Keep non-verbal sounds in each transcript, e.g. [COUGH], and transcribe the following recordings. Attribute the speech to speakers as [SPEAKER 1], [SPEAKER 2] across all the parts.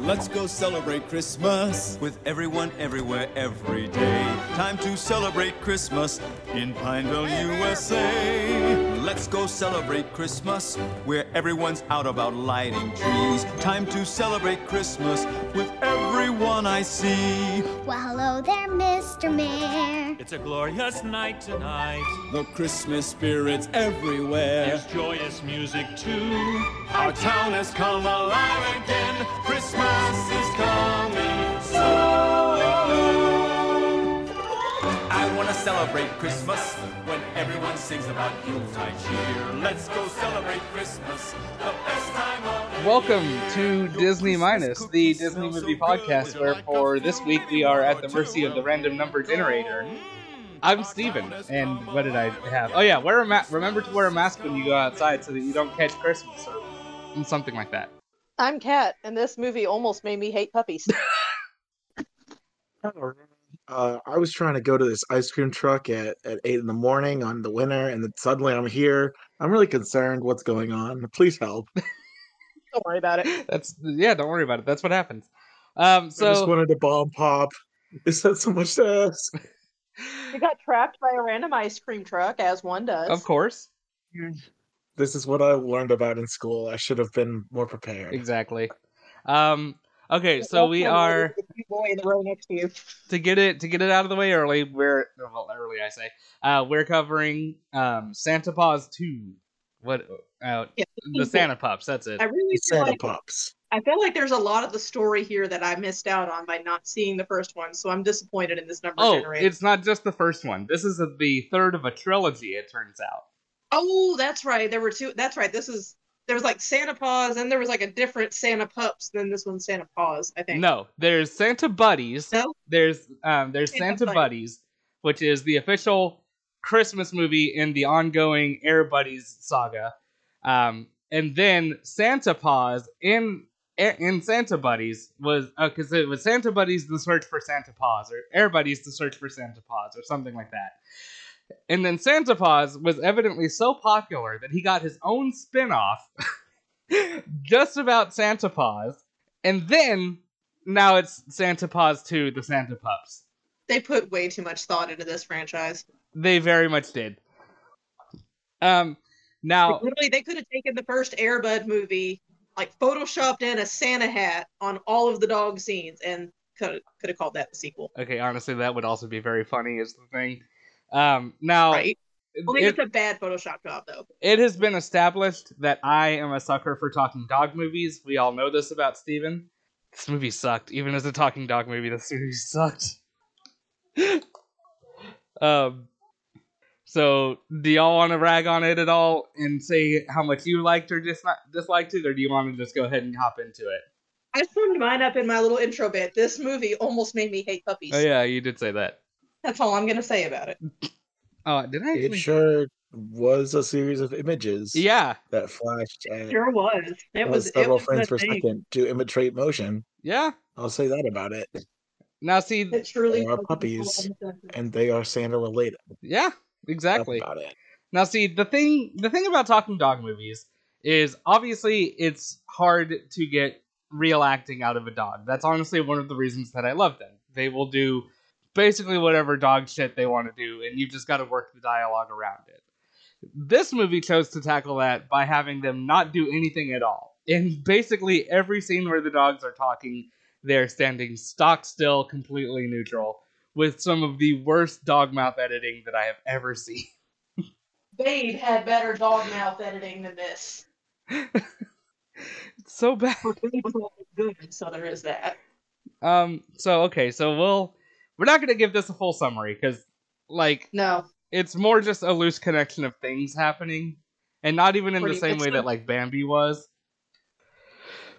[SPEAKER 1] Let's go celebrate Christmas with everyone, everywhere, every day. Time to celebrate Christmas in Pineville, USA. Let's go celebrate Christmas where everyone's out about lighting trees. Time to celebrate Christmas with everyone I see.
[SPEAKER 2] Well, hello there, Mr. Mayor.
[SPEAKER 3] It's a glorious night tonight.
[SPEAKER 1] The Christmas spirit's everywhere.
[SPEAKER 3] There's joyous music too.
[SPEAKER 1] Our town has come alive again. Christmas is coming soon. I want to celebrate Christmas when everyone sings about Yuletide cheer. Let's go celebrate Christmas, the best time of the
[SPEAKER 4] Welcome to Disney Minus, the Disney movie podcast, where for this week we are at the mercy of the random number generator. I'm Steven, and what did I have? Oh yeah, wear a ma- remember to wear a mask when you go outside so that you don't catch Christmas or something like that. [LAUGHS]
[SPEAKER 5] I'm Kat, and this movie almost made me hate puppies. [LAUGHS]
[SPEAKER 6] Uh, I was trying to go to this ice cream truck at, at eight in the morning on the winter, and then suddenly I'm here. I'm really concerned. What's going on? Please help. [LAUGHS]
[SPEAKER 5] Don't worry about it.
[SPEAKER 4] That's yeah, don't worry about it. That's what happens. Um,
[SPEAKER 6] I just
[SPEAKER 4] so
[SPEAKER 6] wanted to bomb pop. Is that so much to ask?
[SPEAKER 5] You got trapped by a random ice cream truck, as one does.
[SPEAKER 4] of course,
[SPEAKER 6] This is what I learned about in school. I should have been more prepared.
[SPEAKER 4] exactly. Um, okay, so we are.
[SPEAKER 5] The big boy in the row next to you. [LAUGHS]
[SPEAKER 4] to get it to get it out of the way early. We're well, early, I say. Uh, we're covering um, Santa Paws two. What uh,
[SPEAKER 5] Yeah.
[SPEAKER 4] the Santa pups? That's it.
[SPEAKER 5] I really feel
[SPEAKER 6] Santa
[SPEAKER 5] like,
[SPEAKER 6] pops.
[SPEAKER 5] I feel like there's a lot of the story here that I missed out on by not seeing the first one, so I'm disappointed in this number
[SPEAKER 4] Oh,
[SPEAKER 5] generator.
[SPEAKER 4] it's not just the first one. This is the third of a trilogy. It turns out.
[SPEAKER 5] Oh, that's right. There were two. That's right. This is there was like Santa Paws, and there was like a different Santa Pups than this one's Santa Paws. I think.
[SPEAKER 4] No, there's Santa Buddies.
[SPEAKER 5] No?
[SPEAKER 4] There's um, there's
[SPEAKER 5] Santa
[SPEAKER 4] Santa
[SPEAKER 5] Buddies.
[SPEAKER 4] Buddies, which is the official Christmas movie in the ongoing Air Buddies saga. Um, and then Santa Paws in in Santa Buddies was because it was Santa Buddies the search for Santa Paws or Air Buddies the search for Santa Paws or something like that. And then Santa Paws was evidently so popular that he got his own spin-off [LAUGHS] just about Santa Paws. And then now it's Santa Paws 2, the Santa Pups.
[SPEAKER 5] They put way too much thought into this franchise.
[SPEAKER 4] They very much did. Um now
[SPEAKER 5] Literally, they could have taken the first Airbud movie, like photoshopped in a Santa hat on all of the dog scenes, and could could have called that the sequel,
[SPEAKER 4] okay, honestly that would also be very funny is the thing. Um now
[SPEAKER 5] right? I think
[SPEAKER 4] it-
[SPEAKER 5] it's a bad Photoshop job, though.
[SPEAKER 4] it has been established that I am a sucker for talking dog movies. We all know this about Steven. This movie sucked. Even as a talking dog movie, this movie sucked. [LAUGHS] um, so, do y'all want to rag on it at all and say how much you liked or dis- disliked it, or do you want to just go ahead and hop into it?
[SPEAKER 5] I summed mine up in my little intro bit. This movie almost made me hate puppies.
[SPEAKER 4] Oh, yeah, you did say that.
[SPEAKER 5] That's all I'm gonna say about it.
[SPEAKER 4] Oh, did I
[SPEAKER 6] It
[SPEAKER 4] actually?
[SPEAKER 6] sure was a series of images
[SPEAKER 4] Yeah,
[SPEAKER 6] that flashed at
[SPEAKER 5] Sure was. It
[SPEAKER 6] uh,
[SPEAKER 5] was. It
[SPEAKER 6] several
[SPEAKER 5] was
[SPEAKER 6] frames per
[SPEAKER 5] the thing.
[SPEAKER 6] second to imitate motion.
[SPEAKER 4] yeah.
[SPEAKER 6] I'll say that about it.
[SPEAKER 4] Now, see,
[SPEAKER 5] It truly
[SPEAKER 6] They are
[SPEAKER 5] was.
[SPEAKER 6] puppies. And they are Santa related.
[SPEAKER 4] yeah,
[SPEAKER 6] That's
[SPEAKER 4] exactly.
[SPEAKER 6] About it.
[SPEAKER 4] Now, see the thing the thing about talking dog movies is obviously it's hard to get real acting out of a dog. That's honestly one of the reasons that I love them. They will do basically whatever dog shit they want to do, and you've just got to work the dialogue around it. This movie chose to tackle that by having them not do anything at all. In basically every scene where the dogs are talking, they're standing stock still, completely neutral, with some of the worst dog mouth editing that I have ever seen. [LAUGHS]
[SPEAKER 5] Babe had better dog mouth editing than this.
[SPEAKER 4] It's so bad.
[SPEAKER 5] But Babe was not good, so there is that.
[SPEAKER 4] Um. So okay. So we'll we're not gonna give this a full summary because like
[SPEAKER 5] No,
[SPEAKER 4] it's more just a loose connection of things happening, and not even in the
[SPEAKER 5] Pretty-
[SPEAKER 4] same
[SPEAKER 5] it's
[SPEAKER 4] way that
[SPEAKER 5] like-
[SPEAKER 4] like Bambi was.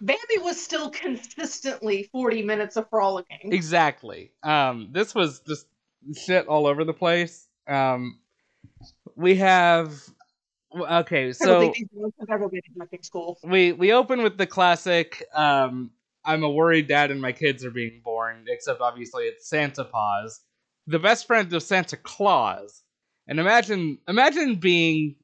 [SPEAKER 5] Bambi was still consistently 40 minutes of frolicking. [LAUGHS]
[SPEAKER 4] Exactly. Um. This was just shit all over the place. Um. We have okay.
[SPEAKER 5] I don't
[SPEAKER 4] So
[SPEAKER 5] think these girls have ever been in fucking school.
[SPEAKER 4] we we open with the classic. Um. I'm a worried dad and my kids are being born. Except obviously it's Santa Paws. the best friend of Santa Claus. And imagine imagine being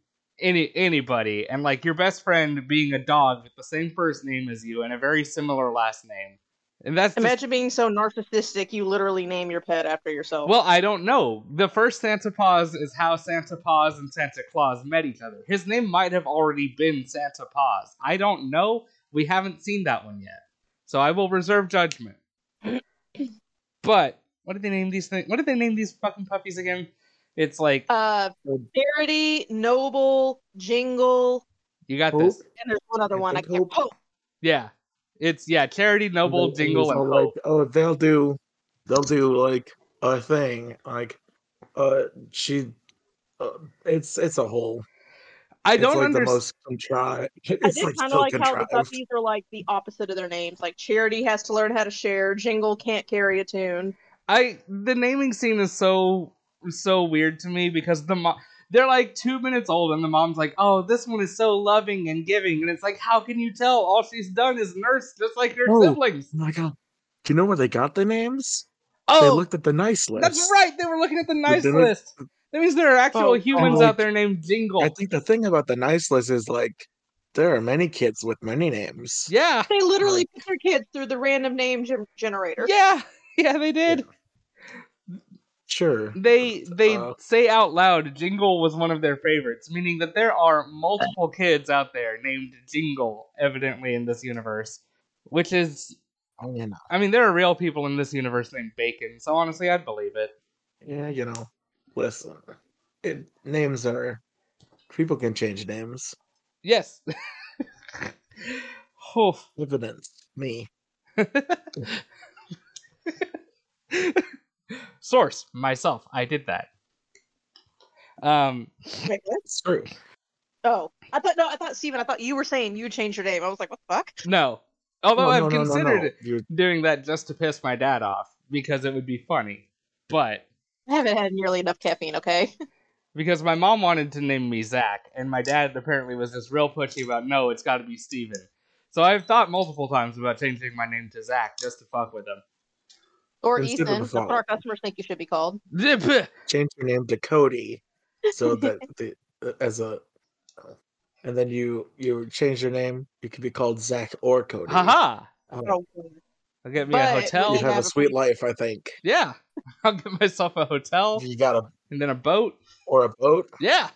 [SPEAKER 4] any anybody and like your best friend being a dog with the same first name as you and a very similar last name. And that's just-
[SPEAKER 5] Imagine being so narcissistic you literally name your pet after yourself.
[SPEAKER 4] Well, I don't know. The first Santa Paws is how Santa Paws and Santa Claus met each other. His name might have already been Santa Paws. I don't know. We haven't seen that one yet. So I will reserve judgment. but what did they name these things? What did they name these fucking puppies again? It's like
[SPEAKER 5] uh, Verity, Noble, Jingle,
[SPEAKER 4] you got
[SPEAKER 6] Hope?
[SPEAKER 4] this.
[SPEAKER 5] and there's one other
[SPEAKER 6] I
[SPEAKER 5] one. I
[SPEAKER 6] think
[SPEAKER 5] can't.
[SPEAKER 6] Hope.
[SPEAKER 5] Hope.
[SPEAKER 4] Yeah. It's yeah, Charity, Noble,
[SPEAKER 6] They- it
[SPEAKER 4] Dingle,
[SPEAKER 6] was
[SPEAKER 4] and
[SPEAKER 6] all
[SPEAKER 4] Hope.
[SPEAKER 6] Like, oh, they'll do, they'll do like a thing. Like, uh, she, uh, it's it's a whole.
[SPEAKER 4] I
[SPEAKER 6] it's
[SPEAKER 4] don't
[SPEAKER 6] like the
[SPEAKER 4] understand.
[SPEAKER 6] most contrived. [LAUGHS]
[SPEAKER 5] I
[SPEAKER 6] It's
[SPEAKER 5] did
[SPEAKER 6] like
[SPEAKER 5] kind of
[SPEAKER 6] so
[SPEAKER 5] like how the
[SPEAKER 6] contrived.
[SPEAKER 5] puppies are like the opposite of their names. Like Charity has to learn how to share. Jingle can't carry a tune.
[SPEAKER 4] I the naming scene is so so weird to me because the mom they're like two minutes old and the mom's like, "Oh, this one is so loving and giving," and it's like, how can you tell? All she's done is nurse, just like her
[SPEAKER 6] Oh.
[SPEAKER 4] siblings.
[SPEAKER 6] Oh my god! Do you know where they got the names? they
[SPEAKER 4] Oh,
[SPEAKER 6] looked at the nice list.
[SPEAKER 4] that's right. They were looking at the nice
[SPEAKER 6] didn't-
[SPEAKER 4] list. That means there are actual
[SPEAKER 5] Oh,
[SPEAKER 4] humans
[SPEAKER 6] God.
[SPEAKER 4] out there named
[SPEAKER 6] I
[SPEAKER 4] Jingle.
[SPEAKER 6] think the thing about the nice list is like there are many kids with many names.
[SPEAKER 4] Yeah,
[SPEAKER 5] They literally put their kids through the random name gen- generator.
[SPEAKER 4] yeah, [LAUGHS] yeah. They did.
[SPEAKER 6] Sure.
[SPEAKER 4] They they
[SPEAKER 6] Uh,
[SPEAKER 4] say out loud, Jingle was one of their favorites, meaning that there are multiple kids out there named Jingle, evidently in this universe, which is
[SPEAKER 6] oh, you know.
[SPEAKER 4] I mean, there are real people in this universe named Bacon, so honestly, I'd believe it.
[SPEAKER 6] Yeah, you know. Listen, it, names are people can change names.
[SPEAKER 4] Yes. [LAUGHS] oh.
[SPEAKER 6] Evidence. Me.
[SPEAKER 4] Source myself, I did that. Um,
[SPEAKER 5] Wait, what?
[SPEAKER 6] It's true.
[SPEAKER 5] Oh, I thought no, I thought Steven, I thought you were saying you changed your name. I was like, what the fuck?
[SPEAKER 4] no. Although
[SPEAKER 6] No,
[SPEAKER 4] I've
[SPEAKER 6] no, no, no, no.
[SPEAKER 4] considered
[SPEAKER 6] You're-
[SPEAKER 4] doing that just to piss my dad off because it would be funny, but
[SPEAKER 5] I haven't had nearly enough caffeine. Okay. [LAUGHS]
[SPEAKER 4] because my mom wanted to name me Zach, and my dad apparently was just real pushy about no, it's got to be Steven. So I've thought multiple times about changing my name to Zach just to fuck with him.
[SPEAKER 5] Or
[SPEAKER 6] Consider the
[SPEAKER 5] Ethan. That's what our customers think you should be called.
[SPEAKER 4] Zip.
[SPEAKER 6] change your name to Cody,
[SPEAKER 5] [LAUGHS]
[SPEAKER 6] so that the uh, as a, uh, and then you you change your name. You could be called Zach or
[SPEAKER 4] [LAUGHS]
[SPEAKER 6] Cody.
[SPEAKER 4] Haha.
[SPEAKER 6] Oh,
[SPEAKER 5] Oh,
[SPEAKER 4] I'll get me
[SPEAKER 5] But
[SPEAKER 4] a
[SPEAKER 5] when
[SPEAKER 4] hotel.
[SPEAKER 5] they
[SPEAKER 6] You'd have a
[SPEAKER 5] have a
[SPEAKER 6] sweet
[SPEAKER 5] pretty-
[SPEAKER 6] life, I think.
[SPEAKER 4] Yeah. [LAUGHS] I'll get myself a hotel
[SPEAKER 6] You got a
[SPEAKER 4] and then a boat.
[SPEAKER 6] or a boat.
[SPEAKER 4] Yeah.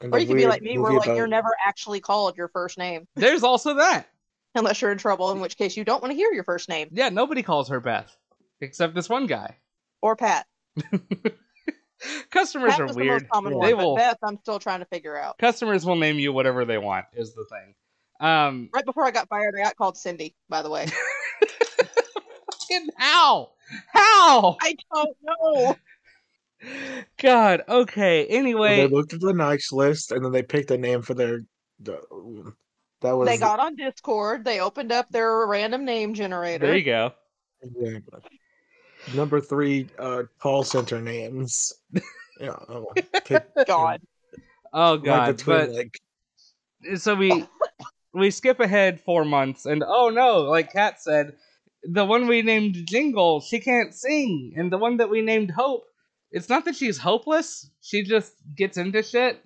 [SPEAKER 6] And
[SPEAKER 5] or
[SPEAKER 6] a
[SPEAKER 5] you could be
[SPEAKER 6] weird
[SPEAKER 5] like me, where
[SPEAKER 6] movie
[SPEAKER 5] like you're
[SPEAKER 6] about-
[SPEAKER 5] never actually called your first name
[SPEAKER 4] There's also that.
[SPEAKER 5] unless you're in trouble, in which case you don't want to hear your first name
[SPEAKER 4] Yeah, nobody calls her Beth except this one guy.
[SPEAKER 5] or Pat.
[SPEAKER 4] Customers
[SPEAKER 5] Pat
[SPEAKER 4] are
[SPEAKER 5] was the
[SPEAKER 4] weird.
[SPEAKER 5] most common
[SPEAKER 6] Yeah.
[SPEAKER 5] one,
[SPEAKER 4] They
[SPEAKER 5] but
[SPEAKER 4] will-
[SPEAKER 5] Beth, I'm still trying to figure out.
[SPEAKER 4] Customers will name you whatever they want is the thing. Um
[SPEAKER 5] Right before I got fired, I got called Cindy. By the
[SPEAKER 6] [LAUGHS]
[SPEAKER 5] way,
[SPEAKER 4] fucking how? How?
[SPEAKER 5] I don't know.
[SPEAKER 4] God, okay.
[SPEAKER 6] Well,
[SPEAKER 4] Anyway,
[SPEAKER 6] They looked at the nice list and then they picked a name for their. the- That was.
[SPEAKER 5] They got on Discord. They opened up their random name generator.
[SPEAKER 4] there you go.
[SPEAKER 6] Yeah. Number three, uh, call center names. [LAUGHS] yeah, oh,
[SPEAKER 5] [LAUGHS]
[SPEAKER 6] pick,
[SPEAKER 5] God,
[SPEAKER 4] Oh
[SPEAKER 6] right
[SPEAKER 4] god.
[SPEAKER 6] between
[SPEAKER 4] But
[SPEAKER 6] like
[SPEAKER 4] so we we skip ahead four months and oh no like kat said the one we named jingle she can't sing and the one that we named hope it's not that she's hopeless she just gets into shit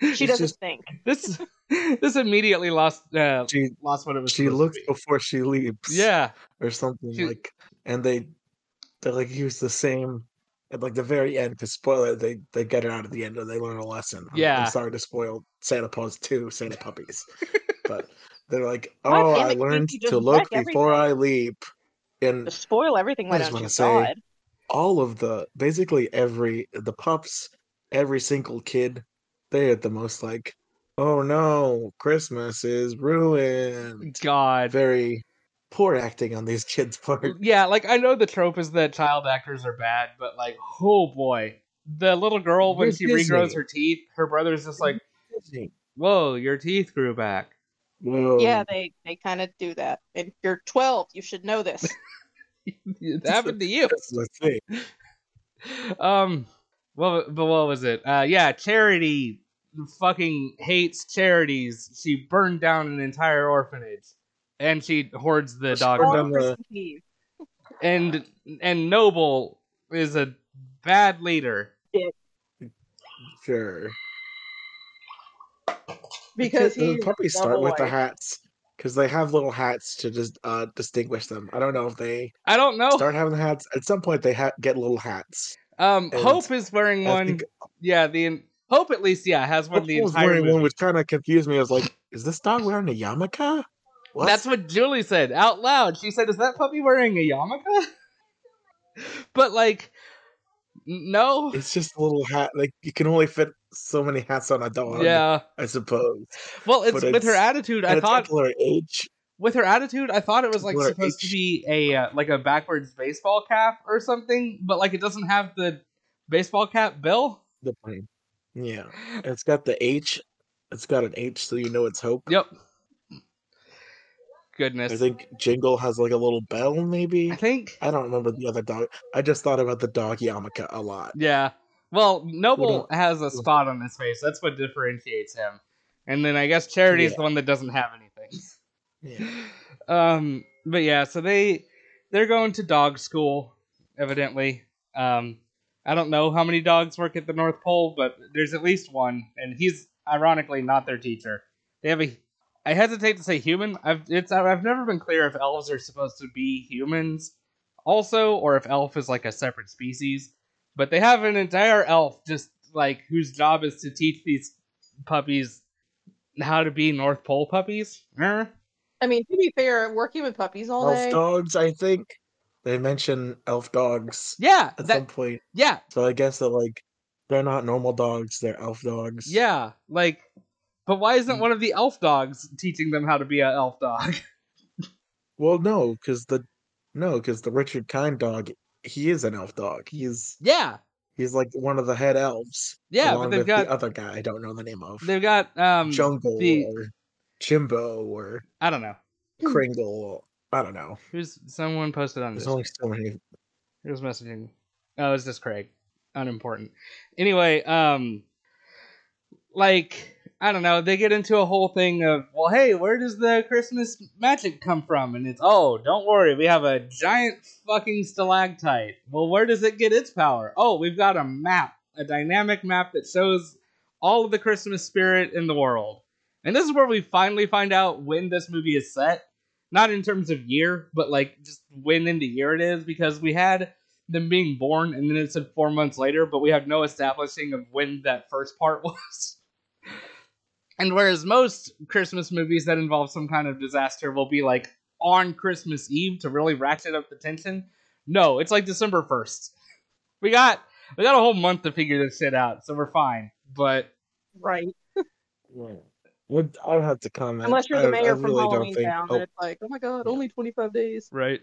[SPEAKER 5] she
[SPEAKER 6] It's
[SPEAKER 5] doesn't
[SPEAKER 6] just-
[SPEAKER 5] think.
[SPEAKER 4] this [LAUGHS] this immediately lost uh,
[SPEAKER 6] she
[SPEAKER 4] lost what it was
[SPEAKER 6] she
[SPEAKER 4] supposed to
[SPEAKER 6] looks
[SPEAKER 4] be.
[SPEAKER 6] before she leaps.
[SPEAKER 4] yeah
[SPEAKER 6] or something
[SPEAKER 4] She-
[SPEAKER 6] like, and they they like use the same at like the very end to spoil it. They they get her out at the end and they learn a lesson. I'm-
[SPEAKER 4] Yeah.
[SPEAKER 6] I'm sorry to spoil Santa Paws two Santa puppies,
[SPEAKER 4] [LAUGHS]
[SPEAKER 6] but they're like,
[SPEAKER 5] God
[SPEAKER 6] oh,
[SPEAKER 5] damn
[SPEAKER 6] I
[SPEAKER 5] it, can't
[SPEAKER 6] learned
[SPEAKER 5] you
[SPEAKER 6] to
[SPEAKER 5] just
[SPEAKER 6] look
[SPEAKER 5] wreck
[SPEAKER 6] before I leap, and
[SPEAKER 5] Just spoil everything. Why
[SPEAKER 6] I just
[SPEAKER 5] don't you?
[SPEAKER 6] wanna say-
[SPEAKER 5] God.
[SPEAKER 6] all of the basically every the pups, every single kid, they are the most like, oh no, Christmas is ruined.
[SPEAKER 4] god
[SPEAKER 6] Very poor acting on these kids' part.
[SPEAKER 4] yeah like i know the trope is that child actors are bad but like oh boy the little girl when
[SPEAKER 6] Where's
[SPEAKER 4] she
[SPEAKER 6] Disney?
[SPEAKER 4] regrows her teeth her brother's just like
[SPEAKER 6] [LAUGHS]
[SPEAKER 4] whoa your teeth grew back [LAUGHS]
[SPEAKER 6] Whoa.
[SPEAKER 5] Yeah, they they kind of do that. And you're 12. You should know this.
[SPEAKER 4] it happened to you
[SPEAKER 6] That's the thing.
[SPEAKER 4] um what but what was it uh yeah charity fucking hates charities she burned down an entire orphanage and she hoards the
[SPEAKER 6] She
[SPEAKER 4] dog
[SPEAKER 6] burned
[SPEAKER 5] On
[SPEAKER 6] down the-
[SPEAKER 5] Christmas Eve.
[SPEAKER 4] and and noble is a bad leader
[SPEAKER 6] Sure.
[SPEAKER 5] Because
[SPEAKER 6] the
[SPEAKER 5] he's
[SPEAKER 6] puppies
[SPEAKER 5] the
[SPEAKER 6] start with the
[SPEAKER 5] boy.
[SPEAKER 6] hats. because they have little hats to just uh, distinguish them. I don't know if they
[SPEAKER 4] I don't know.
[SPEAKER 6] start having the hats at some point. They ha- get little hats.
[SPEAKER 4] um,
[SPEAKER 6] and
[SPEAKER 4] Hope is wearing
[SPEAKER 6] I
[SPEAKER 4] one.
[SPEAKER 6] think
[SPEAKER 4] Yeah, the en- Hope at least yeah has one
[SPEAKER 6] Hope
[SPEAKER 4] the
[SPEAKER 6] was
[SPEAKER 4] entire
[SPEAKER 6] wearing
[SPEAKER 4] movie.
[SPEAKER 6] one, which kind of confused me. I was like, "Is this dog wearing a yarmulke?" What?
[SPEAKER 4] That's what Julie said out loud. She said, "Is that puppy wearing a yarmulke?" [LAUGHS] but like, n- no.
[SPEAKER 6] It's just a little hat. Like you can only fit so many hats on a dog.
[SPEAKER 4] Yeah.
[SPEAKER 6] I suppose.
[SPEAKER 4] Well, it's
[SPEAKER 6] But
[SPEAKER 4] with her
[SPEAKER 6] it's-
[SPEAKER 4] attitude.
[SPEAKER 6] And
[SPEAKER 4] I
[SPEAKER 6] it's
[SPEAKER 4] thought
[SPEAKER 6] Eckler H.
[SPEAKER 4] with her attitude, I thought it was like
[SPEAKER 6] Blur
[SPEAKER 4] supposed to
[SPEAKER 6] H.
[SPEAKER 4] be a uh, like a backwards baseball cap or something, but like it doesn't have the baseball cap bill.
[SPEAKER 6] The plane. Yeah. And it's got the H. It's got an H, so you know it's Hope.
[SPEAKER 4] Yep.
[SPEAKER 6] I
[SPEAKER 4] Goodness.
[SPEAKER 6] think Jingle has like a little bell, maybe.
[SPEAKER 4] I think.
[SPEAKER 6] I don't remember the other dog. I just thought about the dog Yamaka a lot.
[SPEAKER 4] Yeah. Well, Noble
[SPEAKER 6] don't-
[SPEAKER 4] has a spot on his face. That's what differentiates him. And then I guess Charity's
[SPEAKER 6] Yeah.
[SPEAKER 4] the one that doesn't have anything.
[SPEAKER 6] Yeah.
[SPEAKER 4] um but yeah so they they're going to dog school evidently um i don't know how many dogs work at the north pole but there's at least one and he's ironically not their teacher they have a i hesitate to say human i've it's i've never been clear if elves are supposed to be humans also or if elf is like a separate species but they have an entire elf just like whose job is to teach these puppies how to be north pole puppies Eh.
[SPEAKER 5] I mean, to be fair, working with puppies all
[SPEAKER 6] Elf
[SPEAKER 5] day.
[SPEAKER 6] dogs, I think. They mention elf dogs
[SPEAKER 4] Yeah, that
[SPEAKER 6] at some point.
[SPEAKER 4] yeah,
[SPEAKER 6] So I guess that like they're not normal dogs, they're elf dogs.
[SPEAKER 4] yeah. Like, but why isn't
[SPEAKER 6] Mm.
[SPEAKER 4] one of the elf dogs teaching them how to be an elf dog? [LAUGHS]
[SPEAKER 6] Well no, because the no, because the Richard Kind dog, he is an elf dog. He's
[SPEAKER 4] yeah,
[SPEAKER 6] He's like one of the head elves.
[SPEAKER 4] Yeah, but
[SPEAKER 6] along
[SPEAKER 4] they've
[SPEAKER 6] with
[SPEAKER 4] got-
[SPEAKER 6] the other guy I don't know the name of.
[SPEAKER 4] they've got um
[SPEAKER 6] Jungle
[SPEAKER 4] the-
[SPEAKER 6] or Chimbo or
[SPEAKER 4] I don't know
[SPEAKER 5] Hmm.
[SPEAKER 6] Kringle. I don't know.
[SPEAKER 4] who's someone posted on
[SPEAKER 6] There's
[SPEAKER 4] this.
[SPEAKER 6] only so many.
[SPEAKER 4] Who's messaging? Oh, it's just Craig. Unimportant. Anyway, um, like I don't know. They get into a whole thing of well, hey, where does the Christmas magic come from? And it's oh, don't worry, we have a giant fucking stalactite. Well, where does it get its power? Oh, we've got a map, a dynamic map that shows all of the Christmas spirit in the world. And this is where we finally find out when this movie is set. Not in terms of year, but like just when in the year it is, because we had them being born and then it said four months later, but we have no establishing of when that first part [LAUGHS] was. And whereas most Christmas movies that involve some kind of disaster will be like on Christmas Eve to really ratchet up the tension, no, it's like December 1st. We got we got a whole month to figure this shit out, so we're fine. But
[SPEAKER 5] Right.
[SPEAKER 6] Would- I don't have to comment.
[SPEAKER 5] Unless you're the
[SPEAKER 6] I- I
[SPEAKER 5] mayor from
[SPEAKER 6] really don't
[SPEAKER 5] Halloween
[SPEAKER 6] think-
[SPEAKER 5] Town,
[SPEAKER 6] oh,
[SPEAKER 5] and it's like, oh my god,
[SPEAKER 6] Yeah.
[SPEAKER 5] only 25 days.
[SPEAKER 4] right.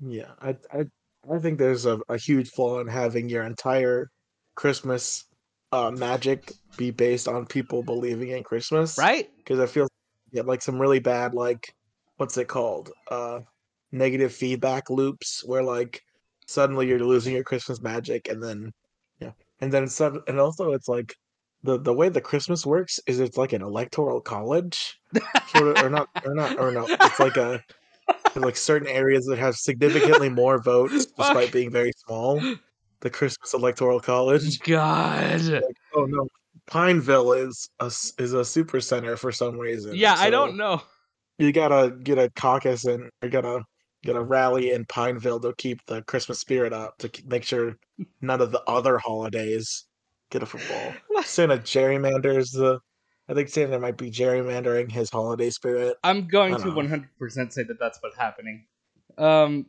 [SPEAKER 6] yeah, I, I, I think there's a, a huge flaw in having your entire Christmas uh, magic be based on people believing in Christmas.
[SPEAKER 4] Right?
[SPEAKER 6] because I feel yeah, like some really bad like what's it called uh negative feedback loops where like suddenly you're losing your Christmas magic and then yeah and then sudden and also it's like the the way the Christmas works is it's like an electoral college sort of or not or not or no it's like a like certain areas that have significantly more votes despite
[SPEAKER 4] Fuck.
[SPEAKER 6] being very small the Christmas electoral
[SPEAKER 4] [LAUGHS]
[SPEAKER 6] college
[SPEAKER 4] God.
[SPEAKER 6] Oh no, Pineville is a s- is a super center for some reason.
[SPEAKER 4] Yeah, I
[SPEAKER 6] so
[SPEAKER 4] don't know.
[SPEAKER 6] You gotta get a caucus and you gotta get a rally in Pineville to keep the Christmas spirit up to k- make sure none of the other holidays get
[SPEAKER 4] [LAUGHS]
[SPEAKER 6] a football. Santa gerrymanders the. I think Santa might be gerrymandering his holiday spirit.
[SPEAKER 4] I'm going
[SPEAKER 6] I
[SPEAKER 4] to
[SPEAKER 6] don't know.
[SPEAKER 4] 100% say that that's what's happening. Um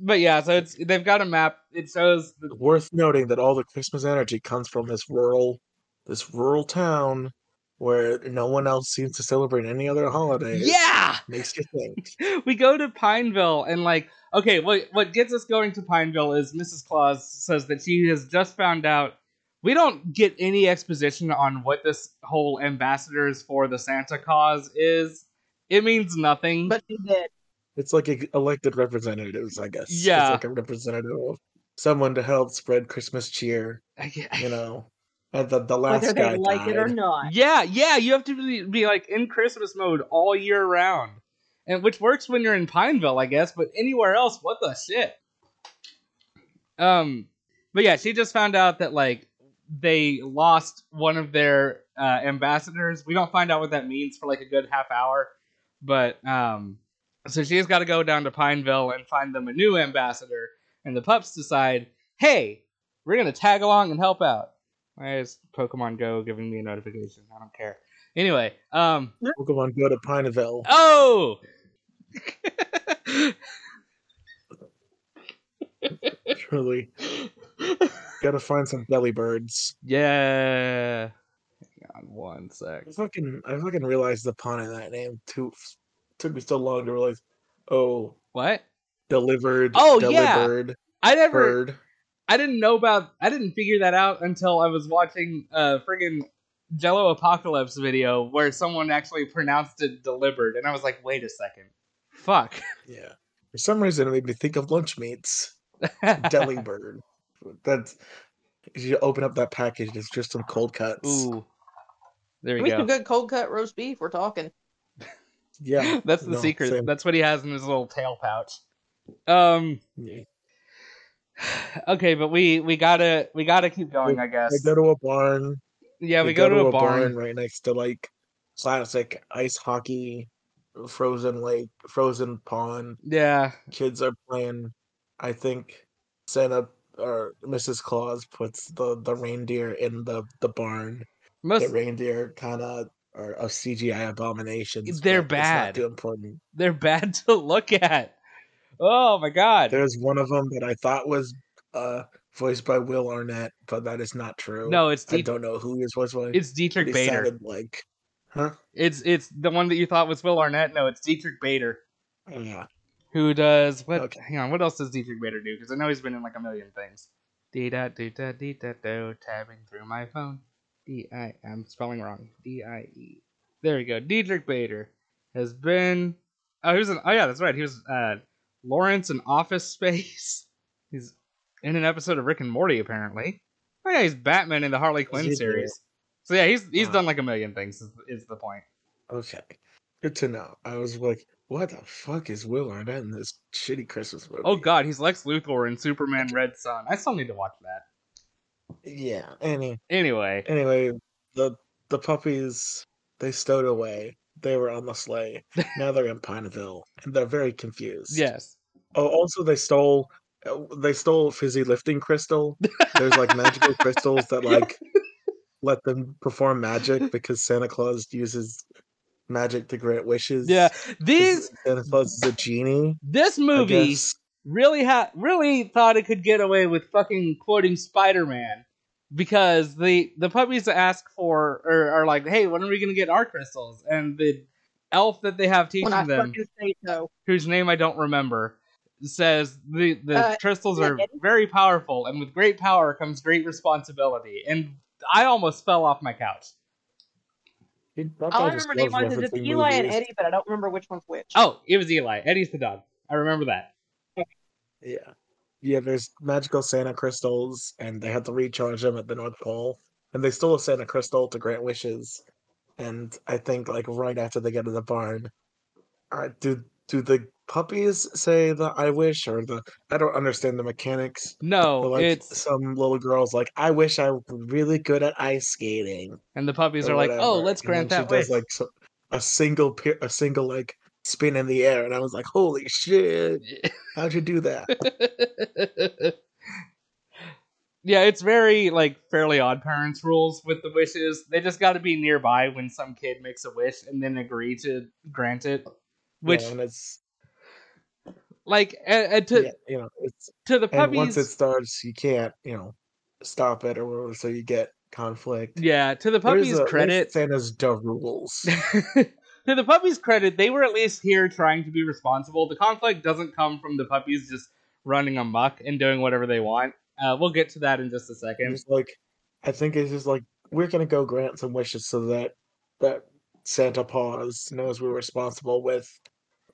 [SPEAKER 4] but yeah, so it's they've got a map. It shows the
[SPEAKER 6] Worth noting that all the Christmas energy comes from this rural, this rural town where no one else seems to celebrate any other holidays.
[SPEAKER 4] Yeah.
[SPEAKER 6] makes you think.
[SPEAKER 4] we go to Pineville and like okay, what what gets us going to Pineville is Mrs. Claus says that she has just found out we don't get any exposition on what this whole ambassadors for the Santa cause is. It means nothing.
[SPEAKER 5] But she did.
[SPEAKER 6] It's like e- elected representatives, I guess. It's
[SPEAKER 4] Yeah.
[SPEAKER 6] like a representative of someone to help spread Christmas cheer,
[SPEAKER 4] I get-
[SPEAKER 6] you know. And the, the last
[SPEAKER 5] Whether
[SPEAKER 6] guy
[SPEAKER 5] they like
[SPEAKER 6] died.
[SPEAKER 5] it or [LAUGHS] not.
[SPEAKER 4] yeah, yeah, you have to be, be like in Christmas mode all year round. And which works when you're in Pineville, I guess, but anywhere else, what the shit? Um, but yeah, she just found out that like they lost one of their uh, ambassadors. We don't find out what that means for like a good half hour, But um, so she's got to go down to Pineville and find them a new ambassador. And the pups decide, hey, we're gonna tag along and help out. Why is Pokemon Go giving me a notification? I don't care. Anyway, um,
[SPEAKER 6] Pokemon go to
[SPEAKER 4] [LAUGHS]
[SPEAKER 6] Pineville.
[SPEAKER 4] oh,
[SPEAKER 6] Truly, gotta find some belly birds.
[SPEAKER 4] yeah. Hang on one sec.
[SPEAKER 6] I fucking, I fucking realized the pun in that name. Too took me so long to realize. Oh,
[SPEAKER 4] What?
[SPEAKER 6] delivered.
[SPEAKER 4] Oh, yeah.
[SPEAKER 6] delivered,
[SPEAKER 4] I never.
[SPEAKER 6] bird.
[SPEAKER 4] I didn't know about I didn't figure that out until I was watching a friggin' Jello Apocalypse video where someone actually pronounced it delivered and I was like, wait a second. Fuck. [LAUGHS]
[SPEAKER 6] Yeah. For some reason, it made me think of lunch meats. Deli bird. That's. You open up that package. It's just some cold cuts.
[SPEAKER 4] Ooh. There
[SPEAKER 5] Give
[SPEAKER 4] we
[SPEAKER 5] me some
[SPEAKER 4] go.
[SPEAKER 5] good cold cut roast beef. We're talking.
[SPEAKER 6] Yeah,
[SPEAKER 4] That's the
[SPEAKER 6] no,
[SPEAKER 4] secret.
[SPEAKER 6] same.
[SPEAKER 4] That's what he has in his little tail pouch. Um
[SPEAKER 6] Yeah.
[SPEAKER 4] okay, but we we got to we got to keep going, I guess.
[SPEAKER 6] They go to a barn.
[SPEAKER 4] yeah,
[SPEAKER 6] they
[SPEAKER 4] we go, to, a barn.
[SPEAKER 6] right next to like classic ice hockey, frozen lake, frozen pond.
[SPEAKER 4] Yeah.
[SPEAKER 6] Kids are playing. I think Santa or Mrs. Claus puts the the reindeer in the the barn.
[SPEAKER 4] Most
[SPEAKER 6] The reindeer kind of are a CGI abominations.
[SPEAKER 4] They're
[SPEAKER 6] but it's not
[SPEAKER 4] bad.
[SPEAKER 6] too important.
[SPEAKER 4] they're bad [LAUGHS] to look at. Oh my god.
[SPEAKER 6] There's one of them that I thought was uh voiced by Will Arnett, but that is not true.
[SPEAKER 4] no, it's
[SPEAKER 6] I
[SPEAKER 4] Det-
[SPEAKER 6] don't know who he was voiced by.
[SPEAKER 4] it's
[SPEAKER 6] but
[SPEAKER 4] Dietrich
[SPEAKER 6] he
[SPEAKER 4] Bader.
[SPEAKER 6] sounded like, huh?
[SPEAKER 4] It's it's the one that you thought was Will Arnett. No, it's Dietrich Bader
[SPEAKER 6] Oh, Yeah.
[SPEAKER 4] who does what?
[SPEAKER 6] Okay.
[SPEAKER 4] Hang on, what else does Dietrich Bader do? Because I know he's been in like a million things. D da do da dee da do tabbing through my phone. D I I'm spelling wrong. D I E. There we go. Dietrich Bader has been. Oh, he was in. Oh yeah, that's right. He was uh, Lawrence in Office Space. [LAUGHS] he's in an episode of Rick and Morty apparently. Oh yeah, he's Batman in the Harley
[SPEAKER 6] he
[SPEAKER 4] Quinn
[SPEAKER 6] do?
[SPEAKER 4] series. So yeah, he's he's
[SPEAKER 6] Wow.
[SPEAKER 4] done like a million things. Is, is the point.
[SPEAKER 6] Okay. Good to know. I was like, what the fuck is Will Arnett in this shitty Christmas movie?
[SPEAKER 4] Oh god, he's Lex Luthor in Superman Red Sun. I still need to watch that.
[SPEAKER 6] Yeah. Any
[SPEAKER 4] Anyway,
[SPEAKER 6] anyway, the the puppies they stowed away. They were on
[SPEAKER 4] [LAUGHS]
[SPEAKER 6] the sleigh. Now they're in Pineville, and they're very confused.
[SPEAKER 4] yes.
[SPEAKER 6] Oh, also they stole uh, they stole fizzy lifting crystal. There's
[SPEAKER 4] [LAUGHS]
[SPEAKER 6] like magical crystals that like let them perform magic because Santa Claus uses magic to grant wishes.
[SPEAKER 4] Yeah,
[SPEAKER 6] 'Cause [LAUGHS]
[SPEAKER 4] these
[SPEAKER 6] Santa Claus is a genie.
[SPEAKER 4] this
[SPEAKER 6] I
[SPEAKER 4] movie
[SPEAKER 6] guess.
[SPEAKER 4] really ha- really thought it could get away with fucking quoting Spider-Man because the the puppies ask for or are like, "Hey, when are we going to get our crystals?" And the elf that they have teaching
[SPEAKER 5] When I
[SPEAKER 4] them,
[SPEAKER 5] fucking say so.
[SPEAKER 4] whose name I don't remember, says the the
[SPEAKER 5] Uh,
[SPEAKER 4] crystals
[SPEAKER 5] yeah,
[SPEAKER 4] are
[SPEAKER 5] Eddie?
[SPEAKER 4] very powerful and with great power comes great responsibility. And I almost fell off my couch.
[SPEAKER 6] Dude, that
[SPEAKER 5] All
[SPEAKER 6] guy
[SPEAKER 5] I
[SPEAKER 6] just
[SPEAKER 5] remember name
[SPEAKER 6] loves
[SPEAKER 5] wise is it's
[SPEAKER 6] referencing
[SPEAKER 5] Eli and
[SPEAKER 6] movies.
[SPEAKER 5] Eddie, but I don't remember which one's which.
[SPEAKER 4] Oh, it was Eli. Eddie's the dog. I remember that.
[SPEAKER 6] Yeah. Yeah, there's magical Santa crystals, and they had to recharge them at the North Pole. And they stole a Santa crystal to grant wishes. And I think, like, right after they get to the barn, uh, do do the puppies say the I wish or the I don't understand the mechanics. But,
[SPEAKER 4] No,
[SPEAKER 5] Oh,
[SPEAKER 6] like,
[SPEAKER 4] it's
[SPEAKER 6] some little girls like, I wish I were really good at ice skating.
[SPEAKER 4] and the puppies
[SPEAKER 6] or
[SPEAKER 4] are like, oh,
[SPEAKER 6] whatever,
[SPEAKER 4] let's
[SPEAKER 6] and then
[SPEAKER 4] grant that
[SPEAKER 6] she
[SPEAKER 4] wish.
[SPEAKER 6] does like so, a single pe- a single like spin in the air, and I was like, "Holy shit! How'd you
[SPEAKER 4] [LAUGHS]
[SPEAKER 6] do that?"
[SPEAKER 4] yeah, it's very like fairly odd parents rules with the wishes. They just got to be nearby when some kid makes a wish and then agree to grant it. Which,
[SPEAKER 6] yeah, and it's
[SPEAKER 4] like, uh, uh, to
[SPEAKER 6] yeah, you know, it's
[SPEAKER 4] to the
[SPEAKER 6] and
[SPEAKER 4] puppies,
[SPEAKER 6] once it starts, you can't you know stop it or whatever, so you get conflict.
[SPEAKER 4] yeah, to the
[SPEAKER 6] Where's
[SPEAKER 4] puppies'
[SPEAKER 6] the- where's
[SPEAKER 4] credit,
[SPEAKER 6] Santa's da rules.
[SPEAKER 4] [LAUGHS] to the puppies' credit, they were at least here trying to be responsible. The conflict doesn't come from the puppies just running amok and doing whatever they want. Uh, we'll get to that in just a second.
[SPEAKER 6] It's like, I think it's just like we're gonna go grant some wishes so that that Santa Paws knows we're responsible with.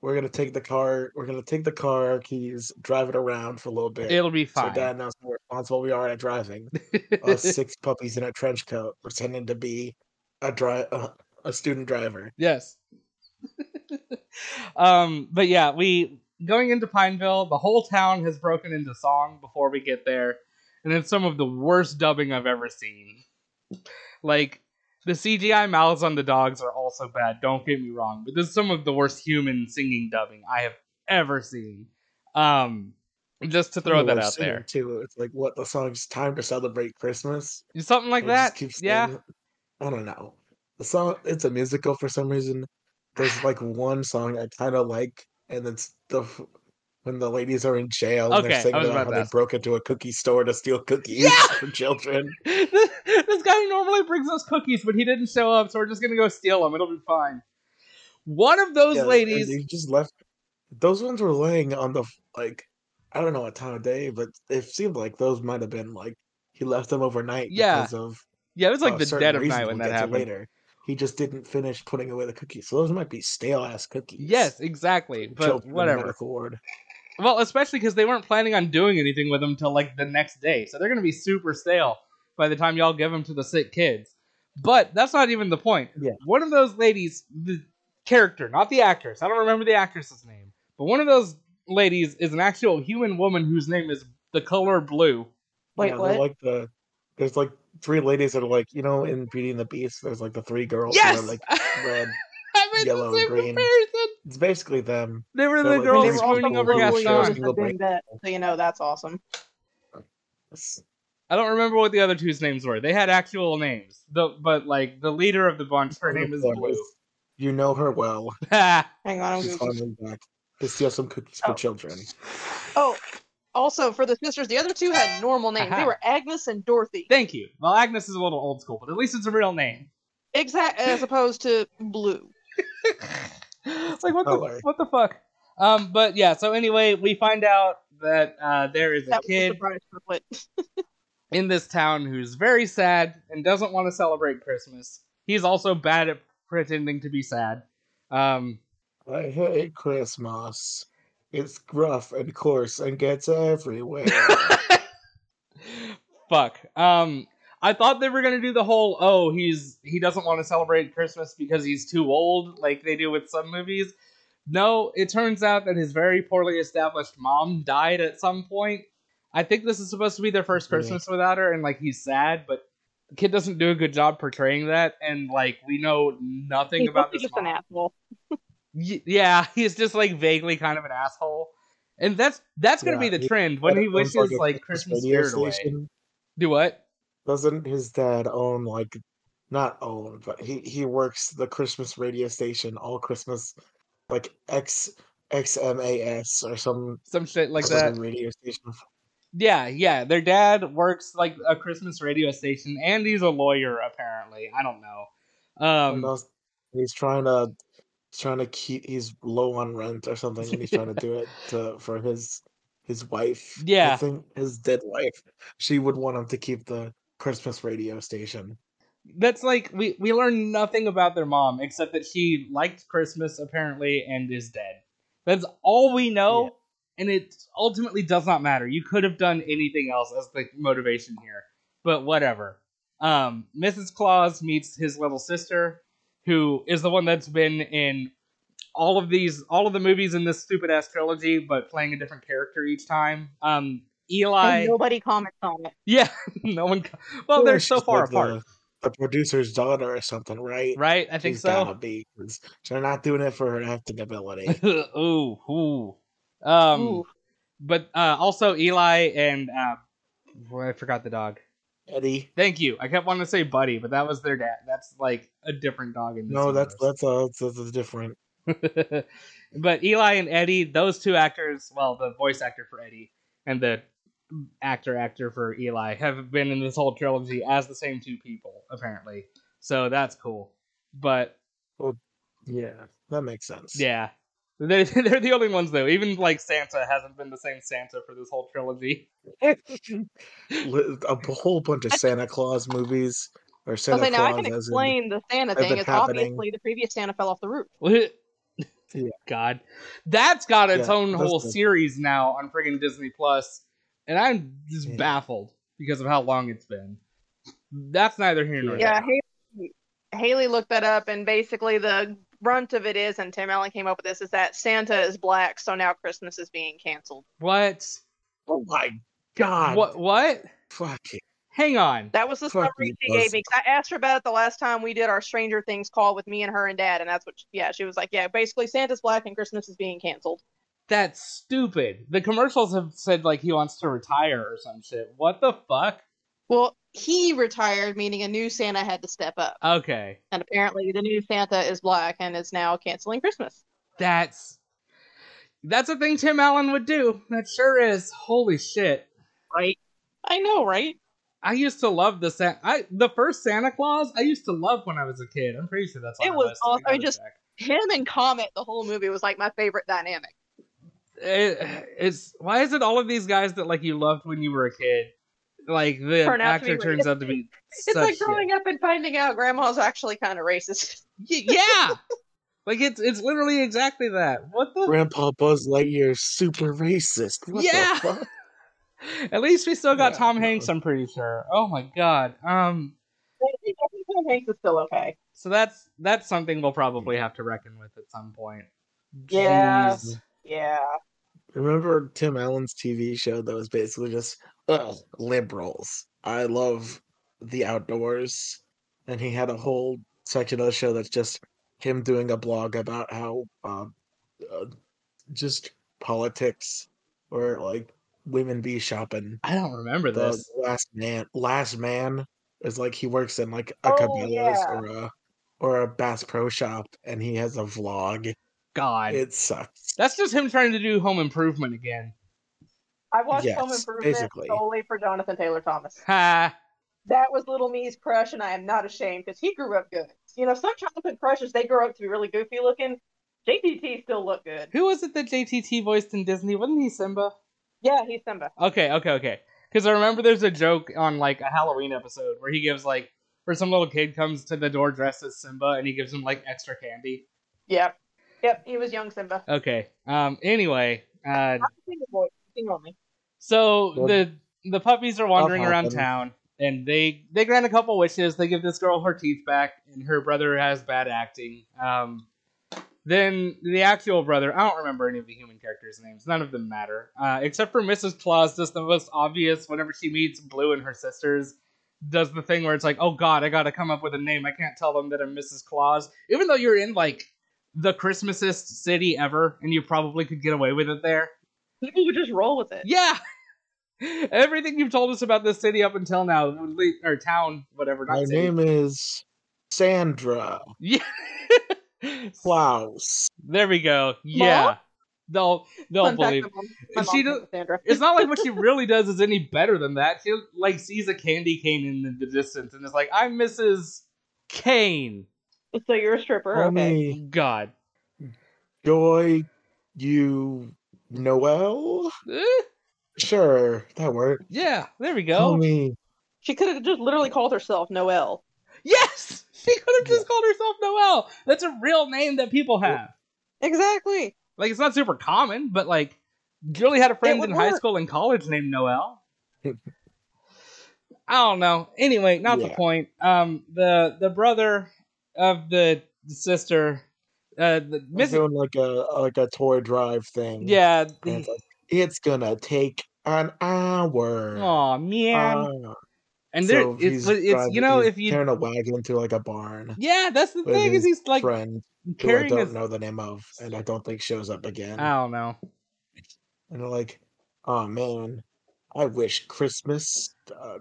[SPEAKER 6] We're gonna take the car. We're gonna take the car keys, drive it around for a little bit.
[SPEAKER 4] It'll be
[SPEAKER 6] So uh,
[SPEAKER 4] fine.
[SPEAKER 6] dad knows how responsible we are at driving.
[SPEAKER 4] [LAUGHS]
[SPEAKER 6] Us six puppies in a trench coat pretending to be a dri- uh, a student driver.
[SPEAKER 4] yes. [LAUGHS] um, but yeah, we going into Pineville, the whole town has broken into song before we get there, and it's some of the worst dubbing I've ever seen. Like The CGI mouths on the dogs are also bad, don't get me wrong, but this is some of the worst human singing dubbing I have ever seen. Um, just to throw
[SPEAKER 6] Well,
[SPEAKER 4] that
[SPEAKER 6] they're
[SPEAKER 4] out
[SPEAKER 6] singing,
[SPEAKER 4] there.
[SPEAKER 6] too. It's like what the song's "Time to Celebrate Christmas."
[SPEAKER 4] Something like
[SPEAKER 6] and it just
[SPEAKER 4] that.
[SPEAKER 6] keeps
[SPEAKER 4] Yeah.
[SPEAKER 6] saying- I don't know. The song it's a musical for some reason. There's like one song I kind of like, and it's the f- when the ladies are in jail and
[SPEAKER 4] Okay, I
[SPEAKER 6] they're singing
[SPEAKER 4] was about
[SPEAKER 6] about how
[SPEAKER 4] to
[SPEAKER 6] they
[SPEAKER 4] ask.
[SPEAKER 6] broke into a cookie store to steal cookies
[SPEAKER 4] Yeah!
[SPEAKER 6] [LAUGHS] for children.
[SPEAKER 4] this, this guy normally brings us cookies, but he didn't show up, so we're just gonna go steal them. It'll be fine. One of those
[SPEAKER 6] Yeah, and
[SPEAKER 4] ladies,
[SPEAKER 6] they just left. Those ones were laying on the f- like I don't know what time of day, but it seemed like those might have been like he left them overnight
[SPEAKER 4] Yeah.
[SPEAKER 6] because of
[SPEAKER 4] yeah, it was like
[SPEAKER 6] uh,
[SPEAKER 4] the
[SPEAKER 6] certain
[SPEAKER 4] dead of
[SPEAKER 6] reasons
[SPEAKER 4] night when
[SPEAKER 6] we'll
[SPEAKER 4] that
[SPEAKER 6] get to
[SPEAKER 4] happened.
[SPEAKER 6] later. He just didn't finish putting away the cookies, so those might be stale ass cookies.
[SPEAKER 4] Yes, exactly. But
[SPEAKER 6] children in the
[SPEAKER 4] whatever.
[SPEAKER 6] medical ward.
[SPEAKER 4] Well, especially because they weren't planning on doing anything with them till like the next day, so they're gonna be super stale by the time y'all give them to the sick kids. But that's not even the point.
[SPEAKER 6] Yeah.
[SPEAKER 4] One of those ladies, the character, not the actress. I don't remember the actress's name, but one of those ladies is an actual human woman whose name is the color blue.
[SPEAKER 5] Wait,
[SPEAKER 6] yeah, they're
[SPEAKER 5] what?
[SPEAKER 6] Like the there's like three ladies that are like you know in Beauty and the Beast. There's like the three girls who
[SPEAKER 4] Yes,
[SPEAKER 6] are
[SPEAKER 4] [LAUGHS]
[SPEAKER 6] like red.
[SPEAKER 4] I made
[SPEAKER 6] yellow,
[SPEAKER 4] the same
[SPEAKER 6] green.
[SPEAKER 4] comparison.
[SPEAKER 6] It's basically them.
[SPEAKER 4] They were
[SPEAKER 6] They're
[SPEAKER 4] the
[SPEAKER 6] like
[SPEAKER 5] And
[SPEAKER 4] girls
[SPEAKER 5] they
[SPEAKER 6] Please
[SPEAKER 5] were also
[SPEAKER 4] swooning
[SPEAKER 6] people
[SPEAKER 4] over
[SPEAKER 6] who
[SPEAKER 5] globally
[SPEAKER 6] watch shows
[SPEAKER 4] Gaston.
[SPEAKER 5] noticed
[SPEAKER 6] single
[SPEAKER 5] for doing
[SPEAKER 6] break.
[SPEAKER 5] that, so you know that's awesome.
[SPEAKER 6] It's-
[SPEAKER 4] I don't remember what the other two's names were. They had actual names. The but like the leader of the bunch, her name is
[SPEAKER 6] Unicorn
[SPEAKER 4] Blue.
[SPEAKER 6] You know her well.
[SPEAKER 4] Ha.
[SPEAKER 5] Hang on, I'm
[SPEAKER 6] She's
[SPEAKER 5] googling.
[SPEAKER 6] finally back to steal some cookies for
[SPEAKER 5] Oh.
[SPEAKER 6] children.
[SPEAKER 5] Oh, also for the sisters, the other two had normal names.
[SPEAKER 4] Aha.
[SPEAKER 5] They were Agnes and Dorothy,
[SPEAKER 4] [LAUGHS] Thank you. Well, Agnes is a little old school, but at least it's a real name. [LAUGHS]
[SPEAKER 5] exact as opposed to Blue.
[SPEAKER 4] like what the
[SPEAKER 6] color.
[SPEAKER 4] what the fuck? Um, but yeah. So anyway, we find out that uh, there is a
[SPEAKER 5] That was the
[SPEAKER 4] kid
[SPEAKER 5] surprise triplet.
[SPEAKER 4] in this town who's very sad and doesn't want to celebrate Christmas. He's also bad at pretending to be sad. Um,
[SPEAKER 6] I hate Christmas. It's rough and coarse and gets everywhere.
[SPEAKER 4] Fuck. Um, I thought they were gonna do the whole oh he's he doesn't want to celebrate Christmas because he's too old, like they do with some movies. No, it turns out that his very poorly established mom died at some point. I think this is supposed to be their first
[SPEAKER 6] Yeah.
[SPEAKER 4] Christmas without her, and like he's sad, but the kid doesn't do a good job portraying that, and like we know nothing
[SPEAKER 5] He's
[SPEAKER 4] about
[SPEAKER 5] mostly
[SPEAKER 4] this.
[SPEAKER 5] just
[SPEAKER 4] mom.
[SPEAKER 5] an asshole.
[SPEAKER 4] Y- yeah, [LAUGHS] he's just like vaguely kind of an asshole, and that's that's gonna
[SPEAKER 6] Yeah,
[SPEAKER 4] be the
[SPEAKER 6] he-
[SPEAKER 4] trend [LAUGHS] when he
[SPEAKER 6] Owns,
[SPEAKER 4] wishes
[SPEAKER 6] a
[SPEAKER 4] like Christmas spirit away. Do what?
[SPEAKER 6] Doesn't his dad own like not own, but he he works the Christmas radio station all Christmas, like X XMAS or some
[SPEAKER 4] Some shit like
[SPEAKER 6] Christmas
[SPEAKER 4] that.
[SPEAKER 6] radio station.
[SPEAKER 4] Yeah, yeah. Their dad works like a Christmas radio station, and he's a lawyer apparently. I don't know.
[SPEAKER 6] And
[SPEAKER 4] Um,
[SPEAKER 6] thus- he's trying to he's trying to keep he's low on rent or something, and he's trying to do it to for his his wife.
[SPEAKER 4] Yeah.
[SPEAKER 6] I think his dead wife. She would want him to keep the Christmas radio station.
[SPEAKER 4] that's like we we learn nothing about their mom except that she liked Christmas apparently and is dead. That's all we know, and it ultimately does not matter. You could have done anything else as the motivation here, but whatever. Um, Mrs. Claus meets his little sister, who is the one that's been in all of these all of the movies in this stupid ass trilogy, but playing a different character each time. Um, Eli,
[SPEAKER 5] And nobody comments on it.
[SPEAKER 4] [LAUGHS] yeah, [LAUGHS] no one. Well,
[SPEAKER 6] Yeah,
[SPEAKER 4] they're so
[SPEAKER 6] she's
[SPEAKER 4] far
[SPEAKER 6] like
[SPEAKER 4] apart,
[SPEAKER 6] The, the producer's daughter or something, right?
[SPEAKER 4] right? I think
[SPEAKER 6] She's
[SPEAKER 4] so.
[SPEAKER 6] gotta be 'cause they're not doing it for her acting
[SPEAKER 5] [LAUGHS]
[SPEAKER 6] ability.
[SPEAKER 4] [LAUGHS] ooh, ooh. Um,
[SPEAKER 5] Ooh,
[SPEAKER 4] but uh, also Eli and uh, boy, I forgot the dog.
[SPEAKER 6] Eddie,
[SPEAKER 4] Thank you. I kept wanting to say Buddy, but that was their dad. That's like a different dog in this.
[SPEAKER 6] no, that's
[SPEAKER 4] universe.
[SPEAKER 6] that's uh that's, that's different.
[SPEAKER 4] [LAUGHS] but Eli and Eddie, those two actors, well, the voice actor for Eddie and the actor actor for Eli, have been in this whole trilogy as the same two people apparently. So that's cool. But
[SPEAKER 6] Yeah, that makes sense.
[SPEAKER 4] Yeah. They're, [LAUGHS] they're the only ones, though. Even, like, Santa hasn't been the same Santa for this whole trilob
[SPEAKER 6] Li- a b- whole bunch of Santa Claus movies or
[SPEAKER 5] I was
[SPEAKER 6] Santa
[SPEAKER 5] like, now I can
[SPEAKER 6] Claus as in
[SPEAKER 5] explain the Santa
[SPEAKER 6] as
[SPEAKER 5] thing.
[SPEAKER 6] it
[SPEAKER 5] It's
[SPEAKER 6] happening.
[SPEAKER 5] obviously the previous Santa fell off the roof.
[SPEAKER 4] [LAUGHS]
[SPEAKER 6] Yeah.
[SPEAKER 4] God. That's got its
[SPEAKER 6] Yeah,
[SPEAKER 4] own
[SPEAKER 6] that's
[SPEAKER 4] whole
[SPEAKER 6] good.
[SPEAKER 4] series now on friggin' Disney Plus, and I'm just
[SPEAKER 6] Yeah.
[SPEAKER 4] baffled because of how long it's been. That's neither here nor
[SPEAKER 5] Yeah,
[SPEAKER 4] there.
[SPEAKER 5] Haley, Haley looked that up, and basically the brunt of it is, and Tim Allen came up with this, is that Santa is black, so now Christmas is being canceled.
[SPEAKER 4] What?
[SPEAKER 6] Oh my god.
[SPEAKER 4] What? What?
[SPEAKER 6] Fucking
[SPEAKER 4] Hang on.
[SPEAKER 5] That was the
[SPEAKER 6] Fuck
[SPEAKER 5] summary
[SPEAKER 6] you,
[SPEAKER 5] she gave
[SPEAKER 6] Buzz.
[SPEAKER 5] me. 'cause I asked her about it the last time we did our Stranger Things call with me and her and Dad, and that's what. She, yeah, she was like, yeah, basically Santa's black and Christmas is being canceled.
[SPEAKER 4] That's stupid. The commercials have said like he wants to retire or some shit. What the fuck?
[SPEAKER 5] Well, he retired, meaning a new Santa had to step up,
[SPEAKER 4] Okay.
[SPEAKER 5] and apparently the new Santa is black and is now canceling Christmas.
[SPEAKER 4] That's that's a thing Tim Allen would do. That sure is. Holy shit.
[SPEAKER 5] Right. I know, right?
[SPEAKER 4] I used to love the Santa. I the first Santa Claus I used to love when I was a kid. I'm pretty sure that's on
[SPEAKER 5] It
[SPEAKER 4] our
[SPEAKER 5] was
[SPEAKER 4] list. I
[SPEAKER 5] awesome. I
[SPEAKER 4] gotta
[SPEAKER 5] just-
[SPEAKER 4] check.
[SPEAKER 5] Him and Comet, the whole movie was like my favorite dynamic.
[SPEAKER 4] It- it's why is it all of these guys that like you loved when you were a kid, like the
[SPEAKER 5] Turn out to
[SPEAKER 4] actor
[SPEAKER 5] be
[SPEAKER 4] turns out to be
[SPEAKER 5] [LAUGHS] It's
[SPEAKER 4] such
[SPEAKER 5] like growing up and finding out grandma's actually kind of racist. [LAUGHS]
[SPEAKER 4] shit. Y- yeah, like it's it's literally exactly that. What the
[SPEAKER 6] Grandpa Buzz Lightyear is super racist. What
[SPEAKER 4] Yeah.
[SPEAKER 6] the fuck?
[SPEAKER 4] At least we still got
[SPEAKER 6] Yeah,
[SPEAKER 4] Tom
[SPEAKER 6] no.
[SPEAKER 4] Hanks, I'm pretty sure. Oh my god. Um
[SPEAKER 5] Hanks is still okay.
[SPEAKER 4] so that's that's something we'll probably have to reckon with at some point.
[SPEAKER 5] Yeah.
[SPEAKER 4] Jeez.
[SPEAKER 5] Yeah.
[SPEAKER 6] Remember Tim Allen's TV show that was basically just ugh, liberals. I love the outdoors, and he had a whole section of the show that's just him doing a blog about how uh, uh, just politics or like women be shopping.
[SPEAKER 4] I don't remember
[SPEAKER 6] The
[SPEAKER 4] this.
[SPEAKER 6] last man, last man is like he works in like a
[SPEAKER 5] Oh,
[SPEAKER 6] Cabela's
[SPEAKER 5] yeah.
[SPEAKER 6] or a or a Bass Pro Shop, and he has a vlog.
[SPEAKER 4] God.
[SPEAKER 6] It sucks.
[SPEAKER 4] that's just him trying to do home improvement again.
[SPEAKER 5] I watched
[SPEAKER 6] Yes,
[SPEAKER 5] Home Improvement
[SPEAKER 6] basically.
[SPEAKER 5] solely for Jonathan Taylor Thomas.
[SPEAKER 4] Ha
[SPEAKER 5] That was Little Me's crush, and I am not ashamed because he grew up good. You know, some Jonathan crushes they grow up to be really goofy looking. JTT still look good.
[SPEAKER 4] Who was it that JTT voiced in Disney? Wasn't he Simba?
[SPEAKER 5] Yeah, he's Simba.
[SPEAKER 4] Okay, okay, okay. Because I remember there's a joke on like a Halloween episode where he gives like where some little kid comes to the door dressed as Simba and he gives him like extra candy.
[SPEAKER 5] Yep. Yep, he was young Simba.
[SPEAKER 4] Okay. Um. Anyway. Uh.
[SPEAKER 5] I'm a single boy. Sing on me.
[SPEAKER 4] So
[SPEAKER 6] Well-
[SPEAKER 4] the the puppies are wandering
[SPEAKER 6] I'll
[SPEAKER 4] around
[SPEAKER 6] help them.
[SPEAKER 4] town, and they they grant a couple wishes. They give this girl her teeth back, and her brother has bad acting. Um, then the actual brother, I don't remember any of the human characters' names. None of them matter, uh, except for Mrs. Claus, just the most obvious. Whenever she meets Blue and her sisters, does the thing where it's like, oh god, I got to come up with a name. I can't tell them that I'm Mrs. Claus, even though you're in like the Christmasest city ever, and you probably could get away with it there.
[SPEAKER 5] People would just roll with it.
[SPEAKER 4] Yeah. Everything you've told us about this city up until now, or town, whatever. Not
[SPEAKER 6] My
[SPEAKER 4] city.
[SPEAKER 6] name is Sandra
[SPEAKER 4] Yeah.
[SPEAKER 6] Klaus.
[SPEAKER 4] [LAUGHS] There we go. Yeah. They'll they'll
[SPEAKER 5] Fun fact,
[SPEAKER 4] believe.
[SPEAKER 5] my mom- my
[SPEAKER 4] If
[SPEAKER 5] mom
[SPEAKER 4] she
[SPEAKER 5] came
[SPEAKER 4] don't-
[SPEAKER 5] with Sandra.
[SPEAKER 4] [LAUGHS] It's not like what
[SPEAKER 5] [LAUGHS]
[SPEAKER 4] she really does is any better than that. She like sees a candy cane in the, the distance and is like, "I'm Mrs. Kane."
[SPEAKER 5] [LAUGHS] So you're a stripper,
[SPEAKER 6] Call
[SPEAKER 5] okay.
[SPEAKER 6] me
[SPEAKER 4] God.
[SPEAKER 6] Joy You Noel?
[SPEAKER 4] Eh,
[SPEAKER 6] Sure, that worked.
[SPEAKER 4] yeah. There we
[SPEAKER 6] Call
[SPEAKER 4] go.
[SPEAKER 6] me
[SPEAKER 5] She could have just literally called herself Noelle.
[SPEAKER 4] yes. [LAUGHS] She could have just called herself Noelle. That's a real name that people have.
[SPEAKER 5] Exactly.
[SPEAKER 4] Like it's not super common, but like Julie had a friend
[SPEAKER 5] would
[SPEAKER 4] in high
[SPEAKER 5] work.
[SPEAKER 4] school and college named
[SPEAKER 6] [LAUGHS]
[SPEAKER 4] Noel. I don't know. Anyway, not the
[SPEAKER 6] Yeah.
[SPEAKER 4] point. Um, the the brother of the sister, uh, the
[SPEAKER 6] I'm
[SPEAKER 4] Miss,
[SPEAKER 6] doing like a like a toy drive thing.
[SPEAKER 4] yeah.
[SPEAKER 6] And it's, like, it's gonna take an hour.
[SPEAKER 4] Oh man.
[SPEAKER 6] Ah.
[SPEAKER 4] and there,
[SPEAKER 6] So
[SPEAKER 4] it's
[SPEAKER 6] he's
[SPEAKER 4] but it's you
[SPEAKER 6] driving-
[SPEAKER 4] know
[SPEAKER 6] he's
[SPEAKER 4] if you
[SPEAKER 6] carrying a wagon into like a barn
[SPEAKER 4] yeah that's the
[SPEAKER 6] with
[SPEAKER 4] thing is
[SPEAKER 6] his
[SPEAKER 4] he's like
[SPEAKER 6] friend who I
[SPEAKER 4] carrying
[SPEAKER 6] don't
[SPEAKER 4] his
[SPEAKER 6] know the name of and I don't think shows up again.
[SPEAKER 4] I don't know
[SPEAKER 6] and they're like, "Oh man, I wish Christmas. Uh,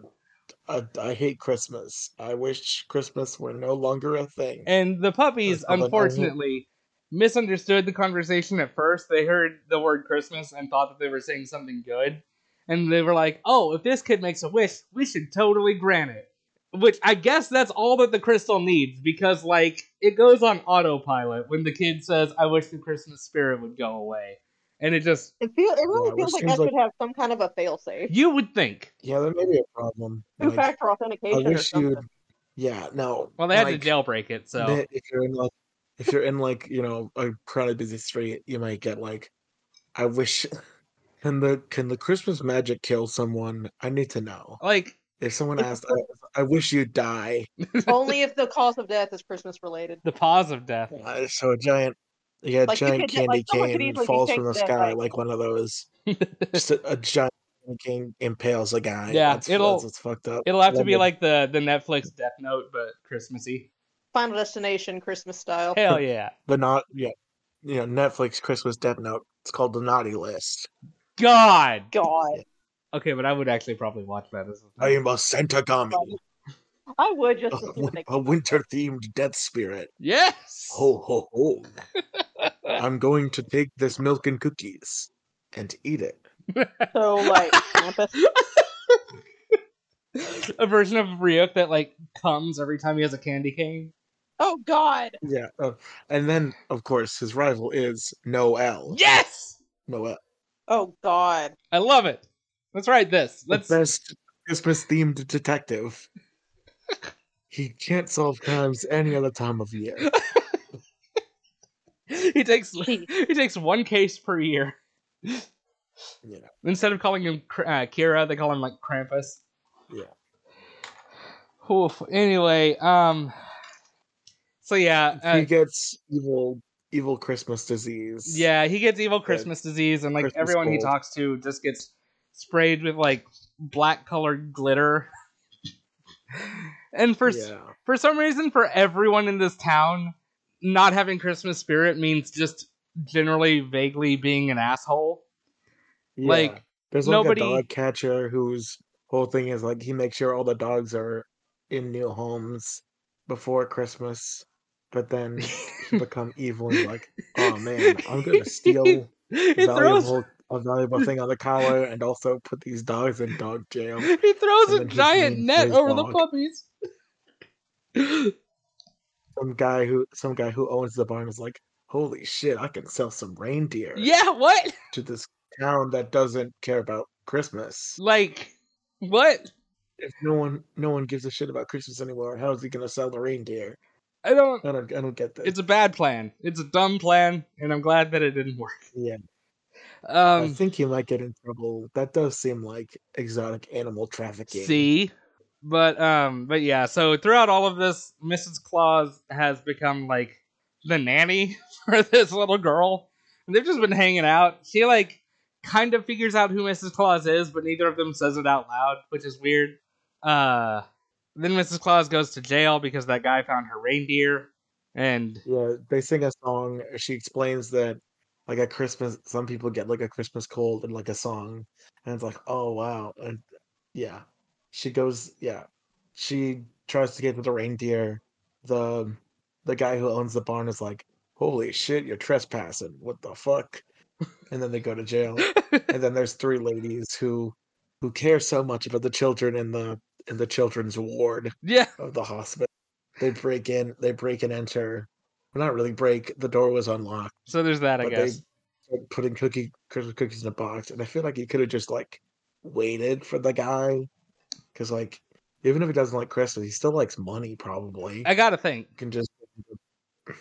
[SPEAKER 6] I, I hate Christmas. I wish Christmas were no longer a thing."
[SPEAKER 4] And the puppies,
[SPEAKER 6] Or something.
[SPEAKER 4] unfortunately, misunderstood the conversation at first. They heard the word Christmas and thought that they were saying something good. And they were like, oh, if this kid makes a wish, we should totally grant it. Which I guess that's all that the crystal needs because, like, it goes on autopilot when the kid says, I wish the Christmas spirit would go away. And it just,
[SPEAKER 5] It, feel, it really
[SPEAKER 6] Yeah,
[SPEAKER 5] feels
[SPEAKER 6] which
[SPEAKER 5] like
[SPEAKER 6] seems
[SPEAKER 5] that
[SPEAKER 6] like-
[SPEAKER 5] should have some kind of a failsafe.
[SPEAKER 4] you would think.
[SPEAKER 6] yeah, there may be a problem.
[SPEAKER 5] Two
[SPEAKER 6] Like,
[SPEAKER 5] factor
[SPEAKER 6] I
[SPEAKER 5] authentication or
[SPEAKER 6] wish
[SPEAKER 5] something.
[SPEAKER 6] you'd. Yeah, no.
[SPEAKER 4] Well, they had
[SPEAKER 6] like,
[SPEAKER 4] to jailbreak it, so.
[SPEAKER 6] admit if you're in like, if you're in like you know a crowded busy street, you might get like, "I wish." [LAUGHS] Can the can the Christmas magic kill someone? I need to know.
[SPEAKER 4] like,
[SPEAKER 6] If someone asked, I, I wish you die. [LAUGHS]
[SPEAKER 5] Only if the cause of death is Christmas related.
[SPEAKER 4] the pause of death.
[SPEAKER 6] Uh, so a giant, yeah,
[SPEAKER 5] Like, you
[SPEAKER 6] giant
[SPEAKER 5] could get- like,
[SPEAKER 6] candy
[SPEAKER 5] someone could
[SPEAKER 6] cane
[SPEAKER 5] easily be
[SPEAKER 6] falls from the
[SPEAKER 5] chasing that,
[SPEAKER 6] sky
[SPEAKER 5] like-
[SPEAKER 6] like one of those, just a, a giant King impales a guy.
[SPEAKER 4] Yeah,
[SPEAKER 6] that's,
[SPEAKER 4] it'll-
[SPEAKER 6] that's, that's fucked up.
[SPEAKER 4] It'll have to be
[SPEAKER 6] Lovely.
[SPEAKER 4] like the the Netflix Death Note, but Christmassy.
[SPEAKER 5] Final Destination Christmas style.
[SPEAKER 4] Hell yeah.
[SPEAKER 6] the not yeah, you know Netflix Christmas Death Note. It's called the Naughty List.
[SPEAKER 4] God.
[SPEAKER 5] God,
[SPEAKER 4] Okay, but I would actually probably watch that. As
[SPEAKER 6] I am a Sentagami,
[SPEAKER 5] I would
[SPEAKER 6] a, [LAUGHS]
[SPEAKER 5] just to see what they
[SPEAKER 6] a winter themed death spirit.
[SPEAKER 4] yes.
[SPEAKER 6] Ho ho ho! I'm going to take this milk and cookies and eat it.
[SPEAKER 5] so like
[SPEAKER 6] [LAUGHS]
[SPEAKER 5] campus.
[SPEAKER 4] [LAUGHS] a version of Ryuk that like comes every time he has a candy cane.
[SPEAKER 5] Oh God,
[SPEAKER 6] Yeah, oh, and then of course his rival is Noel.
[SPEAKER 4] Yes.
[SPEAKER 6] Noel,
[SPEAKER 5] oh God.
[SPEAKER 4] I love it. Let's write this.
[SPEAKER 6] the
[SPEAKER 4] Let's.
[SPEAKER 6] best Christmas themed detective. he can't solve crimes any other time of year.
[SPEAKER 4] [LAUGHS] He takes he takes one case per year.
[SPEAKER 6] Yeah.
[SPEAKER 4] Instead of calling him Kr- uh, Kira, they call him like Krampus.
[SPEAKER 6] Yeah.
[SPEAKER 4] Oof. Anyway, um. So yeah, uh,
[SPEAKER 6] he gets evil, evil Christmas disease.
[SPEAKER 4] yeah, he gets evil Christmas disease, and like
[SPEAKER 6] Christmas
[SPEAKER 4] everyone he
[SPEAKER 6] cold.
[SPEAKER 4] talks to just gets sprayed with like black colored glitter. [LAUGHS] and for s-
[SPEAKER 6] yeah.
[SPEAKER 4] for some reason, for everyone in this town, not having Christmas spirit means just generally vaguely being an asshole. like,
[SPEAKER 6] Yeah. there's
[SPEAKER 4] nobody-
[SPEAKER 6] like a dog catcher whose whole thing is like he makes sure all the dogs are in new homes before Christmas, [LAUGHS]
[SPEAKER 4] [LAUGHS]
[SPEAKER 6] but then he become evil and like, oh man, I'm
[SPEAKER 4] [LAUGHS]
[SPEAKER 6] gonna steal
[SPEAKER 4] he throws
[SPEAKER 6] valuable a valuable thing on the collar and also put these dogs in dog jail.
[SPEAKER 4] he throws a
[SPEAKER 6] and then his
[SPEAKER 4] giant
[SPEAKER 6] name
[SPEAKER 4] net
[SPEAKER 6] is
[SPEAKER 4] over the
[SPEAKER 6] Dog.
[SPEAKER 4] puppies. [LAUGHS]
[SPEAKER 6] Some guy who some guy who owns the barn is like, holy shit, I can sell some reindeer
[SPEAKER 4] yeah, what?
[SPEAKER 6] to this town that doesn't care about Christmas.
[SPEAKER 4] Like what?
[SPEAKER 6] if no one no one gives a shit about Christmas anymore, how is he gonna sell the reindeer?
[SPEAKER 4] I don't
[SPEAKER 6] I don't I don't get this.
[SPEAKER 4] it's a bad plan. It's a dumb plan, and I'm glad that it didn't work.
[SPEAKER 6] Yeah. I
[SPEAKER 4] Um
[SPEAKER 6] think he might get in trouble. That does seem like exotic animal trafficking.
[SPEAKER 4] see. But um but yeah, so throughout all of this, Mrs. Claus has become like the nanny [LAUGHS] for this little girl. And they've just been hanging out. She like kind of figures out who Mrs. Claus is, but neither of them says it out loud, which is weird. Uh then Mrs. Claus goes to jail because that guy found her reindeer and
[SPEAKER 6] Yeah, they sing a song. uh, She explains that like a Christmas some people get like a Christmas cold and like a song and it's like, oh wow. And yeah. She goes yeah. She tries to get with the reindeer. The the guy who owns the barn is like, Holy shit, you're trespassing. What the fuck? And then they go to jail. and then there's three ladies who who care so much about the children in the in the children's ward
[SPEAKER 4] yeah,
[SPEAKER 6] of the hospital. They break in, they break and enter. Well, not really break. The door was unlocked,
[SPEAKER 4] so there's that, I
[SPEAKER 6] but they
[SPEAKER 4] guess.
[SPEAKER 6] started putting cookie Christmas cookies in a box. And I feel like he could have just like waited for the guy, because like even if he doesn't like Christmas, he still likes money. Probably
[SPEAKER 4] I gotta think.
[SPEAKER 6] can just [CLEARS THROAT]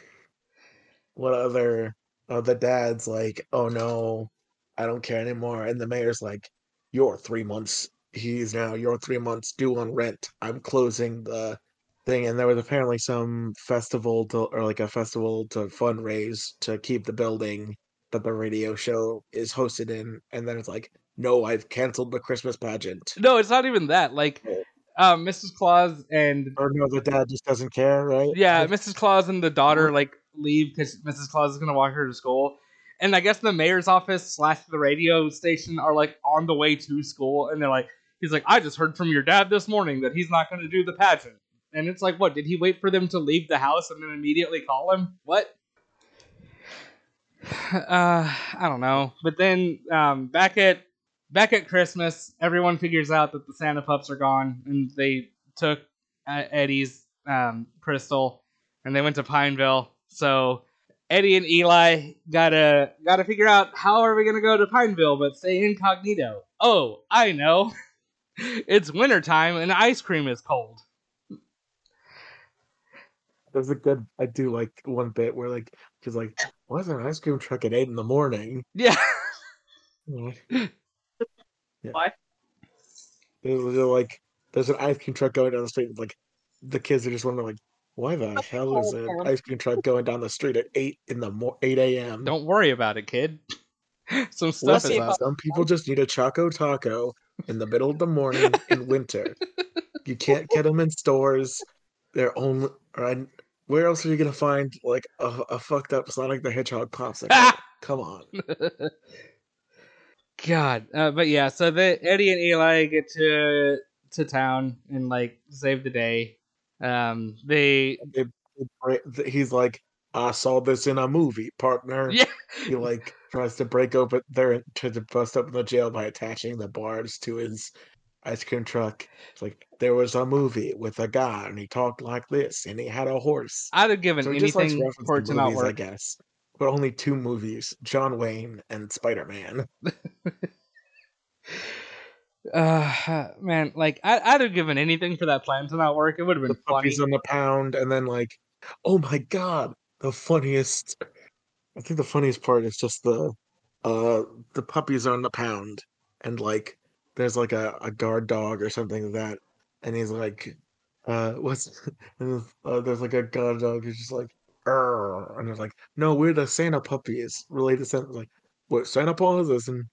[SPEAKER 6] what other uh, the dad's like oh no i don't care anymore and the mayor's like you're three months he's now you're three months due on rent i'm closing the thing and there was apparently some festival to or like a festival to fundraise to keep the building that the radio show is hosted in and then it's like no i've canceled the christmas pageant
[SPEAKER 4] No, it's not even that. Like, um, Mrs. Claus and
[SPEAKER 6] or no the dad just doesn't care right
[SPEAKER 4] yeah, Mrs. Claus and the daughter like leave because Mrs. Claus is gonna walk her to school, and I guess the mayor's office slash the radio station are like on the way to school, and they're like, he's like, I just heard from your dad this morning that he's not gonna do the pageant, and it's like, what? Did he wait for them to leave the house and then immediately call him? What? [SIGHS] Uh, I don't know. But then um, back at back at Christmas, everyone figures out that the Santa pups are gone, and they took uh, Eddie's um, crystal, and they went to Pineville. So Eddie and Eli gotta gotta figure out how are we gonna go to Pineville but stay incognito. Oh, I know. [LAUGHS] it's wintertime and ice cream is cold.
[SPEAKER 6] There's a good. I do like one bit where like she's like, "Why is there an ice cream truck at eight in the morning?" Mm.
[SPEAKER 4] Yeah. [LAUGHS]
[SPEAKER 5] [LAUGHS]
[SPEAKER 6] Yeah.
[SPEAKER 5] Why?
[SPEAKER 6] There's they're like, there's an ice cream truck going down the street. and, Like, the kids are just wondering, like, why the hell is an
[SPEAKER 5] man.
[SPEAKER 6] ice cream truck going down the street at eight in the mor eight a.m.
[SPEAKER 4] Don't worry about it, kid. [LAUGHS] Some stuff
[SPEAKER 5] Let's
[SPEAKER 4] is
[SPEAKER 5] see
[SPEAKER 4] up.
[SPEAKER 5] if
[SPEAKER 6] Some people just need a Choco Taco in the middle of the morning in winter. You can't get them in stores. They're only. Or I, where else are you gonna find like a, a fucked up Sonic the Hedgehog popsicle?
[SPEAKER 4] Ah! [LAUGHS]
[SPEAKER 6] Come on.
[SPEAKER 4] God, uh, but yeah, so the Eddie and Eli get to to town and like save the day. Um, they
[SPEAKER 6] Right, th- He's like, I saw this in a movie, partner.
[SPEAKER 4] yeah,
[SPEAKER 6] He like tries to break open their to to bust open the jail by attaching the bars to his ice cream truck. It's like there was a movie with a guy and he talked like this and he had a horse.
[SPEAKER 4] I'd have given
[SPEAKER 6] So he just likes
[SPEAKER 4] anything
[SPEAKER 6] reference
[SPEAKER 4] for it
[SPEAKER 6] to
[SPEAKER 4] to not
[SPEAKER 6] movies, I
[SPEAKER 4] work.
[SPEAKER 6] guess. But only two movies: John Wayne and Spider Man.
[SPEAKER 4] Uh, man, like I, I'd have given anything for that plan to not work. It would have
[SPEAKER 6] The
[SPEAKER 4] been funny.
[SPEAKER 6] puppies on the pound, and then like, oh my god, the funniest. I think the funniest part is just the, uh, the puppies on the pound, and like, there's like a, a guard dog or something like that, and he's like, uh, what's, [LAUGHS] and uh, there's like a guard dog who's just like, "Arr," and it's like, no, we're the Santa puppies related to Santa. Like, what Santa Claus is, and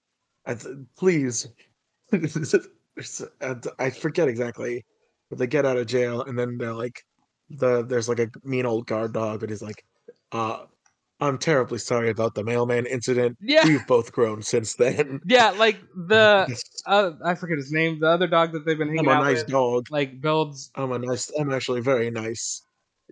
[SPEAKER 6] I th- please, [LAUGHS] It's- I I forget exactly, but they get out of jail, and then they're like, the there's like a mean old guard dog, and he's like, uh. I'm terribly sorry about the mailman incident. [LAUGHS]
[SPEAKER 4] Yeah,
[SPEAKER 6] We've both grown since then.
[SPEAKER 4] yeah, like the
[SPEAKER 6] [LAUGHS] Yes,
[SPEAKER 4] uh, I forget his name. The other dog that they've been
[SPEAKER 6] I'm
[SPEAKER 4] hanging
[SPEAKER 6] a
[SPEAKER 4] out
[SPEAKER 6] nice
[SPEAKER 4] with,
[SPEAKER 6] dog.
[SPEAKER 4] like builds
[SPEAKER 6] I'm a nice. I'm actually very nice.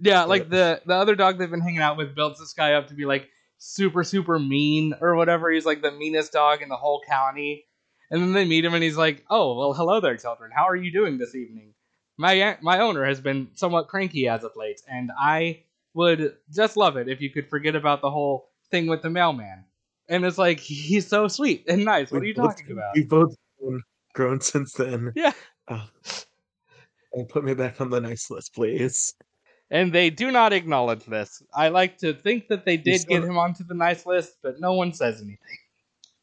[SPEAKER 4] Yeah,
[SPEAKER 6] So
[SPEAKER 4] like the the other dog they've been hanging out with builds this guy up to be like super super mean or whatever. He's like the meanest dog in the whole county. And then they meet him and he's like, "Oh, well, hello there, children. How are you doing this evening? My my owner has been somewhat cranky as of late, and I would just love it if you could forget about the whole thing with the mailman." And it's like he's so sweet and nice. What are
[SPEAKER 6] We've
[SPEAKER 4] you
[SPEAKER 6] both-
[SPEAKER 4] talking about?
[SPEAKER 6] We've both grown, grown since then.
[SPEAKER 4] Yeah.
[SPEAKER 6] Uh, and put me back on the nice list, please.
[SPEAKER 4] And they do not acknowledge this. I like to think that they did
[SPEAKER 6] still-
[SPEAKER 4] get him onto the nice list, but no one says anything. [LAUGHS]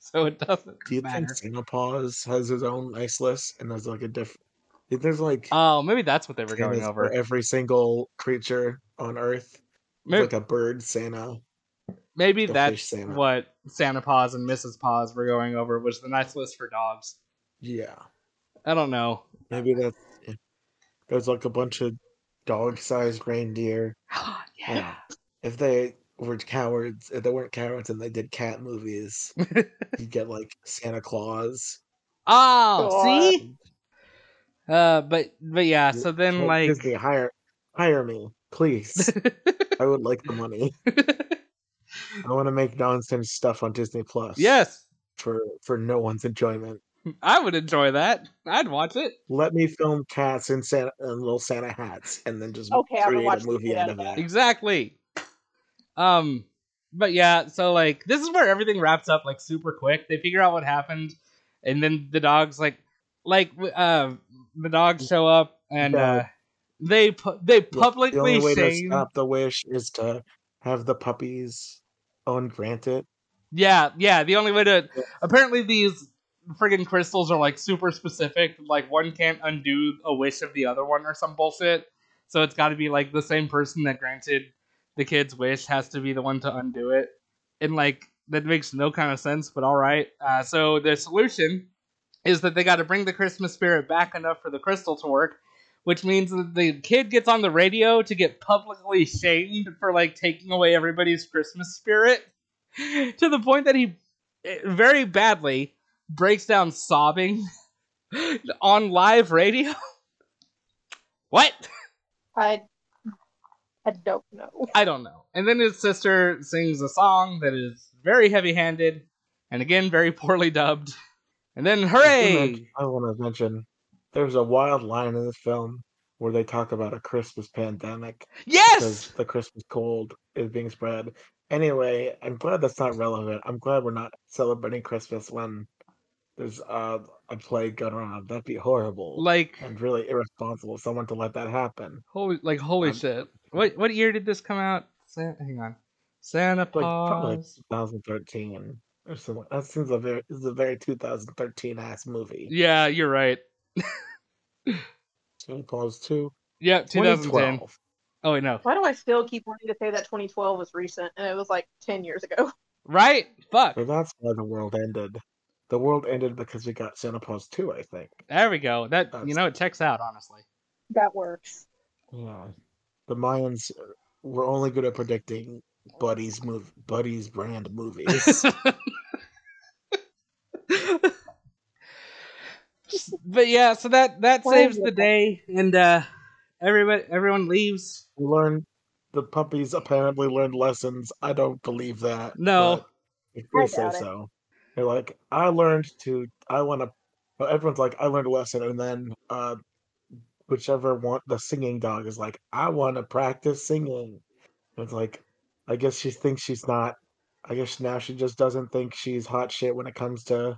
[SPEAKER 4] So it doesn't
[SPEAKER 6] Do you
[SPEAKER 4] matter.
[SPEAKER 6] think Santa Paws has his own nice list, and there's like a different? There's like
[SPEAKER 4] Oh, maybe that's what they were going
[SPEAKER 6] Santas for
[SPEAKER 4] over.
[SPEAKER 6] every single creature on Earth. There's
[SPEAKER 4] Maybe,
[SPEAKER 6] like a bird Santa,
[SPEAKER 4] maybe
[SPEAKER 6] the
[SPEAKER 4] that's
[SPEAKER 6] fish Santa.
[SPEAKER 4] what Santa Paws and Mrs. Paws were going over was the nice list for dogs.
[SPEAKER 6] Yeah.
[SPEAKER 4] I don't know.
[SPEAKER 6] Maybe that's yeah. there's like a bunch of dog-sized reindeer. Yeah. If they were cowards, if they weren't cowards and they did cat movies, you'd get like Santa Claus.
[SPEAKER 4] Oh,
[SPEAKER 5] God.
[SPEAKER 4] see? Uh, but but yeah. So then
[SPEAKER 6] Walt
[SPEAKER 4] like
[SPEAKER 6] Disney, hire hire me, please. I would like the money. I want to make nonsense stuff on Disney Plus.
[SPEAKER 4] yes,
[SPEAKER 6] For for no one's enjoyment.
[SPEAKER 4] I would enjoy that. I'd watch it.
[SPEAKER 6] Let me film cats in Santa in little Santa hats and then just
[SPEAKER 5] Okay, I'm gonna
[SPEAKER 6] create
[SPEAKER 5] watch
[SPEAKER 6] a
[SPEAKER 5] the
[SPEAKER 6] movie
[SPEAKER 5] shit
[SPEAKER 6] out
[SPEAKER 5] out
[SPEAKER 6] of
[SPEAKER 5] of
[SPEAKER 6] that.
[SPEAKER 4] Exactly. Um, but yeah, so like this is where everything wraps up like super quick. They figure out what happened, and then the dogs like like w- uh the dogs show up and
[SPEAKER 6] Yeah.
[SPEAKER 4] uh they pu- they
[SPEAKER 6] Look, the only
[SPEAKER 4] publicly
[SPEAKER 6] way to
[SPEAKER 4] shame.
[SPEAKER 6] stop the wish is to have the puppies own grant it.
[SPEAKER 4] Yeah, yeah. The only way to
[SPEAKER 6] Yeah.
[SPEAKER 4] apparently these friggin' crystals are like super specific. Like one can't undo a wish of the other one or some bullshit. So it's got to be like the same person that granted the kid's wish has to be the one to undo it. And like that makes no kind of sense, but all right. Uh, so the solution is that they got to bring the Christmas spirit back enough for the crystal to work, which means that the kid gets on the radio to get publicly shamed for like taking away everybody's Christmas spirit [LAUGHS] to the point that he eh, very badly breaks down sobbing [LAUGHS] on live radio. [LAUGHS] what?
[SPEAKER 5] I I don't know.
[SPEAKER 4] I don't know. And then his sister sings a song that is very heavy handed and again very poorly dubbed. And then
[SPEAKER 6] I do men-
[SPEAKER 4] hooray!
[SPEAKER 6] I want to mention there's a wild line in the film where they talk about a Christmas pandemic because
[SPEAKER 4] Yes!
[SPEAKER 6] the Christmas cold is being spread. Anyway, I'm glad that's not relevant. I'm glad we're not celebrating Christmas when there's uh, a plague going around. That'd be horrible
[SPEAKER 4] Like
[SPEAKER 6] and really irresponsible of someone to let that happen.
[SPEAKER 4] holy like holy
[SPEAKER 6] Um,
[SPEAKER 4] shit. What what year did this come out? San- hang on. Santa
[SPEAKER 6] Like probably
[SPEAKER 4] Paws.
[SPEAKER 6] 2013 or something. That seems a very this is a very 2013 ass movie.
[SPEAKER 4] Yeah, you're right.
[SPEAKER 6] Santa Claus 2,
[SPEAKER 4] Yeah, 2010.
[SPEAKER 6] 2012.
[SPEAKER 4] Oh wait, no.
[SPEAKER 5] Why do I still keep wanting to say that 2012 was recent and it was like 10 years ago?
[SPEAKER 4] Right? Fuck.
[SPEAKER 6] So that's why the world ended. The world ended because we got Santa Claus 2, I think.
[SPEAKER 4] There we go. That
[SPEAKER 6] That's-
[SPEAKER 4] you know it checks out honestly.
[SPEAKER 5] That works.
[SPEAKER 6] Yeah. The Mayans were only good at predicting Buddy's move, Buddy's brand
[SPEAKER 4] [LAUGHS]
[SPEAKER 6] movies.
[SPEAKER 4] [LAUGHS] but yeah, so that that
[SPEAKER 5] Why
[SPEAKER 4] saves
[SPEAKER 5] is it
[SPEAKER 4] the
[SPEAKER 5] that-
[SPEAKER 4] day, and uh, everybody everyone leaves.
[SPEAKER 6] we learned the puppies apparently learned lessons. I don't believe that.
[SPEAKER 4] No.
[SPEAKER 6] but If
[SPEAKER 5] I
[SPEAKER 6] they say
[SPEAKER 5] doubt it.
[SPEAKER 6] so. They're like, I learned to. I want to. Everyone's like, I learned a lesson, and then uh, whichever one the singing dog is like, I want to practice singing. And it's like, I guess she thinks she's not. I guess now she just doesn't think she's hot shit when it comes to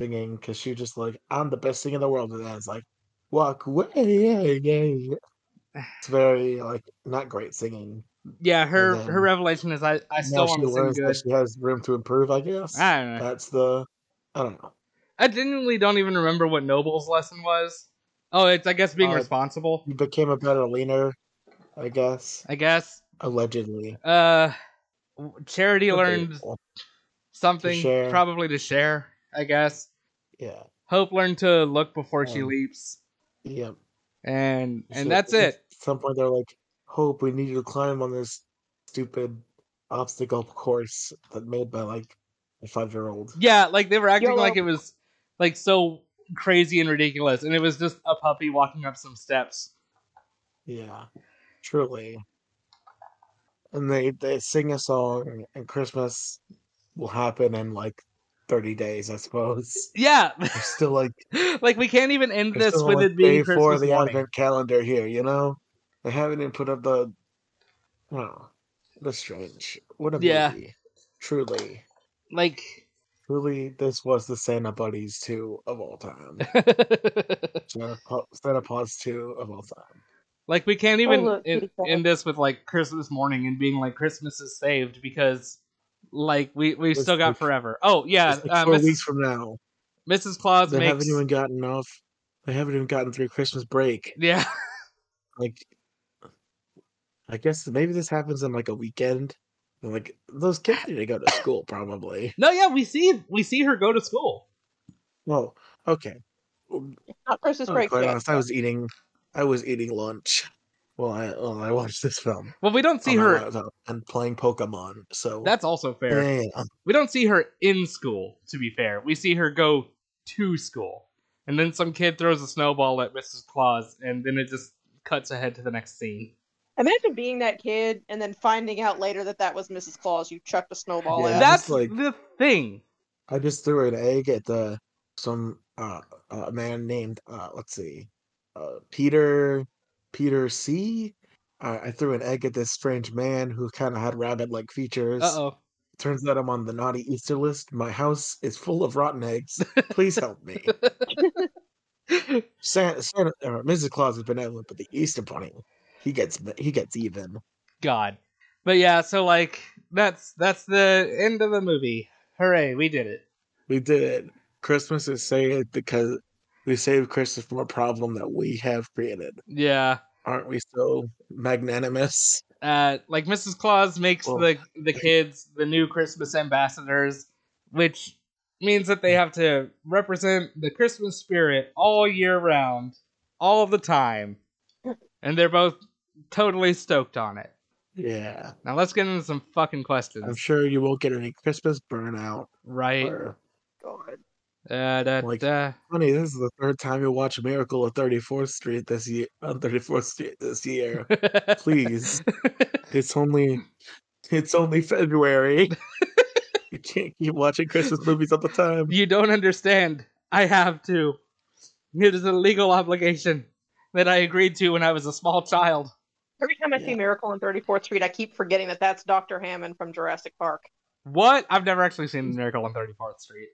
[SPEAKER 6] singing because she just like, I'm the best singer in the world, and then it's like, walk away. It's very like not great singing.
[SPEAKER 4] Yeah, her
[SPEAKER 6] And then
[SPEAKER 4] her revelation is I I still
[SPEAKER 6] now
[SPEAKER 4] want
[SPEAKER 6] she
[SPEAKER 4] to sing
[SPEAKER 6] learns
[SPEAKER 4] good.
[SPEAKER 6] that she has room to improve. I guess
[SPEAKER 4] I don't know.
[SPEAKER 6] that's the. I don't know.
[SPEAKER 4] I genuinely don't even remember what Noble's lesson was. Oh, it's I guess being
[SPEAKER 6] Uh,
[SPEAKER 4] responsible.
[SPEAKER 6] You became a better leaner, I guess.
[SPEAKER 4] I guess.
[SPEAKER 6] Allegedly.
[SPEAKER 4] Uh, Charity learned
[SPEAKER 6] Debatable.
[SPEAKER 4] something
[SPEAKER 6] share.
[SPEAKER 4] probably to share. I guess.
[SPEAKER 6] Yeah.
[SPEAKER 4] Hope learned to look before she
[SPEAKER 6] Um,
[SPEAKER 4] leaps,
[SPEAKER 6] Yeah.
[SPEAKER 4] and and
[SPEAKER 6] So
[SPEAKER 4] that's
[SPEAKER 6] at
[SPEAKER 4] it.
[SPEAKER 6] some point, they're like, "Hope, we need you to climb on this stupid obstacle course that made by like a five-year-old."
[SPEAKER 4] Yeah, like they were acting
[SPEAKER 5] You're
[SPEAKER 4] like it was like so crazy and ridiculous, and it was just a puppy walking up some steps.
[SPEAKER 6] Yeah, truly. And they they sing a song, and Christmas will happen in like thirty days, I suppose. [LAUGHS]
[SPEAKER 4] Yeah, [LAUGHS]
[SPEAKER 6] We're still like
[SPEAKER 4] like we can't even end
[SPEAKER 6] There's
[SPEAKER 4] this
[SPEAKER 6] still,
[SPEAKER 4] with
[SPEAKER 6] like,
[SPEAKER 4] it being
[SPEAKER 6] day four
[SPEAKER 4] Christmas
[SPEAKER 6] of the
[SPEAKER 4] morning.
[SPEAKER 6] advent calendar here. You know, they haven't even put up the. Oh, that's strange. What a
[SPEAKER 4] Yeah.
[SPEAKER 6] movie! Truly,
[SPEAKER 4] Like, [LAUGHS]
[SPEAKER 6] truly, this was the Santa Buddies two of all time. Santa, Pa- Santa Paws two of all time.
[SPEAKER 4] like we can't even
[SPEAKER 5] Oh, look,
[SPEAKER 4] en-
[SPEAKER 5] kitty cat.
[SPEAKER 4] end this with like Christmas morning and being like Christmas is saved because like we we've
[SPEAKER 6] It's
[SPEAKER 4] still got
[SPEAKER 6] like-
[SPEAKER 4] forever. Oh yeah,
[SPEAKER 6] It's like
[SPEAKER 4] uh,
[SPEAKER 6] four
[SPEAKER 4] Mrs.
[SPEAKER 6] weeks from now,
[SPEAKER 4] Mrs. Claus
[SPEAKER 6] they
[SPEAKER 4] makes
[SPEAKER 6] haven't even gotten off. They haven't even gotten through Christmas break.
[SPEAKER 4] [LAUGHS] yeah
[SPEAKER 6] Like, I guess maybe this happens in like a weekend. And, like those kids need to go to school probably.
[SPEAKER 4] no yeah we see we see her go to school.
[SPEAKER 6] Well, okay.
[SPEAKER 5] Not Christmas
[SPEAKER 6] Oh,
[SPEAKER 5] break
[SPEAKER 6] quite
[SPEAKER 5] yet.
[SPEAKER 6] honest, I was eating, I was eating lunch while I while I watched this film
[SPEAKER 4] Well, we don't see
[SPEAKER 6] on my
[SPEAKER 4] her.
[SPEAKER 6] laptop and playing Pokemon. So
[SPEAKER 4] That's also fair.
[SPEAKER 6] yeah,
[SPEAKER 4] we don't see her in school to be fair we see her go to school and then some kid throws a snowball at mrs claus and then it just cuts ahead to the next scene
[SPEAKER 5] Imagine being that kid and then finding out later that that was Mrs. Claus. You chucked a snowball
[SPEAKER 6] Yeah,
[SPEAKER 5] at.
[SPEAKER 4] that's
[SPEAKER 6] just like-
[SPEAKER 4] the thing
[SPEAKER 6] I just threw an egg at the some uh a man named uh let's see, uh Peter Peter C. I, I threw an egg at this strange man who kind of had rabbit like features.
[SPEAKER 4] uh-oh
[SPEAKER 6] Turns out I'm on the naughty Easter list. My house is full of rotten eggs. Please help me. Santa, Santa or Mrs. Claus is benevolent, but the Easter Bunny, he gets he gets even.
[SPEAKER 4] god but yeah so like that's that's the end of the movie hooray we did it
[SPEAKER 6] We did it. Christmas is saved because we saved Christmas from a problem that we have created.
[SPEAKER 4] yeah
[SPEAKER 6] Aren't we so magnanimous?
[SPEAKER 4] uh, like Mrs. Claus makes
[SPEAKER 6] Well-
[SPEAKER 4] the the kids the new Christmas ambassadors, which means that they have to represent the Christmas spirit all year round, all the time, and they're both totally stoked on it.
[SPEAKER 6] Yeah,
[SPEAKER 4] Now let's get into some fucking questions,
[SPEAKER 6] I'm sure you won't get any Christmas burnout.
[SPEAKER 4] right?
[SPEAKER 6] Or,
[SPEAKER 5] God.
[SPEAKER 4] Uh, da,
[SPEAKER 6] Like-
[SPEAKER 4] da. [LAUGHS]
[SPEAKER 6] funny, this is the third time you watch Miracle at 34th Street this year. On 34th Street this year, please. It's only it's only
[SPEAKER 5] [LAUGHS]
[SPEAKER 6] February. you can't keep watching Christmas movies all the time.
[SPEAKER 4] you don't understand. I have to. It is a legal obligation that I agreed to when I was a small child.
[SPEAKER 5] Every time I
[SPEAKER 6] Yeah.
[SPEAKER 5] see Miracle on 34th Street, I keep forgetting that that's Dr. Hammond from Jurassic Park.
[SPEAKER 4] What? I've never actually seen Miracle on 34th Street.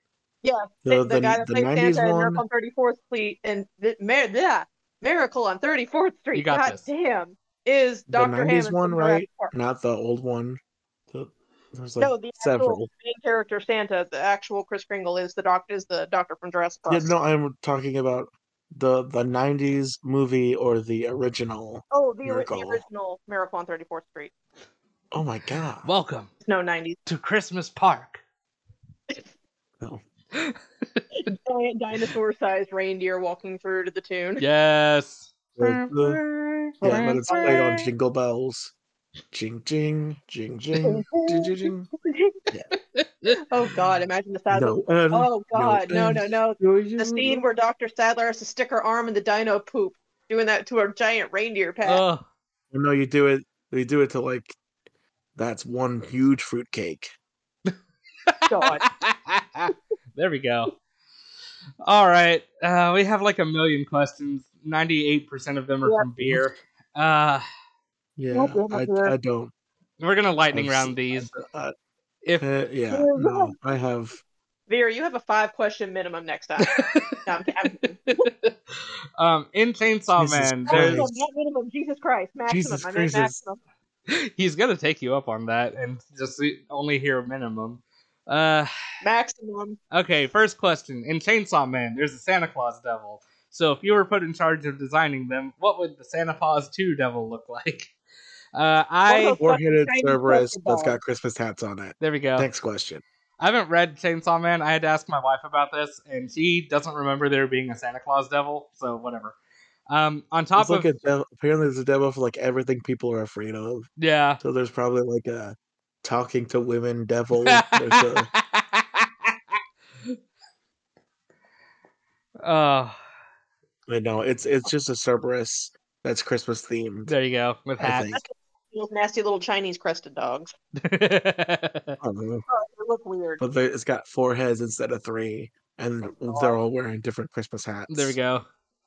[SPEAKER 5] The, the guy that played Santa in Miracle on 34th Street and the, Mar- yeah, Miracle on 34th Street.
[SPEAKER 4] You got
[SPEAKER 5] God
[SPEAKER 4] this.
[SPEAKER 5] damn, is
[SPEAKER 6] The
[SPEAKER 5] Dr.
[SPEAKER 6] 90s
[SPEAKER 5] Hammond
[SPEAKER 6] one,
[SPEAKER 5] from
[SPEAKER 6] right?
[SPEAKER 5] Jurassic Park.
[SPEAKER 6] not the old one. The- there's like
[SPEAKER 5] no, the actual
[SPEAKER 6] several.
[SPEAKER 5] main character Santa, the actual Chris Kringle, is the doctor is the doctor from Jurassic Park.
[SPEAKER 6] Yeah, no, I'm talking about the the 90s movie or the original.
[SPEAKER 5] Oh, the, ori- the
[SPEAKER 6] Miracle.
[SPEAKER 5] original Miracle on 34th Street.
[SPEAKER 6] Oh my god.
[SPEAKER 4] Welcome
[SPEAKER 5] No 90s.
[SPEAKER 4] to Christmas Park.
[SPEAKER 5] Giant dinosaur sized reindeer walking through to the tune.
[SPEAKER 4] Yes.
[SPEAKER 6] Yeah, but it's played on Jingle Bells. Jing jing jing jing jing jing.
[SPEAKER 5] [LAUGHS]
[SPEAKER 6] jing.
[SPEAKER 5] Oh God, imagine the size of
[SPEAKER 6] No. Um,
[SPEAKER 5] Oh God, no, no, no.
[SPEAKER 6] The
[SPEAKER 5] The scene where Dr. Sadler has to stick her arm in the dino poop, doing that to a giant reindeer pack.
[SPEAKER 4] Ugh.
[SPEAKER 6] No, you do it. You do it to like. That's one huge fruitcake.
[SPEAKER 5] [LAUGHS] God.
[SPEAKER 4] [LAUGHS] there we go. All right. Uh, we have like a million questions. 98% of them are from beer. Uh,
[SPEAKER 6] Yeah,
[SPEAKER 5] Nope, we
[SPEAKER 6] I,
[SPEAKER 5] have a-
[SPEAKER 6] I don't.
[SPEAKER 4] we're going to lightning
[SPEAKER 6] I've
[SPEAKER 4] round
[SPEAKER 6] seen-
[SPEAKER 4] these.
[SPEAKER 6] Uh,
[SPEAKER 4] If [LAUGHS]
[SPEAKER 6] uh, yeah,
[SPEAKER 5] Yeah.
[SPEAKER 6] no, I have.
[SPEAKER 5] Vera, you have a five question minimum next time. No, I'm- I'm-
[SPEAKER 4] um, in Chainsaw
[SPEAKER 6] Jesus
[SPEAKER 4] Man,
[SPEAKER 6] Christ.
[SPEAKER 5] Maximum, not minimum. Jesus Christ, maximum.
[SPEAKER 6] Jesus
[SPEAKER 5] I meant
[SPEAKER 6] Christ.
[SPEAKER 5] maximum.
[SPEAKER 4] there's he's going to take you up on that and just only hear minimum. Uh,
[SPEAKER 5] Maximum.
[SPEAKER 4] Okay, first question. In Chainsaw Man, there's a Santa Claus devil. So if you were put in charge of designing them, what would the Santa Claus 2 devil look like? [LAUGHS] Uh, I.
[SPEAKER 5] What the-
[SPEAKER 6] Four-headed
[SPEAKER 5] Fucking
[SPEAKER 6] Cerberus
[SPEAKER 5] Satan
[SPEAKER 6] that's
[SPEAKER 5] dog.
[SPEAKER 6] got Christmas hats on it.
[SPEAKER 4] There we go.
[SPEAKER 6] Next question.
[SPEAKER 4] I haven't read Chainsaw Man. I had to ask my wife about this, and she doesn't remember there being a Santa Claus devil, so whatever. Um, on top
[SPEAKER 6] It's like
[SPEAKER 4] of.
[SPEAKER 6] a dev- apparently there's a devil for like everything people are afraid of. [LAUGHS]
[SPEAKER 4] yeah.
[SPEAKER 6] So there's probably like a talking to women
[SPEAKER 4] [LAUGHS]
[SPEAKER 6] devil. There's a
[SPEAKER 4] oh,
[SPEAKER 6] I know it's it's just a Cerberus that's Christmas themed.
[SPEAKER 4] there you go, with
[SPEAKER 6] I
[SPEAKER 4] hats.
[SPEAKER 6] think.
[SPEAKER 5] Those nasty little Chinese crested dogs.
[SPEAKER 4] [LAUGHS]
[SPEAKER 5] Oh,
[SPEAKER 6] I don't know.
[SPEAKER 5] They look weird.
[SPEAKER 6] But they, it's got four heads instead of three, and they're all wearing different Christmas hats.
[SPEAKER 4] There we go.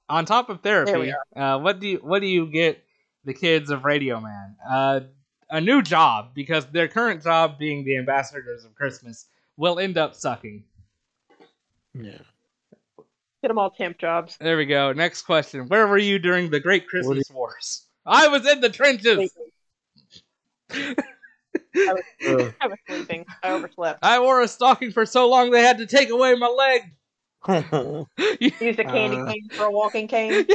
[SPEAKER 4] On top of therapy,
[SPEAKER 5] we
[SPEAKER 4] uh, what do you what do you get the kids of Radio Man? Uh, a new job because their current job being the ambassadors of Christmas will end up sucking.
[SPEAKER 6] Yeah.
[SPEAKER 5] Get them all temp jobs.
[SPEAKER 4] There we go. Next question: Where were you during the Great Christmas Wars? I was in the trenches.
[SPEAKER 6] [LAUGHS] Ugh.
[SPEAKER 5] I was sleeping. I overslept.
[SPEAKER 4] I wore a stocking for so long they had to take away my leg.
[SPEAKER 6] Oh.
[SPEAKER 5] Used a candy
[SPEAKER 6] Uh.
[SPEAKER 5] cane for a walking cane.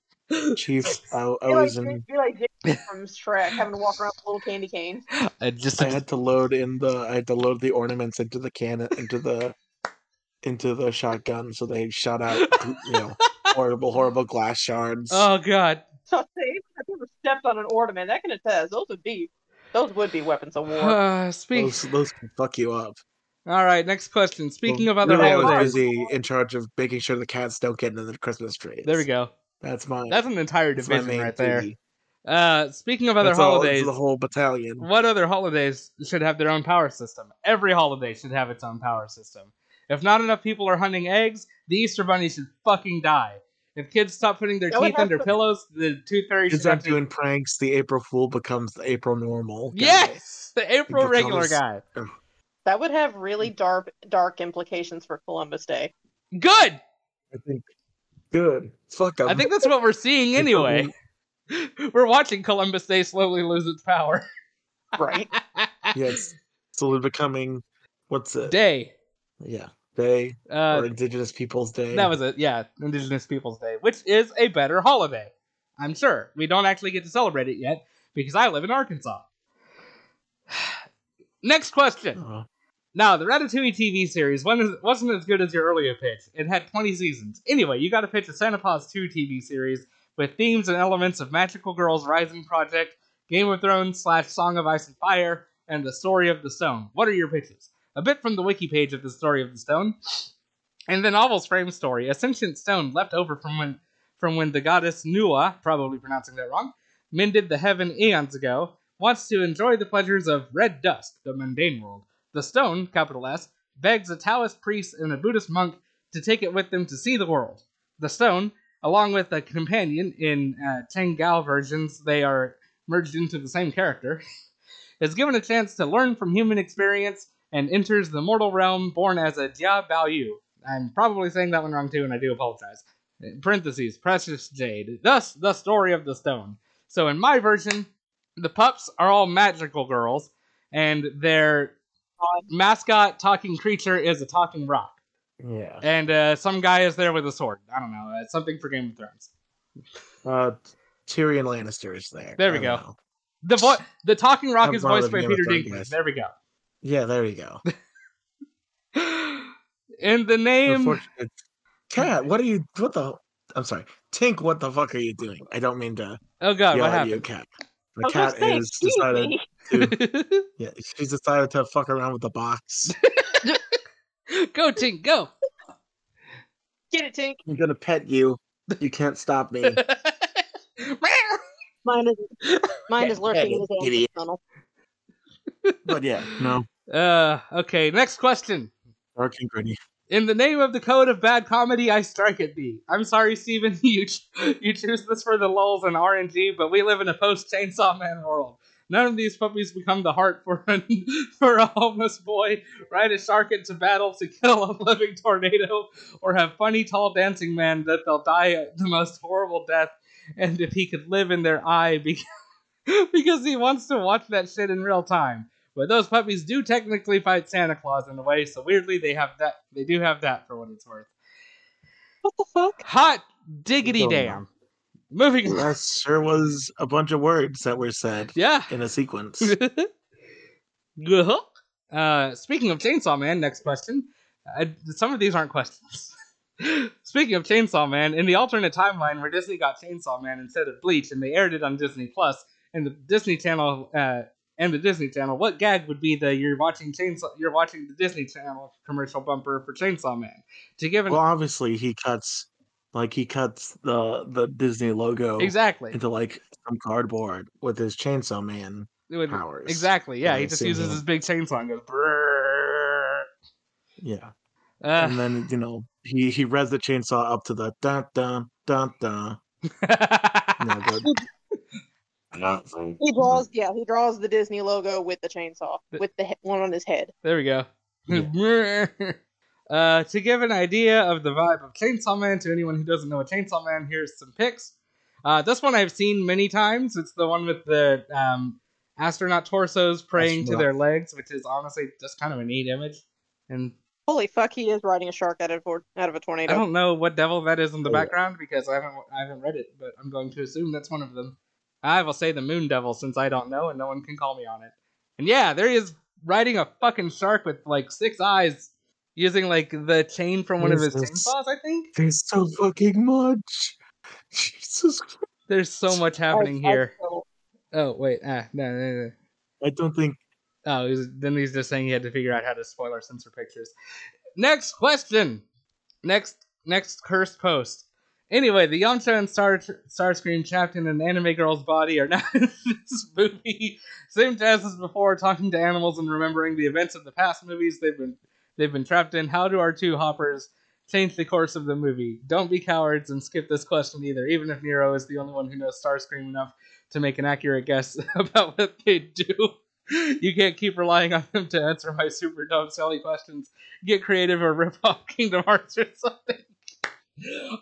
[SPEAKER 6] [LAUGHS] Chief, I, I
[SPEAKER 5] Be like,
[SPEAKER 6] was in.
[SPEAKER 5] be like Dick from Shrek, having to walk around with a little candy [LAUGHS] cane.
[SPEAKER 4] I just
[SPEAKER 6] I had to load in the. I had to load the ornaments into the cannon, into the, into the shotgun, so they shot out, you know, horrible, horrible glass shards.
[SPEAKER 4] [LAUGHS] oh god.
[SPEAKER 5] So see, I've never stepped on an ornament. I can attest. Those would be, those would be weapons
[SPEAKER 4] [LAUGHS]
[SPEAKER 5] of war.
[SPEAKER 4] Uh, speak.
[SPEAKER 6] Those, those can fuck you up.
[SPEAKER 4] All right. Next question. Speaking of
[SPEAKER 6] Well,
[SPEAKER 4] other
[SPEAKER 6] Oh, really, I was
[SPEAKER 4] holidays,
[SPEAKER 6] busy in charge of making sure the cats don't get into the Christmas trees.
[SPEAKER 4] there we go.
[SPEAKER 6] That's my.
[SPEAKER 4] That's an entire
[SPEAKER 6] that's my
[SPEAKER 4] division
[SPEAKER 6] main
[SPEAKER 4] right there.
[SPEAKER 6] duty.
[SPEAKER 4] Uh, speaking of other
[SPEAKER 6] That's all- that's
[SPEAKER 4] holidays,
[SPEAKER 6] the whole battalion.
[SPEAKER 4] what other holidays should have their own power system? Every holiday should have its own power system. If not enough people are hunting eggs, the Easter Bunny should fucking die. If kids stop putting their
[SPEAKER 5] That would
[SPEAKER 4] teeth in their
[SPEAKER 5] happen.
[SPEAKER 4] pillows, the Tooth Fairy
[SPEAKER 6] Kids
[SPEAKER 4] should have
[SPEAKER 6] aren't
[SPEAKER 4] to.
[SPEAKER 6] doing pranks. The April Fool becomes the April normal. guy.
[SPEAKER 4] yes, the April
[SPEAKER 6] It becomes-
[SPEAKER 4] regular guy.
[SPEAKER 5] That would have really dark, dark implications for Columbus Day.
[SPEAKER 4] Good.
[SPEAKER 6] I think. Good. Fuck 'em.
[SPEAKER 4] I
[SPEAKER 6] [LAUGHS]
[SPEAKER 4] think that's what we're seeing
[SPEAKER 6] It's
[SPEAKER 4] anyway. [LAUGHS] We're watching Columbus Day slowly lose its power. [LAUGHS]
[SPEAKER 5] Right.
[SPEAKER 6] Yes. Slowly becoming. What's it?
[SPEAKER 4] Day.
[SPEAKER 6] Yeah. Day
[SPEAKER 4] Uh,
[SPEAKER 6] or Indigenous Peoples Day.
[SPEAKER 4] That was it, yeah. Indigenous Peoples Day, which is a better holiday. I'm sure. We don't actually get to celebrate it yet because I live in Arkansas. [SIGHS] Next question.
[SPEAKER 6] Oh,
[SPEAKER 4] Now, the Ratatouille TV series wasn't wasn't as good as your earlier pitch. It had 20 seasons. Anyway, you got to pitch a Santa Claus 2 TV series with themes and elements of Magical Girls Rising Project, Game of Thrones slash Song of Ice and Fire, and the Story of the Stone. What are your pitches? A bit from the wiki page of the Story of the Stone. In the novel's frame story, a sentient stone left over from when from when the goddess Nua, probably pronouncing that wrong, mended the heaven eons ago, wants to enjoy the pleasures of red dust, the mundane world. The stone, capital S, begs a Taoist priest and a Buddhist monk to take it with them to see the world. The stone, along with a companion in uh, Tangal versions, they are merged into the same character, [LAUGHS] is given a chance to learn from human experience and enters the mortal realm born as a Jia Baoyu. I'm probably saying that one wrong too, and I do apologize. In Parentheses, precious jade. Thus, the story of the stone. So, in my version, the pups are all magical girls, and their mascot talking creature is a talking rock.
[SPEAKER 6] yeah.
[SPEAKER 4] And uh, some guy is there with a sword. I don't know. Uh, something for Game of Thrones.
[SPEAKER 6] Uh, Tyrion Lannister is there. Oh,
[SPEAKER 4] There we
[SPEAKER 6] I don't
[SPEAKER 4] go.
[SPEAKER 6] know.
[SPEAKER 4] The vo- the talking rock
[SPEAKER 6] I'm
[SPEAKER 4] is
[SPEAKER 6] part
[SPEAKER 4] voiced
[SPEAKER 6] of
[SPEAKER 4] by
[SPEAKER 6] Game of
[SPEAKER 4] Peter
[SPEAKER 6] Thrones,
[SPEAKER 4] Dinklage.
[SPEAKER 6] guys.
[SPEAKER 4] There we go. [GASPS]
[SPEAKER 6] Yeah, there
[SPEAKER 4] [LAUGHS]
[SPEAKER 6] you go.
[SPEAKER 4] And the name
[SPEAKER 6] Unfortunate. Cat, what are you? What the? I'm sorry, Tink. What the fuck are you doing? I don't mean to
[SPEAKER 4] Oh god,
[SPEAKER 6] yell
[SPEAKER 4] what
[SPEAKER 6] at you,
[SPEAKER 4] happened?
[SPEAKER 6] Cat. The cat is decided. to-
[SPEAKER 4] [LAUGHS]
[SPEAKER 6] yeah, she's decided to fuck around with the box.
[SPEAKER 4] go Tink, [LAUGHS] go.
[SPEAKER 5] Get it, Tink.
[SPEAKER 6] I'm gonna pet you. You can't stop
[SPEAKER 4] [LAUGHS]
[SPEAKER 6] me.
[SPEAKER 7] Mine is mine is
[SPEAKER 6] Yeah,
[SPEAKER 7] lurking in
[SPEAKER 6] you
[SPEAKER 7] his ass
[SPEAKER 6] idiot.
[SPEAKER 7] tunnel.
[SPEAKER 6] But yeah, no,
[SPEAKER 4] uh okay, next question.
[SPEAKER 6] dark and gritty.
[SPEAKER 4] In the name of the code of bad comedy, I strike at thee. I'm sorry, Steven, [LAUGHS] you ch- you choose this for the lulls and RNG, but we live in a post Chainsaw Man world. None of these puppies become the heart for a, [LAUGHS] for a homeless boy, ride a shark into battle to kill a living tornado, or have funny tall dancing man that they'll die a- the most horrible death, and if he could live in their eye [LAUGHS] because, because he wants to watch that shit in real time. But those puppies do technically fight Santa Claus in a way, so weirdly they have that they do have that for what it's worth.
[SPEAKER 7] What the fuck?
[SPEAKER 4] Hot diggity
[SPEAKER 6] Don't know.
[SPEAKER 4] damn. Moving on. [LAUGHS]
[SPEAKER 6] That sure was a bunch of words that were said
[SPEAKER 4] Yeah.
[SPEAKER 6] in
[SPEAKER 4] [LAUGHS]
[SPEAKER 6] a sequence.
[SPEAKER 4] Good. [LAUGHS] uh, speaking of Chainsaw Man, next question. I, some of these aren't questions. [LAUGHS] speaking of Chainsaw Man, in the alternate timeline where Disney got Chainsaw Man instead of Bleach, and they aired it on Disney Plus and the Disney Channel, uh, and the Disney Channel, what gag would be the "You're watching Chainsaw, you're watching the Disney Channel" commercial bumper for Chainsaw Man? To give an
[SPEAKER 6] Well, obviously he cuts, like he cuts the the Disney logo
[SPEAKER 4] exactly
[SPEAKER 6] into like some cardboard with his chainsaw man
[SPEAKER 4] With-
[SPEAKER 6] powers.
[SPEAKER 4] exactly, yeah,
[SPEAKER 6] I
[SPEAKER 4] he just
[SPEAKER 6] assume
[SPEAKER 4] uses
[SPEAKER 6] he'll-
[SPEAKER 4] his big chainsaw and goes. "Brrrr."
[SPEAKER 6] Yeah,
[SPEAKER 4] Uh,
[SPEAKER 6] and then you know he he revs the chainsaw up to the dun dun dun dun.
[SPEAKER 4] Uh, [LAUGHS]
[SPEAKER 6] You know, the,
[SPEAKER 5] He draws, yeah, he draws the Disney logo with the chainsaw, with the he- one on his head.
[SPEAKER 4] There we go. [LAUGHS] uh, to give an idea of the vibe of Chainsaw Man to anyone who doesn't know a Chainsaw Man, here's some pics. Uh, this one I've seen many times. It's the one with the um, astronaut torsos praying to their legs, which is honestly just kind of a neat image. And
[SPEAKER 5] Holy fuck, he is riding a shark out of tor- out of a
[SPEAKER 4] I
[SPEAKER 5] tornado.
[SPEAKER 4] don't know what devil that is in the
[SPEAKER 6] Oh, yeah.
[SPEAKER 4] background because I haven't I haven't read it, but I'm going to assume that's one of them. I will say the moon devil since I don't know and no one can call me on it. And yeah, there he is riding a fucking shark with like six eyes, using like the chain from one of his
[SPEAKER 6] Jesus.
[SPEAKER 4] chainsaws. I think
[SPEAKER 6] there's so fucking much. [LAUGHS] Jesus, Christ.
[SPEAKER 4] there's so much
[SPEAKER 5] I-
[SPEAKER 4] happening
[SPEAKER 5] I-
[SPEAKER 4] here. Oh wait, ah, no, no, no.
[SPEAKER 6] I don't think
[SPEAKER 4] Oh, he was- then he's just saying he had to figure out how to spoiler censor pictures. Next question. Next, next cursed post. Anyway, the Yamcha and Star Starscream trapped in an anime girl's body are now [LAUGHS] in this movie. Same jazz as before, talking to animals and remembering the events of the past movies they've been they've been trapped in. How do our two hoppers change the course of the movie? Don't be cowards and skip this question either. Even if Nero is the only one who knows Starscream enough to make an accurate guess [LAUGHS] about what they do [LAUGHS] you can't keep relying on them to answer my super dumb silly questions. Get creative or rip off Kingdom Hearts or something.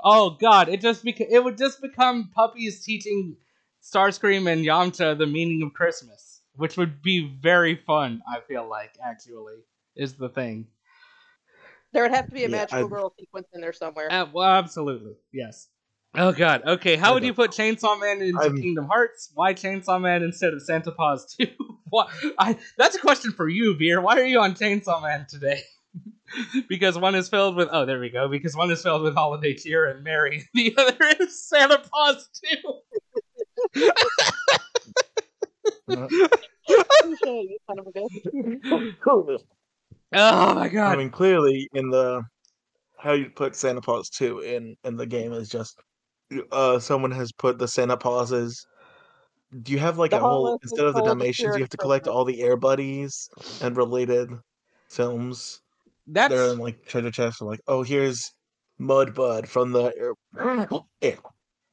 [SPEAKER 4] Oh god, it just beca- it would just become puppies teaching Starscream and Yamcha the meaning of Christmas, which would be very fun, I feel like actually is the thing.
[SPEAKER 5] There would have to be a
[SPEAKER 6] Yeah,
[SPEAKER 5] magical
[SPEAKER 6] I-
[SPEAKER 5] girl sequence in there somewhere.
[SPEAKER 4] Uh, well, absolutely. Yes. Oh god. Okay, how
[SPEAKER 6] I
[SPEAKER 4] would you put Chainsaw Man into
[SPEAKER 6] I'm-
[SPEAKER 4] Kingdom Hearts? Why Chainsaw Man instead of Santa Paws [LAUGHS] 2? Why? I that's a question for you, Veer. Why are you on Chainsaw Man today? [LAUGHS] because one is filled with oh, there we go. Because one is filled with holiday cheer and merry, [LAUGHS] the other is Santa Paws 2.
[SPEAKER 5] [LAUGHS]
[SPEAKER 7] Touche, you son of a bitch.
[SPEAKER 4] oh my god.
[SPEAKER 6] I mean, clearly in the how you put Santa Claus two in in the game is just uh someone has put the Santa Clauses. Do you have like
[SPEAKER 5] The
[SPEAKER 6] a whole
[SPEAKER 5] Hollis is
[SPEAKER 6] instead of the
[SPEAKER 5] full of
[SPEAKER 6] Dalmatians,
[SPEAKER 5] spirit
[SPEAKER 6] you have to collect
[SPEAKER 5] present.
[SPEAKER 6] all the Air Buddies and related films.
[SPEAKER 4] That's
[SPEAKER 6] They're in like treasure chests. Are like, oh, here's Mud Bud from the Air. [CLEARS THROAT] Air."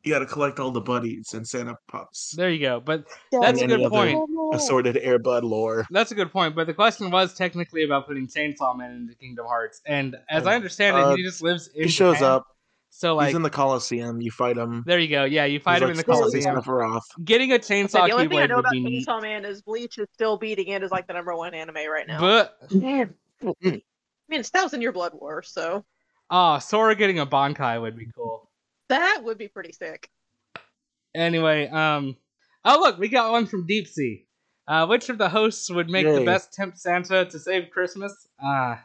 [SPEAKER 6] You got to collect all the buddies and Santa Puffs,
[SPEAKER 4] there you go. But
[SPEAKER 7] Yeah,
[SPEAKER 4] that's a
[SPEAKER 6] and
[SPEAKER 7] you
[SPEAKER 4] good
[SPEAKER 6] any other-
[SPEAKER 4] point.
[SPEAKER 5] Oh,
[SPEAKER 6] assorted Air Bud lore.
[SPEAKER 4] That's a good point, but the question was technically about putting Chainsaw Man into Kingdom Hearts, and as I understand it,
[SPEAKER 6] Uh,
[SPEAKER 4] he just lives in.
[SPEAKER 6] He shows
[SPEAKER 4] Japan.
[SPEAKER 6] up.
[SPEAKER 4] So like,
[SPEAKER 6] he's in the Colosseum. You fight him.
[SPEAKER 4] there you go. Yeah, you fight
[SPEAKER 6] He's,
[SPEAKER 4] him
[SPEAKER 6] like,
[SPEAKER 4] in the
[SPEAKER 6] slightly
[SPEAKER 4] Colosseum.
[SPEAKER 6] Sephiroth.
[SPEAKER 4] Getting a
[SPEAKER 5] Okay,
[SPEAKER 4] chainsaw
[SPEAKER 5] the only thing I
[SPEAKER 4] keyblade
[SPEAKER 5] know
[SPEAKER 4] would
[SPEAKER 5] about
[SPEAKER 4] be neat,
[SPEAKER 5] Chainsaw Man is Bleach is still beating it as like the number one anime right now.
[SPEAKER 4] but
[SPEAKER 5] I mean, it's Thousand Year Blood War, so
[SPEAKER 4] ah, Sora getting a Bonkai would be cool.
[SPEAKER 5] that would be pretty sick.
[SPEAKER 4] Anyway, um, oh look, we got one from Deep Sea. Uh, which of the hosts would make the
[SPEAKER 6] Yay.
[SPEAKER 4] best tempt Santa to save Christmas? Uh,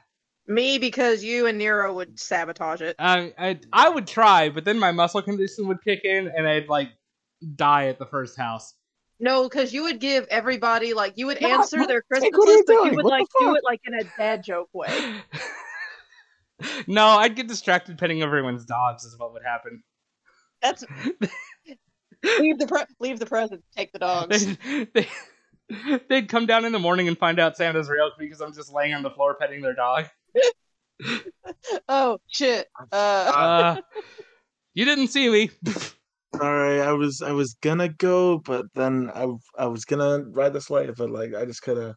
[SPEAKER 5] Me, because you and Nero would sabotage it.
[SPEAKER 4] I, I I would try, but then my muscle condition would kick in, and I'd like die at the first house. [LAUGHS]
[SPEAKER 5] No, because you would give everybody like you would
[SPEAKER 6] No,
[SPEAKER 5] answer
[SPEAKER 6] what-
[SPEAKER 5] their Christmas
[SPEAKER 6] Jake, what are you
[SPEAKER 5] list, but you
[SPEAKER 6] doing?
[SPEAKER 5] would
[SPEAKER 6] What the
[SPEAKER 5] like do
[SPEAKER 6] fuck?
[SPEAKER 5] it like in a dad joke way.
[SPEAKER 4] no, I'd get distracted petting everyone's dogs. Is what would happen. [LAUGHS]
[SPEAKER 5] That's leave the pre- leave the presents, take
[SPEAKER 4] [LAUGHS]
[SPEAKER 5] the dogs. [LAUGHS]
[SPEAKER 4] They'd, they, they'd come down in the morning and find out Santa's real because I'm just laying on the floor petting their dog.
[SPEAKER 5] Oh shit! Uh,
[SPEAKER 4] Uh, you didn't see me.
[SPEAKER 6] Sorry, I was I was gonna go, but then I I was gonna ride this wave, but like I just coulda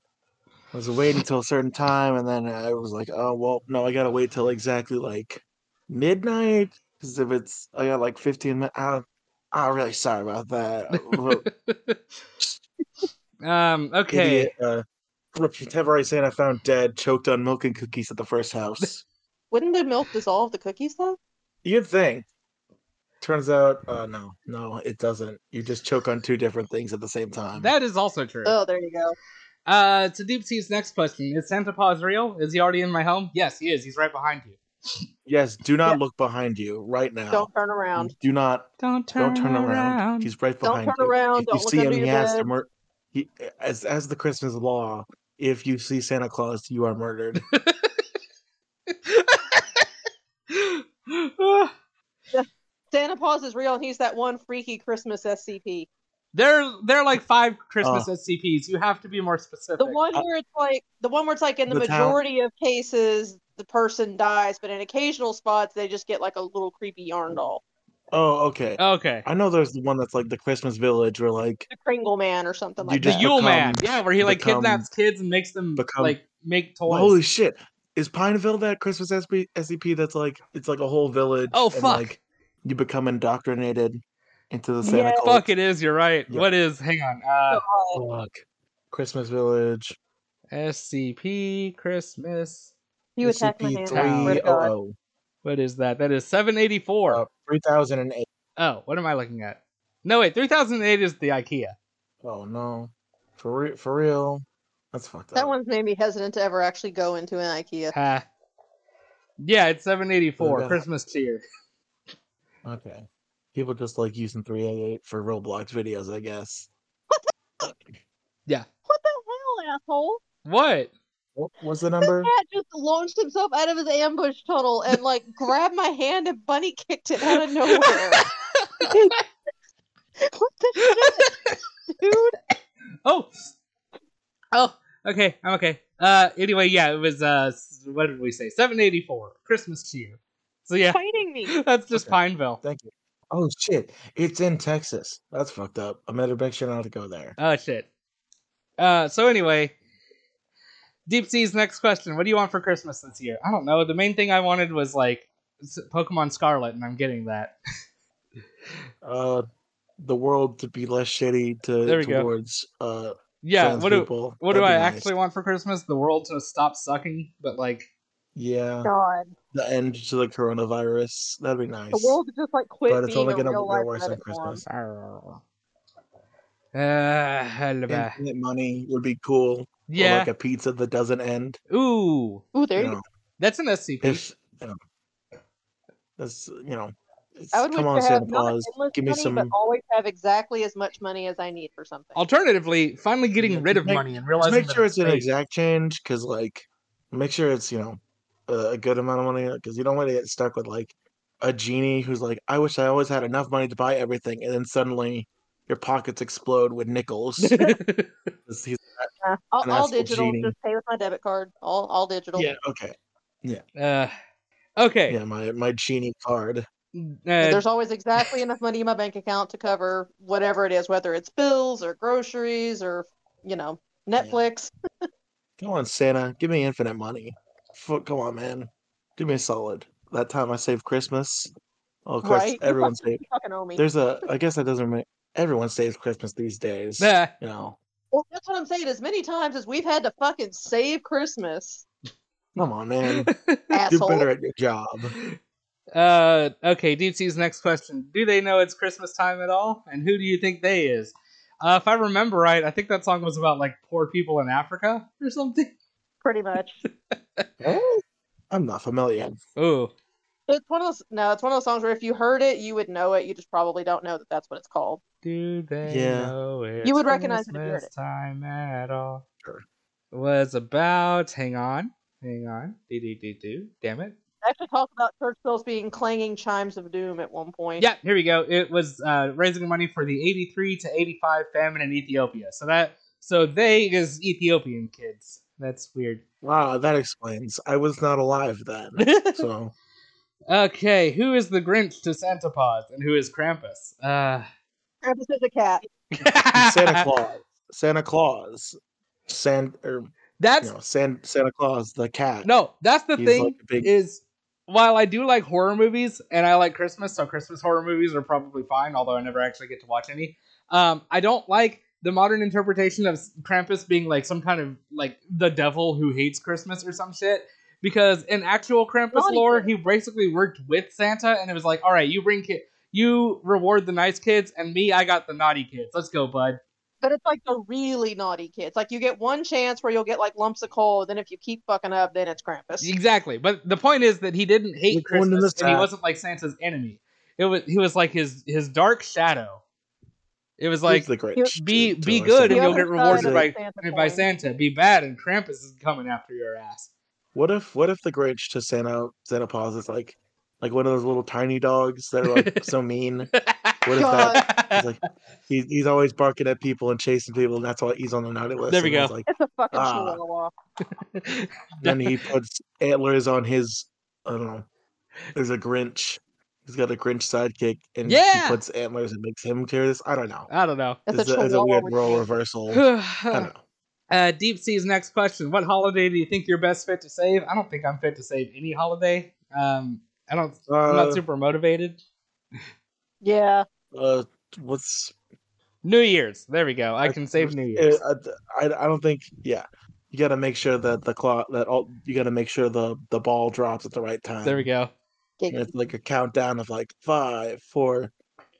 [SPEAKER 6] was waiting until a certain time, and then I was like, oh well, no, I gotta wait till exactly like midnight, because if it's I got like fifteen minutes. I'm, I'm really sorry about that.
[SPEAKER 4] [LAUGHS]
[SPEAKER 6] Well,
[SPEAKER 4] um. Okay.
[SPEAKER 6] Idiot. Uh, Temporary Santa found dead, choked on milk and cookies at the first house.
[SPEAKER 5] wouldn't the milk dissolve the cookies though?
[SPEAKER 6] You'd think. Turns out, uh, no, no, it doesn't. You just choke on two different things at the same time.
[SPEAKER 4] That is also true.
[SPEAKER 5] Oh, there you go.
[SPEAKER 4] Uh, to Deep Sea's next question: Is Santa Claus real? Is he already in my home? Yes, he is. He's right behind you.
[SPEAKER 6] Yes, do not
[SPEAKER 5] Yeah.
[SPEAKER 6] look behind you right now.
[SPEAKER 5] Don't turn around.
[SPEAKER 6] Do not.
[SPEAKER 4] Don't turn,
[SPEAKER 6] Don't turn around. He's right
[SPEAKER 5] Don't
[SPEAKER 6] behind
[SPEAKER 5] turn
[SPEAKER 6] you.
[SPEAKER 5] around.
[SPEAKER 6] If you
[SPEAKER 5] Don't look
[SPEAKER 6] see him,
[SPEAKER 5] under
[SPEAKER 6] he
[SPEAKER 5] your
[SPEAKER 6] has to
[SPEAKER 5] bed.
[SPEAKER 6] murder. He, as as the Christmas law, if you see Santa Claus, you
[SPEAKER 5] [LAUGHS]
[SPEAKER 6] are murdered.
[SPEAKER 4] Ah,
[SPEAKER 5] Santa Claus is real, and he's that one freaky Christmas SCP.
[SPEAKER 4] [GASPS] they're they're like five Christmas
[SPEAKER 6] Uh.
[SPEAKER 4] SCPs. You have to be more specific.
[SPEAKER 5] The one where it's like the one where it's like in the,
[SPEAKER 6] The town-
[SPEAKER 5] majority of cases the person dies, but in occasional spots they just get like a little creepy yarn doll,
[SPEAKER 6] oh, okay.
[SPEAKER 4] Okay.
[SPEAKER 6] I know there's the one that's like the Christmas village, where like
[SPEAKER 5] the Kringle Man or something
[SPEAKER 6] You
[SPEAKER 5] like
[SPEAKER 4] The
[SPEAKER 6] just
[SPEAKER 5] that.
[SPEAKER 4] Yule
[SPEAKER 6] become-
[SPEAKER 4] Man. Yeah, where he like
[SPEAKER 6] become-
[SPEAKER 4] kidnaps kids and makes them
[SPEAKER 6] become-
[SPEAKER 4] like make toys.
[SPEAKER 6] holy shit, is Pineville that Christmas SP, SCP E that's like it's like a whole village?
[SPEAKER 4] Oh,
[SPEAKER 6] and,
[SPEAKER 4] fuck.
[SPEAKER 6] Like you become indoctrinated into the Santa
[SPEAKER 5] Yeah.
[SPEAKER 6] cult.
[SPEAKER 4] Fuck, it is. You're right.
[SPEAKER 6] Yeah.
[SPEAKER 4] What is? Hang on. Uh,
[SPEAKER 6] Fuck. Christmas village.
[SPEAKER 4] SCP Christmas.
[SPEAKER 5] you attack my hand. I swear
[SPEAKER 6] E three
[SPEAKER 5] to God.
[SPEAKER 6] oh
[SPEAKER 4] What is that? That is 784.
[SPEAKER 6] oh three thousand and eight.
[SPEAKER 4] oh, what am I looking at? No, wait. 3008 is the IKEA.
[SPEAKER 6] Oh no, for re- for real, that's fucked
[SPEAKER 5] That
[SPEAKER 6] up.
[SPEAKER 5] one's made me hesitant to ever actually go into an IKEA.
[SPEAKER 4] Ha. Yeah, it's 784.
[SPEAKER 6] Yeah.
[SPEAKER 4] Christmas cheer.
[SPEAKER 6] Okay, people just like using three eight eight for Roblox videos,
[SPEAKER 5] [LAUGHS]
[SPEAKER 6] I guess.
[SPEAKER 7] What the hell, asshole?
[SPEAKER 4] What?
[SPEAKER 6] What was the
[SPEAKER 7] This
[SPEAKER 6] number?
[SPEAKER 7] cat just launched himself out of his ambush tunnel and like
[SPEAKER 5] [LAUGHS]
[SPEAKER 7] grabbed my hand and bunny kicked it out of nowhere. what the shit, dude?
[SPEAKER 4] Oh. Oh. Okay. I'm okay. Uh. Anyway, yeah. It was uh. s- What did we say? 784. Christmas cheer. So yeah,
[SPEAKER 7] Fighting me.
[SPEAKER 4] [LAUGHS] that's just
[SPEAKER 6] Okay.
[SPEAKER 4] Pineville.
[SPEAKER 6] Thank you. Oh shit, it's in Texas. That's fucked up. I better make sure not to go there.
[SPEAKER 4] Oh shit. Uh. So anyway. Deep Sea's next question. What do you want for Christmas this year? I don't know. The main thing I wanted was like s- Pokemon Scarlet, and I'm getting that.
[SPEAKER 6] Uh, the world to be less shitty to
[SPEAKER 4] There we go.
[SPEAKER 6] towards uh
[SPEAKER 4] Yeah.
[SPEAKER 6] trans
[SPEAKER 4] What do
[SPEAKER 6] people.
[SPEAKER 4] What do
[SPEAKER 6] That'd
[SPEAKER 4] I
[SPEAKER 6] be nice.
[SPEAKER 4] actually want for Christmas? The world to stop sucking, but like,
[SPEAKER 6] Yeah,
[SPEAKER 5] God,
[SPEAKER 6] the end to the coronavirus. That'd be nice.
[SPEAKER 5] the world just like quit
[SPEAKER 6] but it's
[SPEAKER 5] being
[SPEAKER 6] only
[SPEAKER 5] a
[SPEAKER 6] gonna
[SPEAKER 5] real life
[SPEAKER 6] get worse on
[SPEAKER 5] Reddit forum.
[SPEAKER 6] Christmas.
[SPEAKER 4] uh, hell of a-
[SPEAKER 6] Infinite money would be cool. Or
[SPEAKER 4] yeah.
[SPEAKER 6] like a pizza that doesn't end.
[SPEAKER 4] Ooh,
[SPEAKER 5] Ooh, there
[SPEAKER 6] You
[SPEAKER 5] you go.
[SPEAKER 6] know,
[SPEAKER 4] that's an SCP.
[SPEAKER 6] if you know, that's you know, it's,
[SPEAKER 5] I would
[SPEAKER 6] come
[SPEAKER 5] wish
[SPEAKER 6] on,
[SPEAKER 5] to have not
[SPEAKER 6] Santa
[SPEAKER 5] [LAUGHS]
[SPEAKER 6] Claus,
[SPEAKER 5] endless
[SPEAKER 6] give me
[SPEAKER 5] money,
[SPEAKER 6] some.
[SPEAKER 5] but always have exactly as much money as I need for something.
[SPEAKER 4] Alternatively, finally
[SPEAKER 6] Yeah,
[SPEAKER 4] getting rid of
[SPEAKER 6] make-
[SPEAKER 4] money and
[SPEAKER 6] Just
[SPEAKER 4] realizing
[SPEAKER 6] make
[SPEAKER 4] that
[SPEAKER 6] sure it's an
[SPEAKER 4] fake.
[SPEAKER 6] exact change, because like, make sure it's you know a a good amount of money, because you don't want to get stuck with like a genie who's like, I wish I always had enough money to buy everything, and then suddenly your pockets explode with [LAUGHS] nickels. 'Cause he's-
[SPEAKER 5] Uh, all,
[SPEAKER 6] An
[SPEAKER 5] all
[SPEAKER 6] asshole
[SPEAKER 5] digital,
[SPEAKER 6] genie.
[SPEAKER 5] just pay with my debit card. All all digital.
[SPEAKER 6] yeah, okay,
[SPEAKER 4] [LAUGHS] uh, okay,
[SPEAKER 6] yeah, my my genie card.
[SPEAKER 4] uh,
[SPEAKER 5] There's always exactly enough money in my bank account to cover whatever it is, whether it's bills or groceries or you know Netflix.
[SPEAKER 6] Come on, Santa, give me infinite money. Fuck, come on, man, do me a solid. That time I saved Christmas. Oh, Christ,
[SPEAKER 5] Right? You
[SPEAKER 6] everyone saved.
[SPEAKER 5] You fucking owe me.
[SPEAKER 6] There's a. I guess that doesn't. Make, everyone saves Christmas these days.
[SPEAKER 4] nah,
[SPEAKER 6] You know,
[SPEAKER 5] Well, that's what I'm saying. As many times as we've had to fucking
[SPEAKER 6] [LAUGHS]
[SPEAKER 5] save Christmas,
[SPEAKER 4] [LAUGHS]
[SPEAKER 6] come on, man. Do
[SPEAKER 5] [LAUGHS] asshole. [LAUGHS]
[SPEAKER 6] better at your job.
[SPEAKER 4] Uh, okay, Deep Sea's next question. Do they know it's Christmas time at all? And who do you think they is? Uh, if I remember right, I think that song was about like poor people in Africa or something.
[SPEAKER 7] pretty much.
[SPEAKER 6] Eh? I'm not familiar.
[SPEAKER 4] Ooh.
[SPEAKER 7] It's one of those. No, it's one of those songs where if you heard it, you would know it. You just probably don't know that that's what it's called.
[SPEAKER 4] Do they
[SPEAKER 6] Yeah.
[SPEAKER 4] know it's
[SPEAKER 7] would recognize it if you heard
[SPEAKER 4] Christmas time at all?
[SPEAKER 6] Sure.
[SPEAKER 4] Was about. Hang on. Hang on. Do do do do. Damn it.
[SPEAKER 7] It Actually, talks about church bells being clanging chimes of doom at one point.
[SPEAKER 4] Yeah, here we go. It was uh, raising money for the 83 to 85 famine in Ethiopia. So that so they is Ethiopian kids. That's weird.
[SPEAKER 6] Wow, that explains. I was not alive then.
[SPEAKER 4] [LAUGHS]
[SPEAKER 6] So
[SPEAKER 4] Okay, who is the Grinch to Santa Claus and who is Krampus? Uh
[SPEAKER 7] Krampus is a cat.
[SPEAKER 4] [LAUGHS]
[SPEAKER 6] Santa Claus, Santa Claus, San or
[SPEAKER 4] That's
[SPEAKER 6] you know, San Santa Claus the cat.
[SPEAKER 4] no, that's the
[SPEAKER 6] He's
[SPEAKER 4] thing
[SPEAKER 6] like a big-
[SPEAKER 4] is while I do like horror movies and I like Christmas, so Christmas horror movies are probably fine, although I never actually get to watch any. Um, I don't like the modern interpretation of Krampus being like some kind of like the devil who hates Christmas or some shit. Because in actual Krampus
[SPEAKER 7] Not
[SPEAKER 4] lore, he basically worked with Santa, and it was like, all right, you bring ki- you reward the nice kids, and me, I got the naughty kids. Let's go, bud.
[SPEAKER 7] But it's like the really naughty kids. Like you get one chance where you'll get like lumps of coal. Then if you keep fucking up, then it's Krampus.
[SPEAKER 4] [LAUGHS] Exactly. But the point is that he didn't hate
[SPEAKER 6] You're going to
[SPEAKER 4] Christmas,
[SPEAKER 6] the
[SPEAKER 4] and he
[SPEAKER 6] side.
[SPEAKER 4] wasn't like Santa's enemy. It was he was like his his dark shadow. It was
[SPEAKER 6] Who's
[SPEAKER 4] like
[SPEAKER 6] the Grinch.
[SPEAKER 4] be
[SPEAKER 6] to-
[SPEAKER 4] be
[SPEAKER 6] to
[SPEAKER 4] good and you'll
[SPEAKER 6] Santa Claus?
[SPEAKER 4] get
[SPEAKER 7] Other
[SPEAKER 4] rewarded
[SPEAKER 7] side
[SPEAKER 4] by
[SPEAKER 7] of the Santa
[SPEAKER 4] by
[SPEAKER 7] coin.
[SPEAKER 4] Santa. Be bad and Krampus is coming after your ass.
[SPEAKER 6] What if what if the Grinch to Santa Santa Claus is like like one of those little tiny dogs that are
[SPEAKER 4] [LAUGHS]
[SPEAKER 6] like so mean? What is that? He's like he's, he's always barking at people and chasing people, and that's why he's on the naughty list.
[SPEAKER 4] There we
[SPEAKER 6] and I was
[SPEAKER 4] go.
[SPEAKER 6] Like,
[SPEAKER 7] It's a fucking
[SPEAKER 6] Ah.
[SPEAKER 7] chihuahua.
[SPEAKER 6] [LAUGHS] then he puts antlers on his. I don't know. There's a Grinch. He's got a Grinch sidekick, and
[SPEAKER 4] Yeah!
[SPEAKER 6] he puts antlers and makes him carry this. I don't know.
[SPEAKER 4] [LAUGHS] I don't know.
[SPEAKER 7] It's
[SPEAKER 6] It's
[SPEAKER 7] a
[SPEAKER 6] a,
[SPEAKER 7] chihuahua.
[SPEAKER 6] it's a weird
[SPEAKER 7] with
[SPEAKER 6] role
[SPEAKER 7] wings.
[SPEAKER 4] [LAUGHS] [SIGHS]
[SPEAKER 6] reversal. I don't
[SPEAKER 4] uh,
[SPEAKER 6] know.
[SPEAKER 4] Deep Sea's next question: What holiday do you think you're best fit to save? I don't think I'm fit to save any holiday. Um, I don't. I'm
[SPEAKER 6] Uh,
[SPEAKER 4] not super motivated.
[SPEAKER 7] Yeah.
[SPEAKER 6] Uh, what's
[SPEAKER 4] New Year's. There we go. I can save New Year's.
[SPEAKER 6] Uh, I, I don't think. Yeah, you got to make sure that the clock that all you got to make sure the the ball drops at the right time.
[SPEAKER 4] There we go.
[SPEAKER 6] And it's like a countdown of like five, four.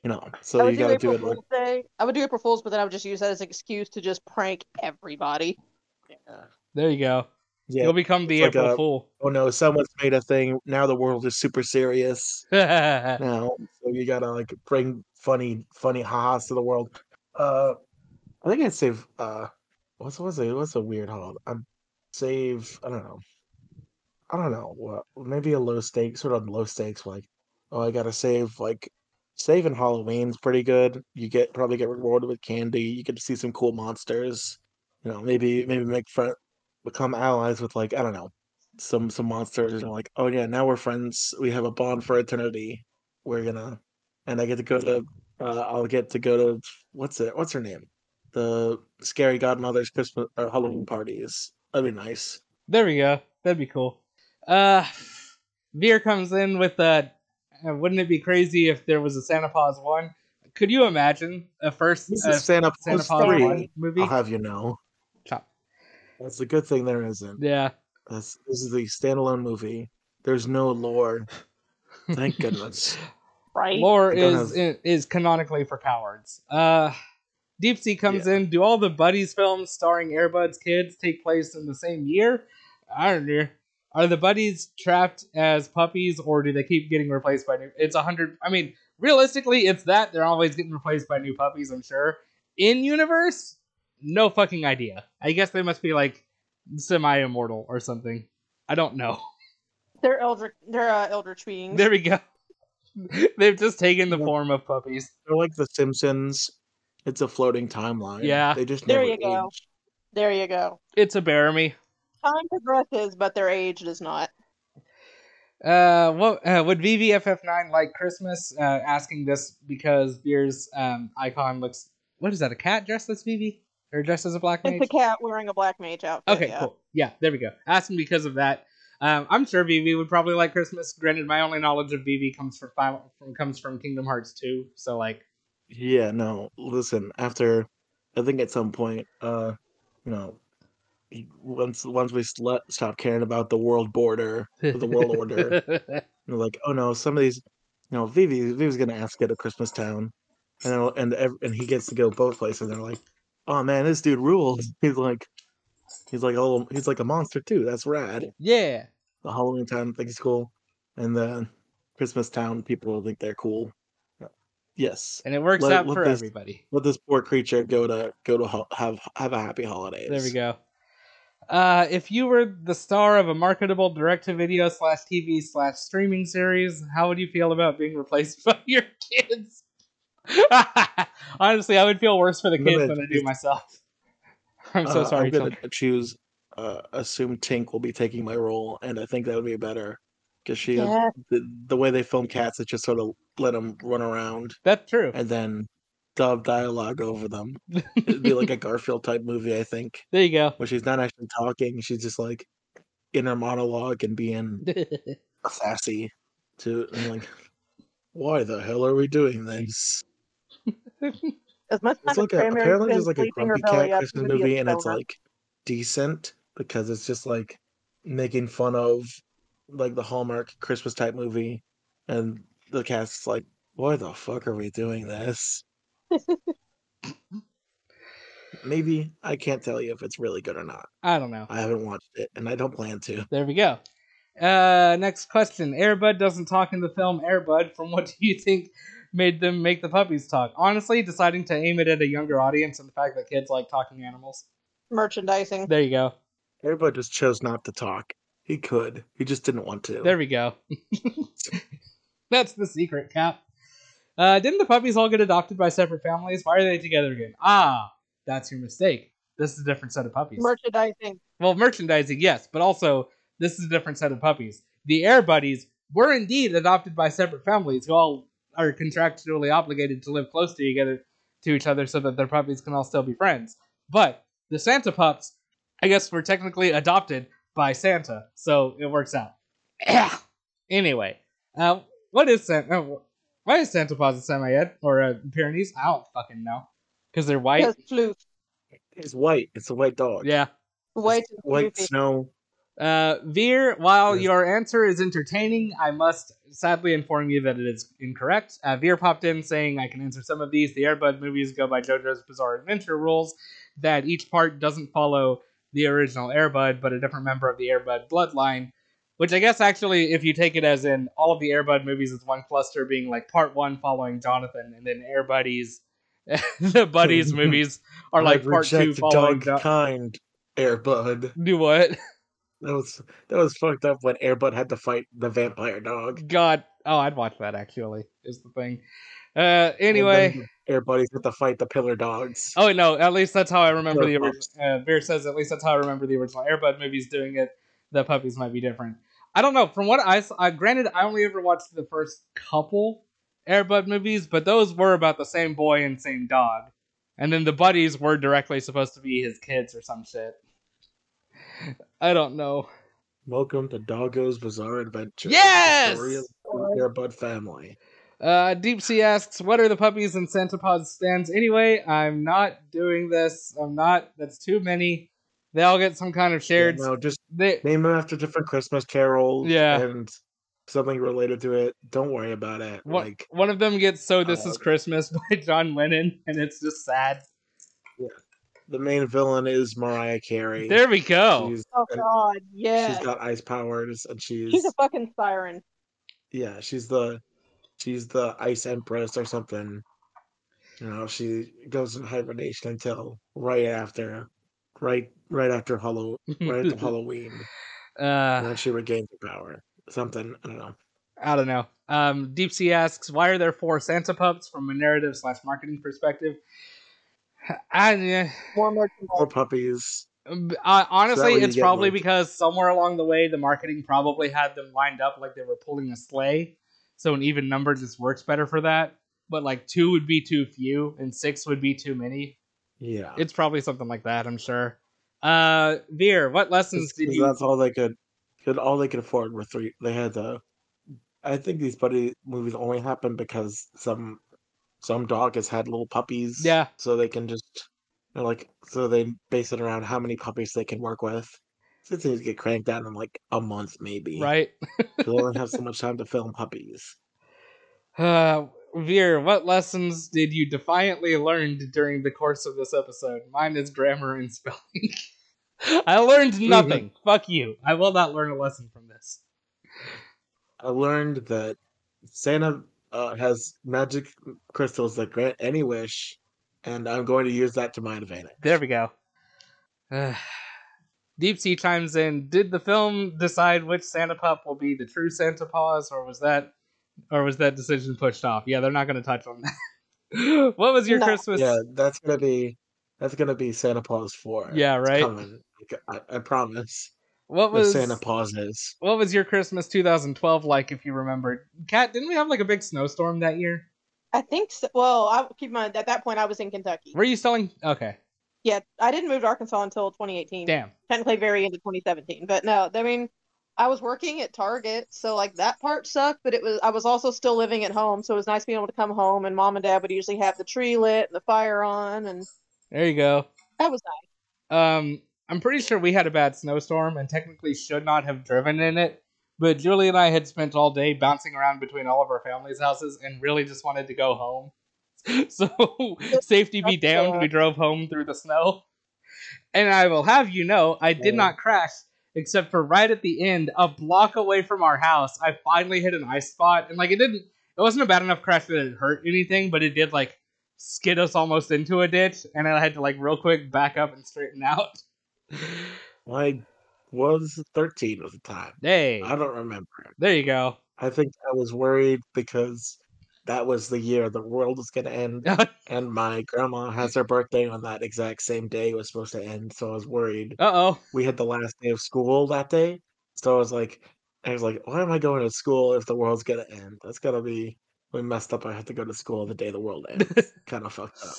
[SPEAKER 6] You know,
[SPEAKER 7] I
[SPEAKER 6] so
[SPEAKER 7] would
[SPEAKER 6] you
[SPEAKER 7] do
[SPEAKER 6] got to do
[SPEAKER 7] April
[SPEAKER 6] it like
[SPEAKER 7] Fool's Day. I would do April Fool's, but then I would just use that as an excuse to just prank everybody.
[SPEAKER 4] There you go.
[SPEAKER 6] yeah.
[SPEAKER 4] You'll become the
[SPEAKER 6] It's like
[SPEAKER 4] April
[SPEAKER 6] a-
[SPEAKER 4] Fool.
[SPEAKER 6] Oh no, someone's made a thing. Now the world is super serious.
[SPEAKER 4] [LAUGHS]
[SPEAKER 6] Now, so you gotta like bring funny, funny ha-has to the world. Uh, I think I'd save. Uh, what's what's a what's a weird hold? I'd save. I don't know. I don't know. What maybe a low stakes, sort of low stakes. Like, oh, I gotta save. Like, saving Halloween's pretty good. You get probably get rewarded with candy. You get to see some cool monsters. You know, maybe maybe make friend, become allies with like I don't know, some some monsters. And like, oh yeah, now we're friends. We have a bond for eternity. We're gonna, and I get to go to. Uh, I'll get to go to what's it? What's her name? The scary godmother's Christmas or Halloween parties. That'd be nice.
[SPEAKER 4] there we go. That'd be cool. Uh, Veer comes in with uh uh, Wouldn't it be crazy if there was a Santa Claus one? Could you imagine a first
[SPEAKER 6] This
[SPEAKER 4] uh,
[SPEAKER 6] is Santa
[SPEAKER 4] Santa
[SPEAKER 6] Claus
[SPEAKER 4] Claus
[SPEAKER 6] three. Uh-huh.
[SPEAKER 4] one movie?
[SPEAKER 6] I'll have you know.
[SPEAKER 4] Chop.
[SPEAKER 6] That's a good thing there isn't.
[SPEAKER 4] Yeah.
[SPEAKER 6] That's, this is the standalone movie. There's no lore. Thank
[SPEAKER 4] [LAUGHS]
[SPEAKER 6] goodness.
[SPEAKER 7] Right.
[SPEAKER 4] Lore
[SPEAKER 6] I don't
[SPEAKER 4] is is canonically for cowards. Uh, Deep Sea comes in. Do all the buddies films starring Airbud's kids take place in the same year? I don't know. Are the buddies trapped as puppies, or do they keep getting replaced by new? It's a hundred. I mean, realistically, it's that they're always getting replaced by new puppies. I'm sure. In universe, no fucking idea. I guess they must be like semi immortal or something. I don't know. [LAUGHS]
[SPEAKER 7] They're eldritch. They're uh, eldritch beings.
[SPEAKER 4] There we go. [LAUGHS] They've just taken the
[SPEAKER 6] Yeah.
[SPEAKER 4] form of puppies.
[SPEAKER 6] They're like The Simpsons. It's a floating timeline.
[SPEAKER 4] Yeah.
[SPEAKER 6] They just
[SPEAKER 7] There
[SPEAKER 6] never
[SPEAKER 7] you go.
[SPEAKER 6] age.
[SPEAKER 7] There you go.
[SPEAKER 4] It's a Baramy.
[SPEAKER 7] Time progresses, but their age does not.
[SPEAKER 4] Uh, what uh, would VVFF9 like Christmas? Uh, asking this because Beer's um icon looks. What is that? A cat dressed as VV or dressed as a black mage?
[SPEAKER 7] It's a cat wearing a black mage outfit.
[SPEAKER 4] Okay,
[SPEAKER 7] yeah.
[SPEAKER 4] cool. Yeah, there we go. Asking because of that. Um, I'm sure VV would probably like Christmas. Granted, my only knowledge of VV comes from Final, from comes from Kingdom Hearts 2. So like,
[SPEAKER 6] Yeah, no. Listen, after I think at some point, uh, you know,
[SPEAKER 4] [LAUGHS]
[SPEAKER 6] once once we sl- stop caring about the world border, the world order, And they're like, oh no, some of these, you know, Vivi, Vivi's gonna ask to go to Christmas Town, and then, and ev- and he gets to go both places. And they're like, oh man, this dude rules. [LAUGHS] He's like, he's like a little, he's like a monster too. That's rad.
[SPEAKER 4] Yeah.
[SPEAKER 6] The Halloween Town thing's cool, and the Christmas Town people think they're cool. Yes,
[SPEAKER 4] And it works
[SPEAKER 6] Let-
[SPEAKER 4] out
[SPEAKER 6] let
[SPEAKER 4] for
[SPEAKER 6] this-
[SPEAKER 4] everybody.
[SPEAKER 6] let this poor creature go to go to ho- have have a happy holidays.
[SPEAKER 4] There we go. Uh, if you were the star of a marketable direct-to-video slash TV slash streaming series, how would you feel about being replaced [LAUGHS] by your kids? [LAUGHS] Honestly, I would feel worse for the
[SPEAKER 6] I'm
[SPEAKER 4] kids
[SPEAKER 6] gonna
[SPEAKER 4] than I do
[SPEAKER 6] just-
[SPEAKER 4] myself. [LAUGHS] I'm so
[SPEAKER 6] Uh,
[SPEAKER 4] sorry.
[SPEAKER 6] I'm gonna
[SPEAKER 4] Tony.
[SPEAKER 6] choose. Uh, assume Tink will be taking my role, and I think that would be better because she
[SPEAKER 7] Yeah.
[SPEAKER 6] the, the way they film cats is just sort of let them run around
[SPEAKER 4] That's
[SPEAKER 6] [LAUGHS]
[SPEAKER 4] true.
[SPEAKER 6] and then dub dialogue over them. It'd be
[SPEAKER 4] [LAUGHS]
[SPEAKER 6] like a Garfield type movie, I think,
[SPEAKER 4] There you go. [LAUGHS]
[SPEAKER 6] where she's not actually talking; she's just like in her monologue and being sassy to and like, why the hell are we doing this?
[SPEAKER 7] As much
[SPEAKER 6] It's
[SPEAKER 7] as
[SPEAKER 6] like a,
[SPEAKER 7] Cranberry's
[SPEAKER 6] apparently
[SPEAKER 7] been
[SPEAKER 6] there's like a
[SPEAKER 7] sleeping her
[SPEAKER 6] grumpy
[SPEAKER 7] belly
[SPEAKER 6] cat
[SPEAKER 7] up,
[SPEAKER 6] Christmas
[SPEAKER 7] the movie
[SPEAKER 6] movie,
[SPEAKER 7] is
[SPEAKER 6] and it's
[SPEAKER 7] over.
[SPEAKER 6] like decent because it's just like making fun of like the Hallmark Christmas type movie, and the cat's like, "Why the fuck are we doing this?" Maybe I can't tell you if it's really good or not.
[SPEAKER 4] I don't know.
[SPEAKER 6] I haven't watched it, and I don't plan to.
[SPEAKER 4] There we go. Uh, next question. Airbud doesn't talk in the film Airbud. From what do you think made them make the puppies talk? Honestly, deciding to aim it at a younger audience and the fact that kids like talking animals.
[SPEAKER 7] merchandising.
[SPEAKER 4] There you go.
[SPEAKER 6] Everybody just chose not to talk. He could. He just didn't want to.
[SPEAKER 4] There we go. [LAUGHS] That's the secret, Cap. Uh, didn't the puppies all get adopted by separate families? Why are they together again? Ah, that's your mistake. This is a different set of puppies.
[SPEAKER 7] Merchandising.
[SPEAKER 4] well, merchandising, yes, but also this is a different set of puppies. The Air Buddies were indeed adopted by separate families who all are contractually obligated to live close to together to each other so that their puppies can all still be friends. But the Santa pups, I guess, were technically adopted by Santa, so it works out. [COUGHS] anyway, uh, what is Santa? Uh, why is Santa Claus a semi-ed or a Pyrenees? I don't fucking know. Because they're white.
[SPEAKER 7] Yes, floof.
[SPEAKER 6] It's white. It's a white dog.
[SPEAKER 4] Yeah.
[SPEAKER 7] White
[SPEAKER 6] It's
[SPEAKER 7] and
[SPEAKER 6] white
[SPEAKER 7] floofy.
[SPEAKER 6] snow.
[SPEAKER 4] Uh, Veer, while
[SPEAKER 6] Yes.
[SPEAKER 4] your answer is entertaining, I must sadly inform you that it is incorrect. Uh, Veer popped in saying, I can answer some of these. The Airbud movies go by JoJo's Bizarre Adventure rules that each part doesn't follow the original Airbud, but a different member of the Airbud bloodline. Which I guess actually, if you take it as in all of the Airbud movies is one cluster, being like part one following Jonathan, and then Air Buddies, [LAUGHS] the Buddies movies are like
[SPEAKER 6] I'd
[SPEAKER 4] part two
[SPEAKER 6] reject
[SPEAKER 4] following.
[SPEAKER 6] dog
[SPEAKER 4] Jo-
[SPEAKER 6] kind. Airbud.
[SPEAKER 4] Do what?
[SPEAKER 6] That was that was fucked up when Airbud had to fight the vampire dog. And
[SPEAKER 4] God, oh, I'd watch that actually. Is the thing. Uh,
[SPEAKER 6] then
[SPEAKER 4] anyway,
[SPEAKER 6] Airbuddies had to fight the pillar dogs.
[SPEAKER 4] oh no, at least that's how I remember the
[SPEAKER 6] Sure,
[SPEAKER 4] original. Uh, Bear says at least that's how I remember the original Airbud movies doing it. The puppies might be different. I don't know. From what I saw, uh, granted, I only ever watched the first couple Airbud movies, but those were about the same boy and same dog, and then the buddies were directly supposed to be his kids or some shit. I don't know.
[SPEAKER 6] Welcome to Doggo's Bizarre Adventure. the
[SPEAKER 4] Yes!
[SPEAKER 6] story of the Airbud family.
[SPEAKER 4] Uh, Deep Sea asks, "What are the puppies in Santa Paws stands anyway?" I'm not doing this. I'm not. That's too many. They all get some kind of shared.
[SPEAKER 6] no, just
[SPEAKER 4] They,
[SPEAKER 6] name them after different Christmas carols.
[SPEAKER 4] Yeah.
[SPEAKER 6] and something related to it. Don't worry about it.
[SPEAKER 4] one,
[SPEAKER 6] Like
[SPEAKER 4] one of them gets "So This Is
[SPEAKER 6] Uh,
[SPEAKER 4] Christmas" [LAUGHS] by John Lennon, and it's just sad.
[SPEAKER 6] the main villain is Mariah Carey.
[SPEAKER 4] There we go.
[SPEAKER 6] She's,
[SPEAKER 7] Oh
[SPEAKER 6] and
[SPEAKER 7] god, yeah.
[SPEAKER 6] she's got ice powers, and she's
[SPEAKER 7] She's a fucking siren.
[SPEAKER 6] yeah she's the she's the ice empress or something you know she goes in hibernation until right after right right after Hallow right after halloween and
[SPEAKER 4] Uh,
[SPEAKER 6] then she regains her power something i don't know
[SPEAKER 4] I don't know. Um, Deep Sea asks, "Why are there four Santa pups from a narrative slash marketing perspective?" I, yeah.
[SPEAKER 7] More merchandise.
[SPEAKER 6] or puppies
[SPEAKER 4] Um, Uh, honestly,
[SPEAKER 6] way you
[SPEAKER 4] it's
[SPEAKER 6] get,
[SPEAKER 4] probably
[SPEAKER 6] like-
[SPEAKER 4] because somewhere along the way, the marketing probably had them lined up like they were pulling a sleigh. So an even number just works better for that. But like two would be too few, and six would be too many.
[SPEAKER 6] yeah
[SPEAKER 4] It's probably something like that, I'm sure. Uh, Veer, what lessons
[SPEAKER 6] Just
[SPEAKER 4] did
[SPEAKER 6] 'cause
[SPEAKER 4] you?
[SPEAKER 6] that's all they could could all they could afford were three they had the i think these buddy movies only happen because some some dog has had little puppies
[SPEAKER 4] Yeah.
[SPEAKER 6] so they can just they're like so they base it around how many puppies they can work with This thing's get cranked out in like a month, maybe.
[SPEAKER 4] right?
[SPEAKER 6] They'll only have so much time to film puppies.
[SPEAKER 4] Uh, Veer, what lessons did you defiantly learn during the course of this episode? Mine is grammar and spelling. [LAUGHS] I learned nothing. Fuck you. I will not learn a lesson from this.
[SPEAKER 6] I learned that Santa uh, has magic crystals that grant any wish, and I'm going to use that to my advantage.
[SPEAKER 4] There we go. [SIGHS] Deep Sea chimes in. Did the film decide which Santa Pup will be the true Santa Paws, or was that, or was that decision pushed off? Yeah, they're not going to touch on that. [LAUGHS] what was your
[SPEAKER 7] No.
[SPEAKER 4] Christmas? [LAUGHS]
[SPEAKER 6] Yeah, that's gonna be that's gonna be Santa Paws four.
[SPEAKER 4] Yeah,
[SPEAKER 6] It's
[SPEAKER 4] right?
[SPEAKER 6] coming. I, I promise.
[SPEAKER 4] what
[SPEAKER 6] If
[SPEAKER 4] was
[SPEAKER 6] Santa Paws is.
[SPEAKER 4] What was your Christmas 2012 like, if you remember? Kat, didn't we have like a big snowstorm that year?
[SPEAKER 7] I think so. Well, I keep in mind at that point I was in Kentucky.
[SPEAKER 4] Were you selling? Okay,
[SPEAKER 7] Yeah, I didn't move to Arkansas until 2018.
[SPEAKER 4] damn.
[SPEAKER 7] Technically, very into 2017, but no, I mean, I was working at Target, so like that part sucked. But it was I was also still living at home, so it was nice being able to come home. And mom and dad would usually have the tree lit and the fire on, and
[SPEAKER 4] There you go.
[SPEAKER 7] that was nice.
[SPEAKER 4] Um, I'm pretty sure we had a bad snowstorm and technically should not have driven in it. But Julie and I had spent all day bouncing around between all of our family's houses and really just wanted to go home. [LAUGHS] So, safety be damned, we drove home through the snow. And I will have you know, I did
[SPEAKER 6] Yeah.
[SPEAKER 4] not crash, except for right at the end, a block away from our house, I finally hit an ice spot. And, like, it didn't, it wasn't a bad enough crash that it hurt anything, but it did, like, skid us almost into a ditch. And I had to, like, real quick back up and straighten out.
[SPEAKER 6] [LAUGHS] I was thirteen at the time.
[SPEAKER 4] Hey,
[SPEAKER 6] I don't remember.
[SPEAKER 4] there you go.
[SPEAKER 6] I think I was worried because that was the year the world was going
[SPEAKER 4] [LAUGHS]
[SPEAKER 6] to end,
[SPEAKER 4] uh
[SPEAKER 6] and my grandma has her birthday on that exact same day it was supposed to end. So I was worried.
[SPEAKER 4] oh.
[SPEAKER 6] We had the last day of school that day, so I was like, I was like, why am I going to school if the world's going to end? That's gonna be we messed up. I have to go to school the day the world
[SPEAKER 4] [LAUGHS]
[SPEAKER 6] ends. kind of fucked up,